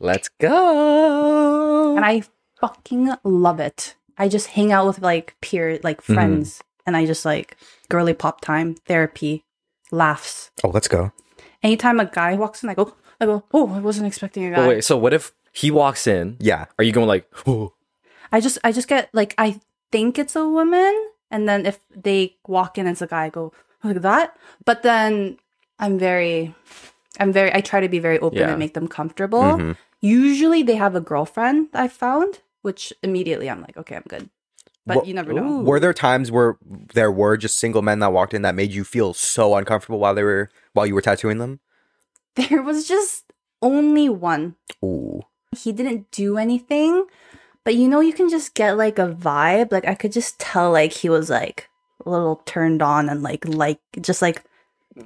S2: Let's go.
S4: And I fucking love it. I just hang out with like peer, like
S2: Mm-hmm.
S4: friends, and I just like girly pop time, therapy, laughs.
S3: Oh, let's go.
S4: Anytime a guy walks in, I go, I go, oh, I wasn't expecting a guy.
S2: But wait, so what if he walks in.
S3: Yeah.
S2: Are you going like, oh,
S4: I just I just get like I think it's a woman, and then if they walk in, it's a guy. I go like that, but then I'm very, I'm very. I try to be very open
S2: Yeah.
S4: and make them comfortable.
S3: Mhm.
S4: Usually they have a girlfriend. I found, which immediately I'm like, okay, I'm good. But
S3: Wha-
S4: you never know.
S3: Were there times where there were just single men that walked in that made you feel so uncomfortable while they were while you were tattooing them?
S4: There was just only one.
S3: Ooh.
S4: He didn't do anything, but you know, you can just get like a vibe. Like I could just tell, like he was like a little turned on and like like just like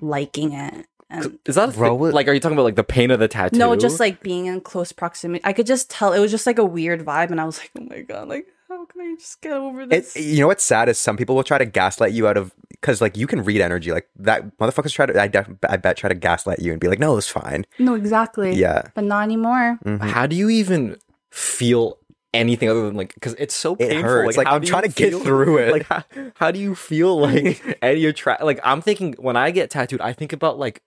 S4: liking it. And
S2: is that a thi-
S3: Bro, what-
S2: like? Are you talking about like the pain of the tattoo?
S4: Um, no, just like being in close proximity. I could just tell it was just like a weird vibe, and I was like, oh my god, like how can I just get over
S3: It,
S4: this?
S3: you know what's sad is some people will try to gaslight you out of because like you can read energy like that motherfuckers try to I, def- I bet try to gaslight you and be like no it's fine
S4: no, exactly.
S3: yeah
S4: but not anymore.
S3: Mhm.
S2: how do you even feel anything other than like? Because it's so
S3: It
S2: painful.
S3: hurts. Like,
S2: how
S3: I'm
S2: do you
S3: trying to get
S2: feel-
S3: through it.
S2: Like how, how do you feel like? and you're trying. Like I'm thinking when I get tattooed, I think about like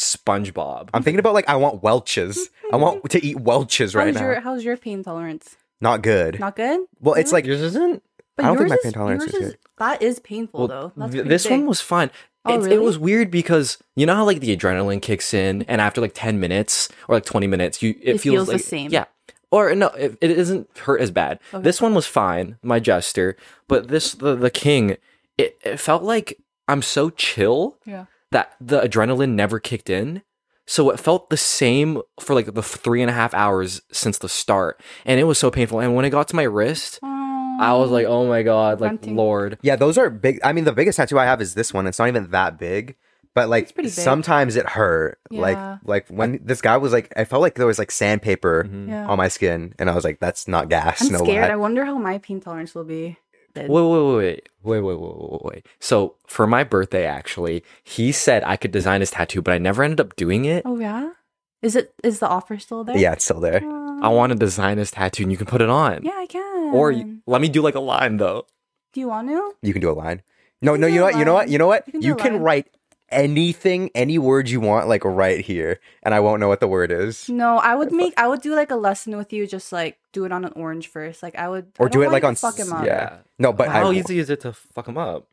S2: SpongeBob.
S3: I'm thinking about like I want Welch's I want to eat Welch's right
S4: how's
S3: now
S4: your how's your pain tolerance?
S3: not good
S4: Not good.
S3: well it's like
S2: yours isn't.
S4: But
S3: I don't think
S4: yours
S3: my
S4: is,
S3: pain tolerance
S4: yours
S3: is good.
S4: That is painful
S2: Well,
S4: though.
S2: th-
S4: That's pretty
S2: this one
S4: big.
S2: was fun.
S4: Oh,
S2: It's- It
S4: really?
S2: was weird because you know how like the adrenaline kicks in, and after like ten minutes or like twenty minutes, you it,
S4: It feels the
S2: like,
S4: same.
S2: Yeah, or no, it, it isn't hurt as bad.
S4: Okay.
S2: This one was fine, my jester, but this the the king. It, it felt like I'm so chill
S4: Yeah.
S2: that the adrenaline never kicked in. So it felt the same for like the three and a half hours since the start, and it was so painful. And when it got to my wrist,
S3: Mm,
S2: I was like, "Oh my god!" Like,
S4: Grunting.
S2: Lord,
S3: yeah those are big I mean the biggest tattoo I have is this one it's not even that big but like
S4: It's pretty big.
S3: sometimes it hurt
S4: Yeah.
S3: like like when this guy was like I felt like there was like sandpaper
S2: Mm-hmm.
S4: Yeah.
S3: on my skin and I was like that's not gas
S4: I'm
S3: no
S4: scared.
S3: lie.
S4: I wonder how my pain tolerance will be. then.
S2: Wait, wait, wait, wait, wait, wait, wait, wait, wait. So for my birthday, actually, he said I could design his tattoo, but I never ended up doing it.
S4: Oh yeah. Is it is the offer still there?
S3: yeah it's still there
S2: I want to design his tattoo, and you can put it on.
S4: Oh. Yeah, I can.
S2: Or y- let me do like a line though.
S4: do you want to?
S3: You can do a line. No, no,
S4: do
S3: you
S4: a
S3: know what? You know what?
S4: line.
S3: You know what?
S4: You
S3: You
S4: can
S3: can,
S4: do a line.
S3: write anything, any word you want, like right here, and I won't know what the word is.
S4: No, I would make. I would do like a lesson with you. Just like do it on an orange first. Like I would. I
S3: Or do
S4: don't
S3: it
S4: want
S3: like
S4: you to
S3: on
S4: fuck him
S3: s-
S4: up.
S3: yeah. No, but
S2: how
S3: I,
S2: easy is it to fuck him up?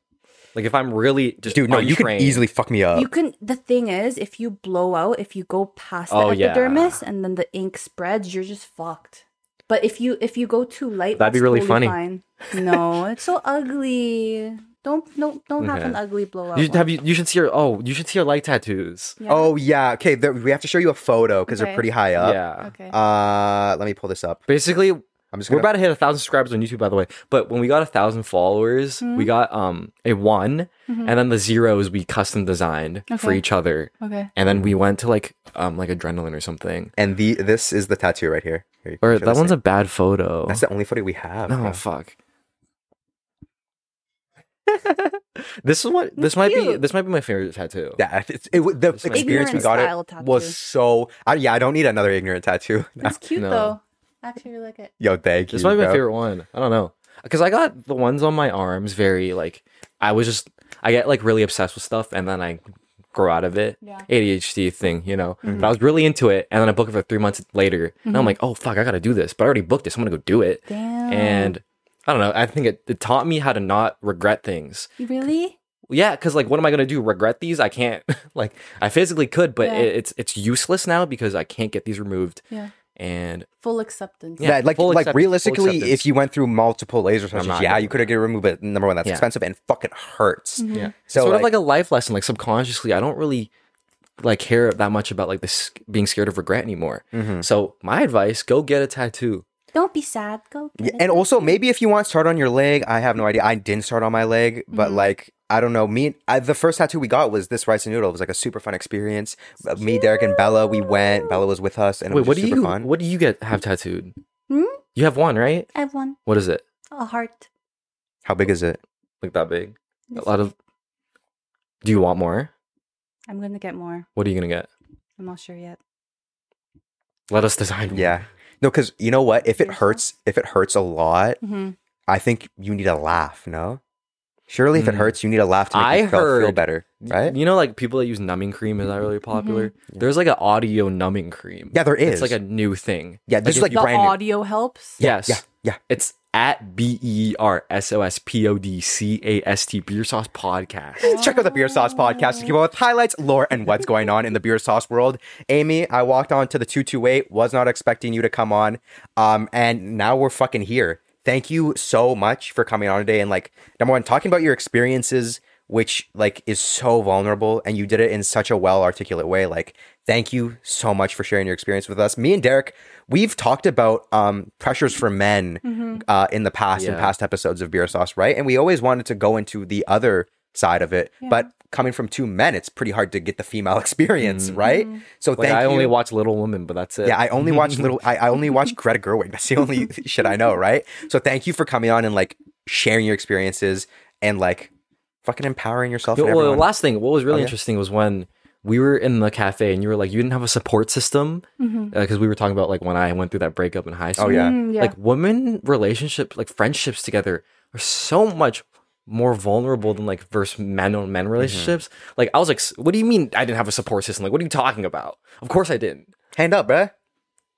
S2: Like if I'm really just
S3: dude, no, you can
S2: untrained-
S3: easily fuck me up.
S4: You can. The thing is, if you blow out, if you go past the
S2: Oh, yeah.
S4: epidermis and then the ink spreads, you're just fucked. But if you if you go too light,
S2: That'd be
S4: that's
S2: really funny.
S4: totally fine. No, it's so ugly. Don't don't don't have
S2: Okay.
S4: an ugly blowout.
S2: You,
S4: one.
S2: have you, you should see her. Oh, you should see her leg tattoos.
S4: Yeah.
S3: Oh yeah. Okay, there, we have to show you a photo because
S4: Okay.
S3: they're pretty high
S2: Yeah.
S3: up.
S4: Okay.
S3: Uh, let me pull this up.
S2: Basically,
S3: I'm just
S2: we're
S3: gonna.
S2: about to hit a thousand subscribers on YouTube, by the way. But when we got a thousand followers,
S4: Hmm?
S2: we got um a one, and then the zeros we custom designed for
S4: Mm-hmm. Okay.
S2: each other.
S4: okay.
S2: and then we went to like um like adrenaline or something.
S3: and the this is the tattoo right here. Here,
S2: Or
S3: show
S2: that
S3: this
S2: one's
S3: thing.
S2: a bad photo.
S3: That's the only photo we have.
S2: no
S3: bro.
S2: fuck. this is what this might be.
S4: cute.
S2: This might be my favorite tattoo.
S3: Yeah, it's, it, wa- the
S2: This one.
S3: experience we
S4: Ignorant
S3: got
S4: style
S3: it
S4: tattoo.
S3: was so. I, yeah, I don't need another ignorant tattoo.
S4: It's cute
S2: No.
S4: though. Actually, I like it.
S3: Yo, thank you.
S2: This might be my
S3: bro.
S2: favorite one. I don't know because I got the ones on my arms very like I was just I get like really obsessed with stuff and then I grow out of it.
S4: Yeah.
S2: ADHD thing, you know.
S3: Mm-hmm.
S2: But I was really into it and then I booked it for three months later and I'm like, oh fuck, I gotta do this. But I already booked this. I'm gonna go do it.
S4: Damn.
S2: and I don't know. I think it, it taught me how to not regret things.
S4: really?
S2: Yeah, because like, what am I gonna do? Regret these? I can't. like, I physically could, but
S4: Yeah.
S2: it, it's it's useless now because I can't get these removed.
S4: Yeah.
S2: And
S4: Full acceptance.
S2: Yeah,
S3: Yeah, like
S2: full
S3: like
S2: acceptance, full
S3: realistically,
S2: acceptance.
S3: if you went through multiple laser surgeries,
S2: not
S3: yeah,
S2: doing
S3: you could have get removed. But number one, that's
S2: Yeah.
S3: expensive and fucking hurts.
S4: Mm-hmm.
S2: yeah,
S3: So,
S2: so sort of
S3: like-
S2: like a life lesson. Like subconsciously, I don't really like care that much about like this being scared of regret anymore. So my advice: go get a tattoo.
S4: Don't be sad. Go. get
S3: Yeah,
S4: it.
S3: And also, maybe if you want to start on your leg, I have no idea. I didn't start on my leg, but
S2: Mm-hmm.
S3: like I don't know. Me, I, the first tattoo we got was this rice and noodle. It was like a super fun experience. Uh, Me, Derek, and Bella, we went. Bella was with us, and
S2: Wait,
S3: it was
S2: what
S3: just
S2: do
S3: super
S2: you
S3: fun.
S2: what do you get have tattooed?
S4: Hmm?
S2: You have one, right?
S4: I have one.
S2: What is it?
S4: A heart.
S3: How big is it?
S2: Like that big?
S4: This-
S2: A lot of. Do you want more?
S4: I'm gonna get more.
S2: What are you gonna get?
S4: I'm not sure yet.
S2: Let us design. one.
S3: Yeah, no, because you know what? If it
S4: Yourself?
S3: hurts, if it hurts a lot,
S4: Mm-hmm.
S3: I think you need a laugh. No, Surely, if it hurts, you need a laugh to make
S2: Mm. I
S3: yourself feel
S2: heard-
S3: better, right?
S2: You know, like people that use numbing cream is that really popular? There's like an audio numbing cream.
S3: Yeah, there
S2: It's
S3: is.
S2: like a new thing.
S3: yeah, this
S2: if
S3: is like
S2: you-
S1: The
S3: brand new.
S1: audio helps.
S2: yes.
S3: Yeah, yeah.
S2: It's at B E R S O S P O D C A S T Beer Sauce Podcast.
S3: Check out the Beer Sauce podcast to keep up with highlights, lore, and what's going on in the beer sauce world. Amy, I walked on to the 228, was not expecting you to come on. Um, and now we're fucking here. Thank you so much for coming on today and like number one, talking about your experiences, which like is so vulnerable, and you did it in such a well articulate way. Like, thank you so much for sharing your experience with us. Me and Derek, we've talked about um pressures for men uh in the past and
S2: Yeah.
S3: past episodes of Beer Sauce, right? And we always wanted to go into the other side of it. But coming from two men, it's pretty hard to get the female experience, right? So
S2: Mm-hmm. Like
S3: thank
S2: I
S3: you.
S2: only watch Little Women, but that's it.
S3: yeah, I only watch little. I, I only watch Greta Gerwig. That's the only shit I know, right? So thank you for coming on and like sharing your experiences and like fucking empowering yourself.
S2: Yo,
S3: and
S2: well, the
S3: everyone. Oh,
S2: last thing, what was really
S3: yeah.
S2: interesting was when we were in the cafe and you were like, you didn't have a support system because we were talking about like when I went through that breakup in high school.
S3: oh yeah,
S4: Mm, yeah.
S2: like women relationships, like friendships together are so much more vulnerable than like versus men on men relationships. Like I was like, "S- what do you mean I didn't have a support system? Like, what are you talking about? Of course I didn't.
S3: hand up, bruh.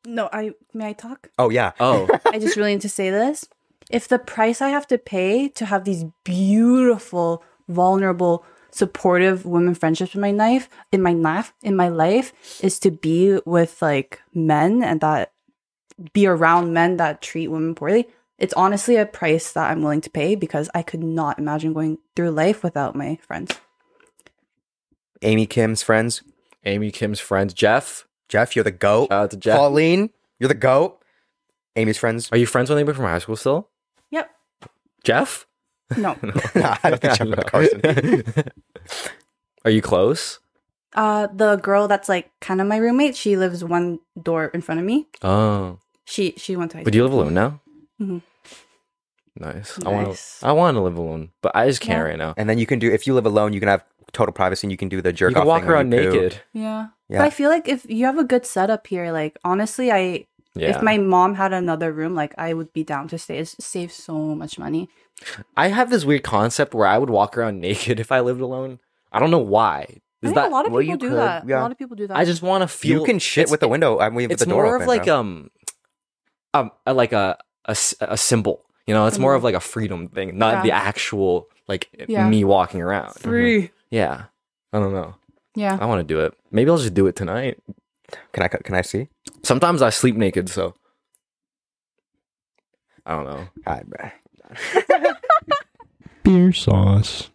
S1: No, I may I talk?
S3: Oh yeah.
S2: Oh,
S4: I just really need to say this. If the price I have to pay to have these beautiful, vulnerable, supportive women friendships in my life, in my life, in my life, is to be with like men and that be around men that treat women poorly, it's honestly a price that I'm willing to pay because I could not imagine going through life without my friends.
S3: Amy Kim's friends.
S2: Amy Kim's friend Jeff.
S3: Jeff, you're the goat.
S2: Shout out to Jeff.
S3: Pauline, you're the goat. Amy's friends.
S2: Are you friends with anybody from high school still?
S4: Yep.
S2: Jeff?
S4: No.
S3: Nah, I don't think Jeff went to Carson.
S2: Are you close?
S4: Uh the girl that's like kind of my roommate, she lives one door in front of me.
S2: Oh.
S4: She she went to high
S2: But do you live alone now?
S4: Mhm.
S2: Nice. I want
S4: Nice.
S2: to. I want to live alone, but I just can't
S4: Yeah.
S2: right now.
S3: And then you can do if you live alone, you can have total privacy and you can do the jerk
S2: you can
S3: off
S2: walk
S3: thing when
S2: around
S3: you poo.
S2: naked.
S4: Yeah.
S3: Yeah.
S4: But I feel like if you have a good setup here, like honestly, I
S2: Yeah.
S4: if my mom had another room, like I would be down to stay. It saves so much money.
S2: I have this weird concept where I would walk around naked if I lived alone. I don't know why.
S4: I
S2: Is
S4: think
S2: that
S4: a lot of
S2: well,
S4: people
S2: you
S4: do
S2: could-
S4: that.
S3: yeah.
S4: A lot of people do that.
S2: I just want to feel.
S3: you can shit
S2: it's-
S3: with the window. I mean, with
S2: It's
S3: the door
S2: more
S3: open,
S2: of like
S3: bro.
S2: um, um, uh, like a a, s- a symbol. You know, it's more of like a freedom thing, not
S4: Mm-hmm. Yeah.
S2: the actual like
S4: Yeah.
S2: me walking around. Mm-hmm.
S1: Free.
S2: Yeah. I don't know.
S4: yeah.
S2: I want to do it. Maybe I'll just do it tonight.
S3: Can I can I see?
S2: Sometimes I sleep naked, so I don't know.
S3: All right, bruh.
S5: beer sauce.